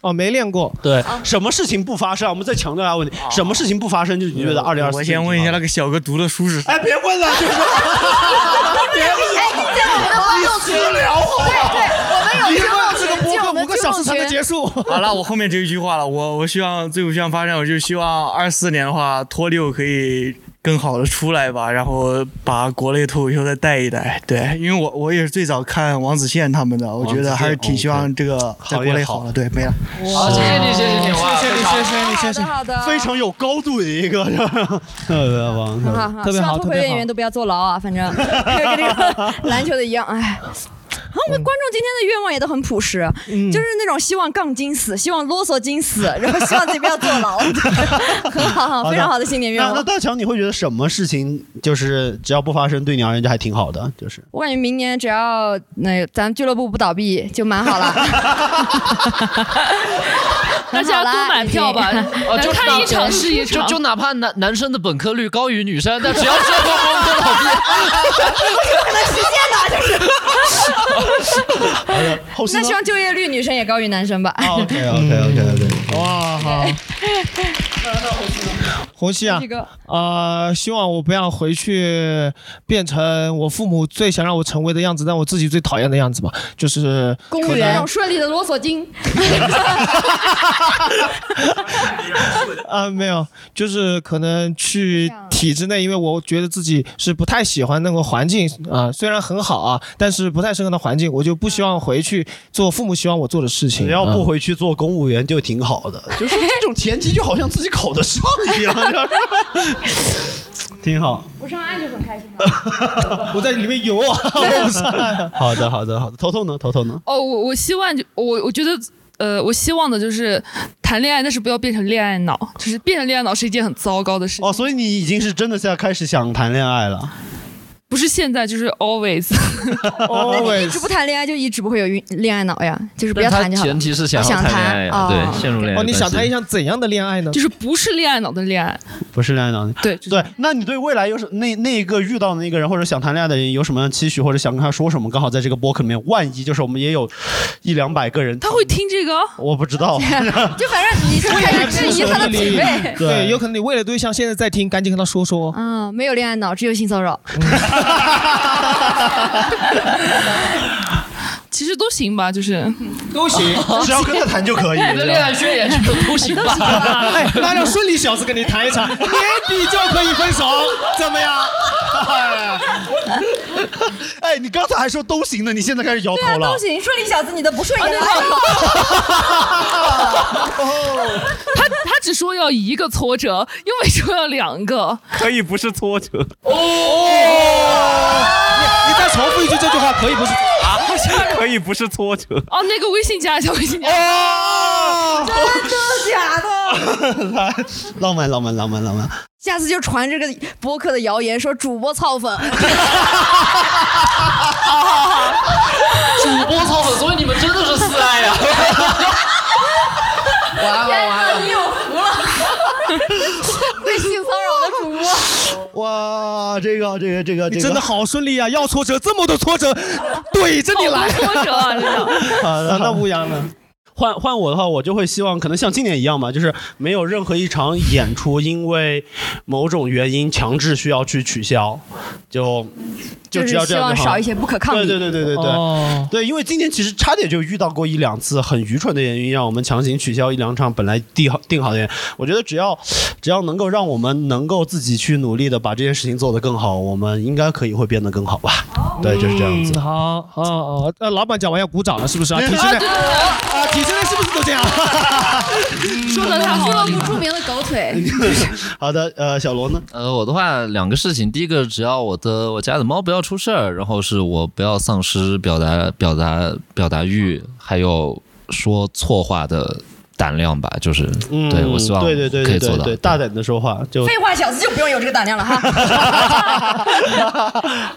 [SPEAKER 4] 哦，没练过。
[SPEAKER 2] 对，什么事情不发生？我们再强调一下问题，什么事情不发生？就是你觉得二零二四？
[SPEAKER 18] 我先问一下那个小哥读的书是啥？
[SPEAKER 2] 哎，别问了，就是 别问了，
[SPEAKER 29] 哎你见我们的观众群
[SPEAKER 2] 你私聊好不好？
[SPEAKER 29] 对对我们有
[SPEAKER 2] 你
[SPEAKER 29] 听众
[SPEAKER 2] 问
[SPEAKER 29] 群
[SPEAKER 2] 这个播
[SPEAKER 29] 见我
[SPEAKER 2] 客
[SPEAKER 29] 们
[SPEAKER 2] 五个小时才能结束。
[SPEAKER 18] 好了，我后面只有一句话了。我我希望最不希望发展，我就希望二四年的话，脱六可以更好的出来吧，然后把国内脱口秀再带一带。对，因为我我也是最早看王子宪他们的，我觉得还是挺希望这个在国内好了。对，没了。
[SPEAKER 7] 好，谢谢你，谢谢你，哇，
[SPEAKER 4] 谢谢你
[SPEAKER 7] 非
[SPEAKER 4] 谢
[SPEAKER 7] 常
[SPEAKER 4] 谢你谢谢你
[SPEAKER 5] 好的，
[SPEAKER 2] 非常有高度的一个， 特别棒，
[SPEAKER 5] 很好，很好，希望脱口演员都不要坐牢啊，反正跟这个篮球的一样，哎。啊，后观众今天的愿望也都很朴实，就是那种希望杠精死，希望啰嗦精死，然后希望自己不要坐牢，很好，非常好的新年愿
[SPEAKER 2] 那那
[SPEAKER 5] 望。
[SPEAKER 2] 大强，你会觉得什么事情就是只要不发生，对你而言就还挺好的，就是
[SPEAKER 5] 我感觉明年只要那个咱们俱乐部不倒闭就蛮好了。
[SPEAKER 3] 大家多买票吧
[SPEAKER 5] 很好 啦已经
[SPEAKER 3] 呃就
[SPEAKER 5] 能看一场是一
[SPEAKER 7] 哦就
[SPEAKER 5] 场
[SPEAKER 7] 就哪怕男男生的本科率高于女生，但只要社科工科老毕，
[SPEAKER 5] 可能实
[SPEAKER 2] 啊这
[SPEAKER 5] 现的，是。那希望就业率女生也高于男生吧。
[SPEAKER 2] OK OK OK OK，
[SPEAKER 4] 哇，啊 好。红熙啊
[SPEAKER 5] 红旗哥，
[SPEAKER 4] 呃，希望我不要回去变成我父母最想让我成为的样子，但我自己最讨厌的样子吧，就是
[SPEAKER 22] 公务
[SPEAKER 4] 可
[SPEAKER 22] 员那
[SPEAKER 4] 能
[SPEAKER 22] 种顺利的啰嗦精，
[SPEAKER 4] 啊，没有，就是可能去体制内，因为我觉得自己是不太喜欢那个环境啊，虽然很好啊，但是不太适合那环境，我就不希望回去做父母希望我做的事情。啊
[SPEAKER 2] 只要不回去做公务员就挺好的，就是这种前提就好像自己考得上一样，挺好。
[SPEAKER 22] 我上岸就很开心了。
[SPEAKER 4] 我在里面游啊，
[SPEAKER 2] 我操好的好的好的，头头呢？头头呢？
[SPEAKER 3] 哦，我我希望就我我觉得。呃，我希望的就是谈恋爱，但是不要变成恋爱脑，就是变成恋爱脑是一件很糟糕的事情。
[SPEAKER 2] 哦，所以你已经是真的现在开始想谈恋爱了。
[SPEAKER 3] 不是现在，就是 always。
[SPEAKER 5] 那 你一直不谈恋爱，就一直不会有晕恋爱脑呀，就是不要谈就好了。
[SPEAKER 3] 要
[SPEAKER 5] 想谈哦
[SPEAKER 7] 陷入恋爱
[SPEAKER 4] 哦，你
[SPEAKER 7] 关
[SPEAKER 4] 想
[SPEAKER 7] 系
[SPEAKER 4] 谈一场怎样的恋爱呢？
[SPEAKER 3] 就是不是恋爱脑的恋爱。
[SPEAKER 2] 不是恋爱脑，
[SPEAKER 3] 对
[SPEAKER 2] 对。那你对未来有什那那一个遇到的那个人或者想谈恋爱的人有什么样的期许，或者想跟他说什么？刚好在这个播客里面，万一就是我们也有一两百个人，
[SPEAKER 3] 他会听这个？哦
[SPEAKER 2] 我不知道。哦
[SPEAKER 5] 就反 正你是开始质疑他的品味。
[SPEAKER 4] 对，有可能你为了对象现在在听，赶紧跟他说说。哦
[SPEAKER 5] 嗯，没有恋爱脑，只有性骚扰。
[SPEAKER 3] 其实都行吧，就是
[SPEAKER 4] 都 行只要跟他谈就 可以你的恋爱宣言是
[SPEAKER 3] 都行吧
[SPEAKER 4] 哎，那让顺利小子跟你谈一场，年底就可以分 手，怎么样？
[SPEAKER 2] 哎，你刚才还说都行呢，你现在开始摇
[SPEAKER 22] 对啊，
[SPEAKER 2] 头啊了
[SPEAKER 22] 都。行，顺利小子你的不顺眼了。
[SPEAKER 3] 他他只说要一个挫折，又没说要两个。
[SPEAKER 25] 可以不是挫折。
[SPEAKER 2] 哦
[SPEAKER 4] 你再重复一句这句话，可以不是
[SPEAKER 25] 啊？可以不是挫折。
[SPEAKER 3] 哦，那个微信加一下微信加一下。
[SPEAKER 2] 哦，
[SPEAKER 5] 真的假的？
[SPEAKER 22] 啊
[SPEAKER 2] 浪漫，浪漫，浪漫，浪漫。
[SPEAKER 5] 下次就传这个播客的谣言，说主播 操粉。
[SPEAKER 7] 主播操粉，所以你们真的是四爱呀、
[SPEAKER 22] 完了完了，你有福了，
[SPEAKER 5] 被性骚扰的主播。
[SPEAKER 2] 哇，这个这个这个，
[SPEAKER 4] 你真的好顺利啊！要挫折，这么多挫折怼着你来，
[SPEAKER 5] 啊
[SPEAKER 4] 啊
[SPEAKER 2] 好的，那吴 阳呢？换换我的话，我就会希望可能像今年一样吧，就是没有任何一场演出因为某种原因强制需要去取消，就就
[SPEAKER 5] 就是
[SPEAKER 2] 只要这样
[SPEAKER 5] 希
[SPEAKER 2] 好
[SPEAKER 5] 望少一些不可抗力
[SPEAKER 2] 对对对对对对、
[SPEAKER 5] 哦
[SPEAKER 2] 对，因为今年其实差点就遇到过一两次很愚蠢的原因，让我们强行取消一两场本来定好定好的演。我觉得只要只要能够让我们能够自己去努力的把这件事情做得更好，我们应该可以会变得更好吧？
[SPEAKER 5] 哦
[SPEAKER 2] 对，就是这样子。
[SPEAKER 4] 嗯好，好，好，呃，老板讲完要鼓掌了，是不是啊？体制内，啊，体制内是不是都这样？
[SPEAKER 3] 说得太好了
[SPEAKER 22] 俱乐部著名的狗 腿。
[SPEAKER 2] 好的，呃，小罗呢？
[SPEAKER 7] 呃，我的话两个事情，第一个只要我的我家的猫不要出事儿，然后是我不要丧失表达表达表达欲，还有说错话的胆量吧，就是、
[SPEAKER 2] 嗯，
[SPEAKER 7] 对我希望
[SPEAKER 2] 对对对
[SPEAKER 7] 可以
[SPEAKER 2] 对
[SPEAKER 7] 做
[SPEAKER 2] 对
[SPEAKER 7] 到
[SPEAKER 2] 对，。大胆的说话就
[SPEAKER 5] 废话，小子就不用有这个胆量 了哈。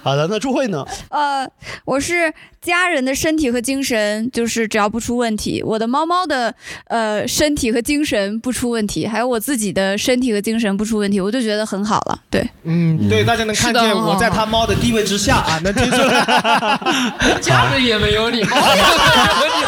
[SPEAKER 2] 好的。那朱慧呢？
[SPEAKER 8] 呃，我是家人的身体和精神，就是只要不出问题，我的猫猫的呃身体和精神不出问题，还有我自己的身体和精神不出问题，我就觉得很好了。对，
[SPEAKER 4] 嗯，对，大家能看见我在他猫的地位之下啊，能听出来。
[SPEAKER 7] 家人也没有你，猫也没有你。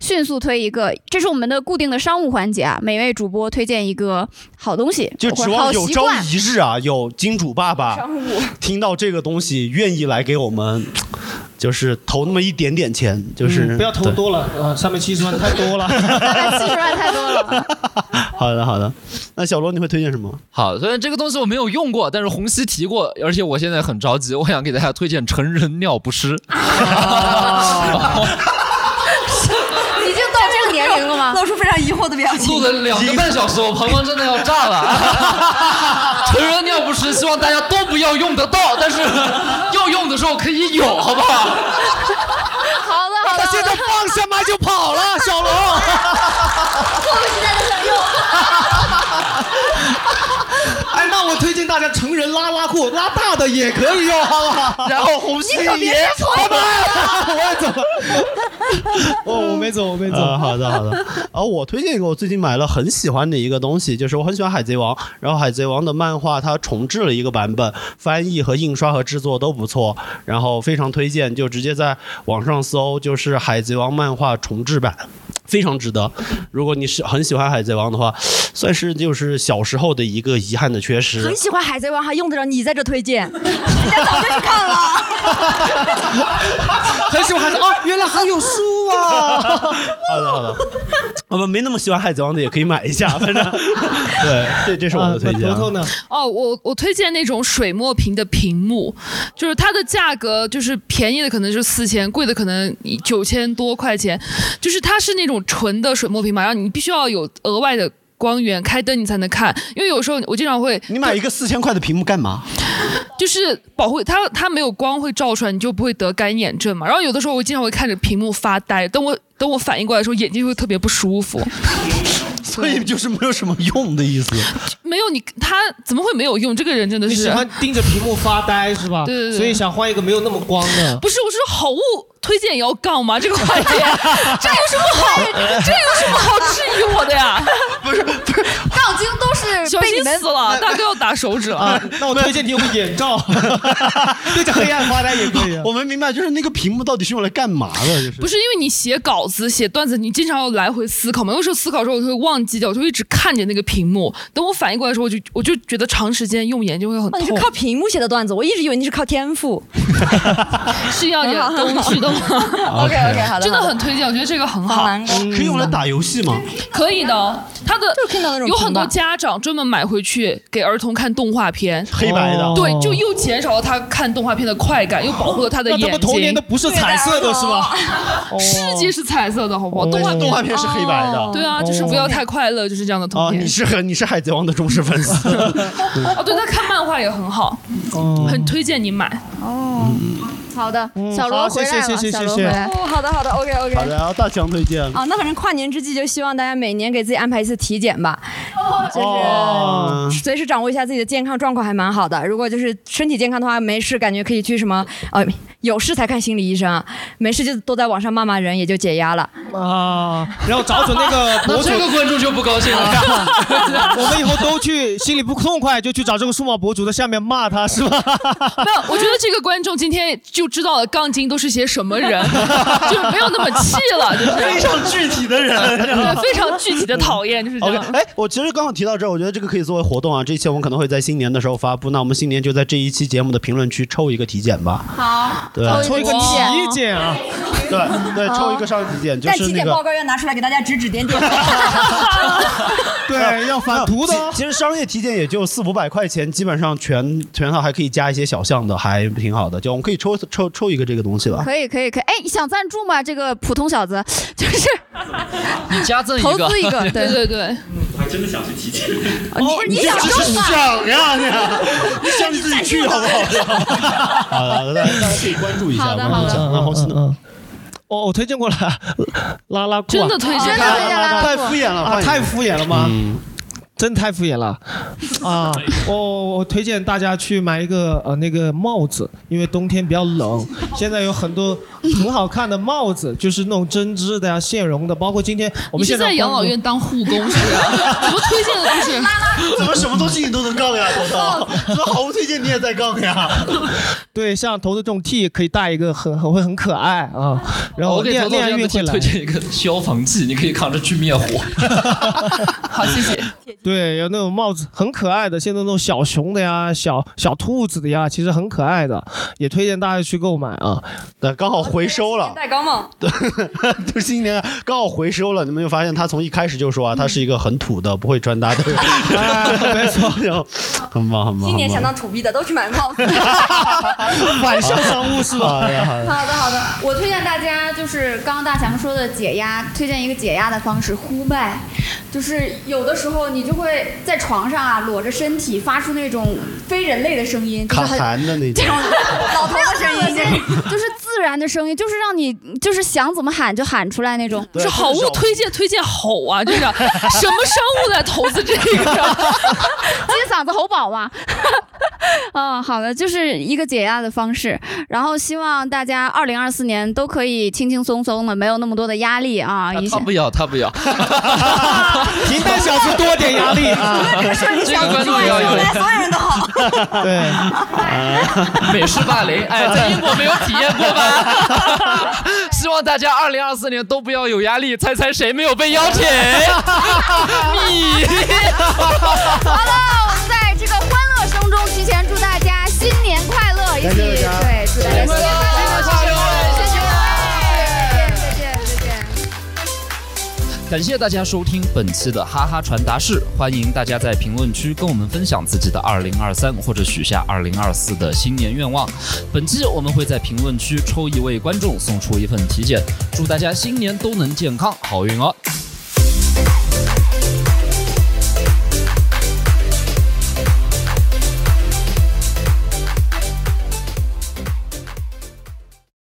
[SPEAKER 8] 迅速推一个，这是我们的固定的商务环节啊，每位主播推荐一个好东西，
[SPEAKER 2] 就
[SPEAKER 8] 或者
[SPEAKER 2] 指望
[SPEAKER 8] 好
[SPEAKER 2] 有
[SPEAKER 8] 习
[SPEAKER 2] 朝
[SPEAKER 8] 惯。
[SPEAKER 2] 一日啊，有金主爸爸听到这个东西，愿意来给我们就是投那么一点点钱，就是、
[SPEAKER 4] 嗯不要投
[SPEAKER 2] 对
[SPEAKER 4] 多了，呃，三百七十万太多了，
[SPEAKER 6] 七十万太多了。
[SPEAKER 2] 好的，好的。那小罗，你会推荐什么？
[SPEAKER 7] 好，虽然这个东西我没有用过，但是红熙提过，而且我现在很着急，我想给大家推荐成人尿不湿。
[SPEAKER 6] 已经到这个年龄了吗？
[SPEAKER 5] 露出非常疑惑的表情。
[SPEAKER 7] 录了两个半小时，我膀胱真的要炸了。 成人尿不湿，希望大家都不要用得到，但是要用的时候可以有，好不好？
[SPEAKER 6] 好的，好的。
[SPEAKER 25] 他现在放下麦就跑了，小龙。迫
[SPEAKER 6] 不及待的想
[SPEAKER 25] 用。
[SPEAKER 4] 哎，那我推荐大家成人拉拉裤，拉大的也可以用，哦好不好？
[SPEAKER 25] 然后红星爷，拜拜。
[SPEAKER 4] 我也走了。
[SPEAKER 2] 哦， 我没走，我没走。好的，好的。 啊，我推荐一个我最近买了很喜欢的一个东西，就是我很喜欢《海贼王》，然后《海贼王》的漫画它重制了一个版本，翻译和印刷和制作都不错，然后非常推荐，就直接在网上搜，就是《海贼王》漫画重制版。非常值得，如果你是很喜欢《海贼王》的话，算是就是小时候的一个遗憾的缺失。
[SPEAKER 5] 很喜欢《海贼王》，还用得着你在这 推荐？人家早就去看了。
[SPEAKER 4] 很喜欢孩子啊，原来还有书啊！
[SPEAKER 2] 好的好的，我们没那么喜欢《海贼王》的也可以买一下，反正 对，这这是我的推荐。
[SPEAKER 4] 啊那头头呢？
[SPEAKER 3] 哦，我我推荐那种水墨屏的屏幕，就是它的价格就是便宜的可能就四千，贵的可能九千多块钱，就是它是那种纯的水墨屏嘛，然后你必须要有额外的光源，开灯你才能看，因为有时候我经常会
[SPEAKER 2] 你买一个四千块的屏幕干嘛？
[SPEAKER 3] 就是保护它，它没有光会照出来，你就不会得干眼症嘛。然后有的时候我经常会看着屏幕发呆，等我等我反应过来的时候，眼睛就会特别不舒服。
[SPEAKER 2] 所以就是没有什么用的意思。
[SPEAKER 3] 没有你，他怎么会没有用？这个人真的
[SPEAKER 4] 你
[SPEAKER 3] 是
[SPEAKER 4] 喜欢盯着屏幕发呆是吧？
[SPEAKER 3] 对对对
[SPEAKER 4] 所以想换一个没有那么光的。
[SPEAKER 3] 不是，我是说好物推荐也要杠吗？这个环节，这有什么好？这有什么好质疑我的呀？
[SPEAKER 2] 不是不是，
[SPEAKER 6] 杠精都是
[SPEAKER 3] 小
[SPEAKER 6] 被你
[SPEAKER 3] 心
[SPEAKER 6] 们
[SPEAKER 3] 死了，大哥要打手指了。
[SPEAKER 4] 啊那我推荐你有个眼罩，
[SPEAKER 2] 对
[SPEAKER 4] 着黑暗发呆也可以啊
[SPEAKER 2] 我们明白，就是那个屏幕到底是用来干嘛的？ 就是
[SPEAKER 3] 不是因为你写稿子、写段子，你经常要来回思考嘛。有时候思考的时候，我就会忘记掉，我就一直看着那个屏幕。等我反应过来的时候，我就我就觉得长时间用眼就会很
[SPEAKER 5] 哦， 你是
[SPEAKER 3] 痛。
[SPEAKER 5] 靠屏幕写的段子，我一直以为你是靠天赋。
[SPEAKER 3] 是要点 东西的吗
[SPEAKER 5] OK，OK，好的
[SPEAKER 3] 啊 真的很推荐，我觉得这个很好，
[SPEAKER 2] 可以用来打游戏吗？
[SPEAKER 3] 可以的，它的
[SPEAKER 5] 种
[SPEAKER 3] 有很
[SPEAKER 5] 平
[SPEAKER 3] 多
[SPEAKER 5] 板
[SPEAKER 3] 家长专门买回去给儿童看动画片，
[SPEAKER 2] 黑白的
[SPEAKER 3] 对，就又减少了他看动画片的快感，又保护了他的
[SPEAKER 4] 那
[SPEAKER 3] 眼睛。啊
[SPEAKER 4] 他们童年的不是彩色的是吧？
[SPEAKER 3] 世界是彩色的，好不好？动画哦
[SPEAKER 2] 动画片是黑白的
[SPEAKER 3] 对啊，就是不要太快乐，就是这样的童
[SPEAKER 2] 啊，
[SPEAKER 3] 年。
[SPEAKER 2] 你是很你是海贼王的忠实粉丝。
[SPEAKER 3] 哦，对，他看漫画也很好，很推荐你买。
[SPEAKER 6] 哦，
[SPEAKER 2] 嗯
[SPEAKER 6] 好的，
[SPEAKER 5] 嗯
[SPEAKER 4] 嗯
[SPEAKER 6] 小罗回来了，小罗回来。
[SPEAKER 5] 哦，好的好的，OK OK。
[SPEAKER 2] 好的，然后大强推荐。
[SPEAKER 5] 啊，那反正跨年之际，就希望大家每年给自己安排一次体检吧，
[SPEAKER 2] 哦
[SPEAKER 5] 就是随时掌握一下自己的健康状况，还蛮好的。如果就是身体健康的话，没事感觉可以去什么呃，有事才看心理医生啊，没事就都在网上骂骂人，也就解压了。
[SPEAKER 4] 啊，然后找准那个博主，
[SPEAKER 5] 那这个
[SPEAKER 7] 观众就不高兴了
[SPEAKER 4] 我们以后都去心里不痛快，就去找这个数码博主在下面骂他，是吧？
[SPEAKER 3] 没有， 我觉得这个观众今天就知道了杠精都是些什么人， 就没有那么气了，就是
[SPEAKER 2] 非常具体的人
[SPEAKER 3] 对，非常具体的讨厌，就是这
[SPEAKER 2] OK，
[SPEAKER 3] 样。
[SPEAKER 2] 哎，我其实刚好提到这儿，我觉得这个可以作为活动啊。这一期我们可能会在新年的时候发布，那我们新年就在这一期节目的评论区抽一个体检吧。
[SPEAKER 31] 好
[SPEAKER 2] 对啊，
[SPEAKER 4] 体检啊，
[SPEAKER 2] 对对，抽一个上体检，就
[SPEAKER 31] 但
[SPEAKER 2] 是
[SPEAKER 31] 体
[SPEAKER 2] 那
[SPEAKER 31] 检
[SPEAKER 2] 个
[SPEAKER 31] 报告要拿出来给大家指指点点。
[SPEAKER 2] 对，要返图的。哦其实商业体检也就四五百块钱，基本上全全套还可以加一些小项的，还挺好的。就我们可以抽抽抽一个这个东西吧。
[SPEAKER 6] 可以可以可以，哎，你想赞助吗？这个普通 小子就是
[SPEAKER 7] 你加赠一个，
[SPEAKER 6] 投资一个 对对
[SPEAKER 3] 对对。
[SPEAKER 32] 我还真的想去体检。
[SPEAKER 6] 哦
[SPEAKER 2] 你想
[SPEAKER 25] 只是想呀你，你想你自己去好不好？
[SPEAKER 2] 好的，大家可以关注一下。
[SPEAKER 25] 好的好的
[SPEAKER 2] 那红星呢？
[SPEAKER 4] 嗯哦，我推荐过了，拉拉裤啊，
[SPEAKER 25] 真的推荐
[SPEAKER 4] 啊
[SPEAKER 25] 真的
[SPEAKER 3] 哎
[SPEAKER 25] 推荐拉拉裤
[SPEAKER 4] 太敷衍了
[SPEAKER 25] 啊
[SPEAKER 4] 啊，太 敷衍了吗？真太敷衍了， 啊！我我推荐大家去买一个呃那个帽子，因为冬天比较冷，现在有很多很好看的帽子，就是那种针织的呀、线绒的，包括今天我
[SPEAKER 3] 你
[SPEAKER 4] 们
[SPEAKER 3] 是
[SPEAKER 4] 现
[SPEAKER 3] 在养老院当护工是 吧？怎么推荐的都是？
[SPEAKER 2] 怎么什么东西你都能杠呀，头头？怎么毫无推荐你也在杠呀？
[SPEAKER 23] 对，像头头这种 T 可以戴一个很很会很可爱啊，然后
[SPEAKER 7] 我给
[SPEAKER 23] 练
[SPEAKER 7] 头头
[SPEAKER 23] 练运
[SPEAKER 7] 会
[SPEAKER 23] 会来
[SPEAKER 7] 推。荐一个消防器，你可以扛着去灭火。
[SPEAKER 23] 对，有那种帽子很可爱的，现在那种小熊的呀、小小兔子的呀，其实很可爱的，也推荐大家去购买啊。
[SPEAKER 2] 对，刚好回收了。
[SPEAKER 1] 戴高帽，
[SPEAKER 2] 就是今年刚好回收了，你们就发现他从一开始就说啊，他是一个很土的，不会穿搭的人。没错，很棒，很棒。
[SPEAKER 22] 今年想
[SPEAKER 2] 很棒
[SPEAKER 22] 当土逼的都去买帽子。
[SPEAKER 2] 晚上商务是吧好的好的
[SPEAKER 6] 好的好的，我推荐大家就是刚刚大强说的解压，推荐一个解压的方式，呼麦。就是有的时候你就会在床上啊，裸着身体发出那种非人类的声音，就是
[SPEAKER 2] 卡
[SPEAKER 6] 很
[SPEAKER 2] 痰的那
[SPEAKER 6] 这
[SPEAKER 2] 种
[SPEAKER 6] 种。
[SPEAKER 22] 老头的声音
[SPEAKER 6] 就是自然的声音，就是让你就是想怎么喊就喊出来那种。
[SPEAKER 3] 就是好物推荐推荐吼啊，就是什么商务在投资这个？
[SPEAKER 6] 金嗓子喉宝嘛。 嗯，好的，就是一个解压的方式。然后希望大家二零二四年都可以轻轻松松的，没有那么多的压力啊。一
[SPEAKER 7] 他
[SPEAKER 6] 下
[SPEAKER 7] 不要，他不要。
[SPEAKER 23] 平淡小子多点压力啊！
[SPEAKER 7] 这个观众不要有。
[SPEAKER 22] 所有人都好。
[SPEAKER 23] 对，
[SPEAKER 7] 美式霸凌，哎，在英国没有体验过吧？ 希望大家二零二四年都不要有压力。猜猜谁没有被邀请？ 你。
[SPEAKER 6] 好了，我们在这个欢乐声中提前祝大家新年快乐，一起
[SPEAKER 23] 感谢大家
[SPEAKER 6] 对祝大家新年快乐，谢谢各位，谢谢，再见，再见。
[SPEAKER 7] 感谢大家收听本期的哈哈传达室，欢迎大家在评论区跟我们分享自己的二零二三或者许下二零二四的新年愿望。本期我们会在评论区抽一位观众送出一份体检，祝大家新年都能健康好运哦。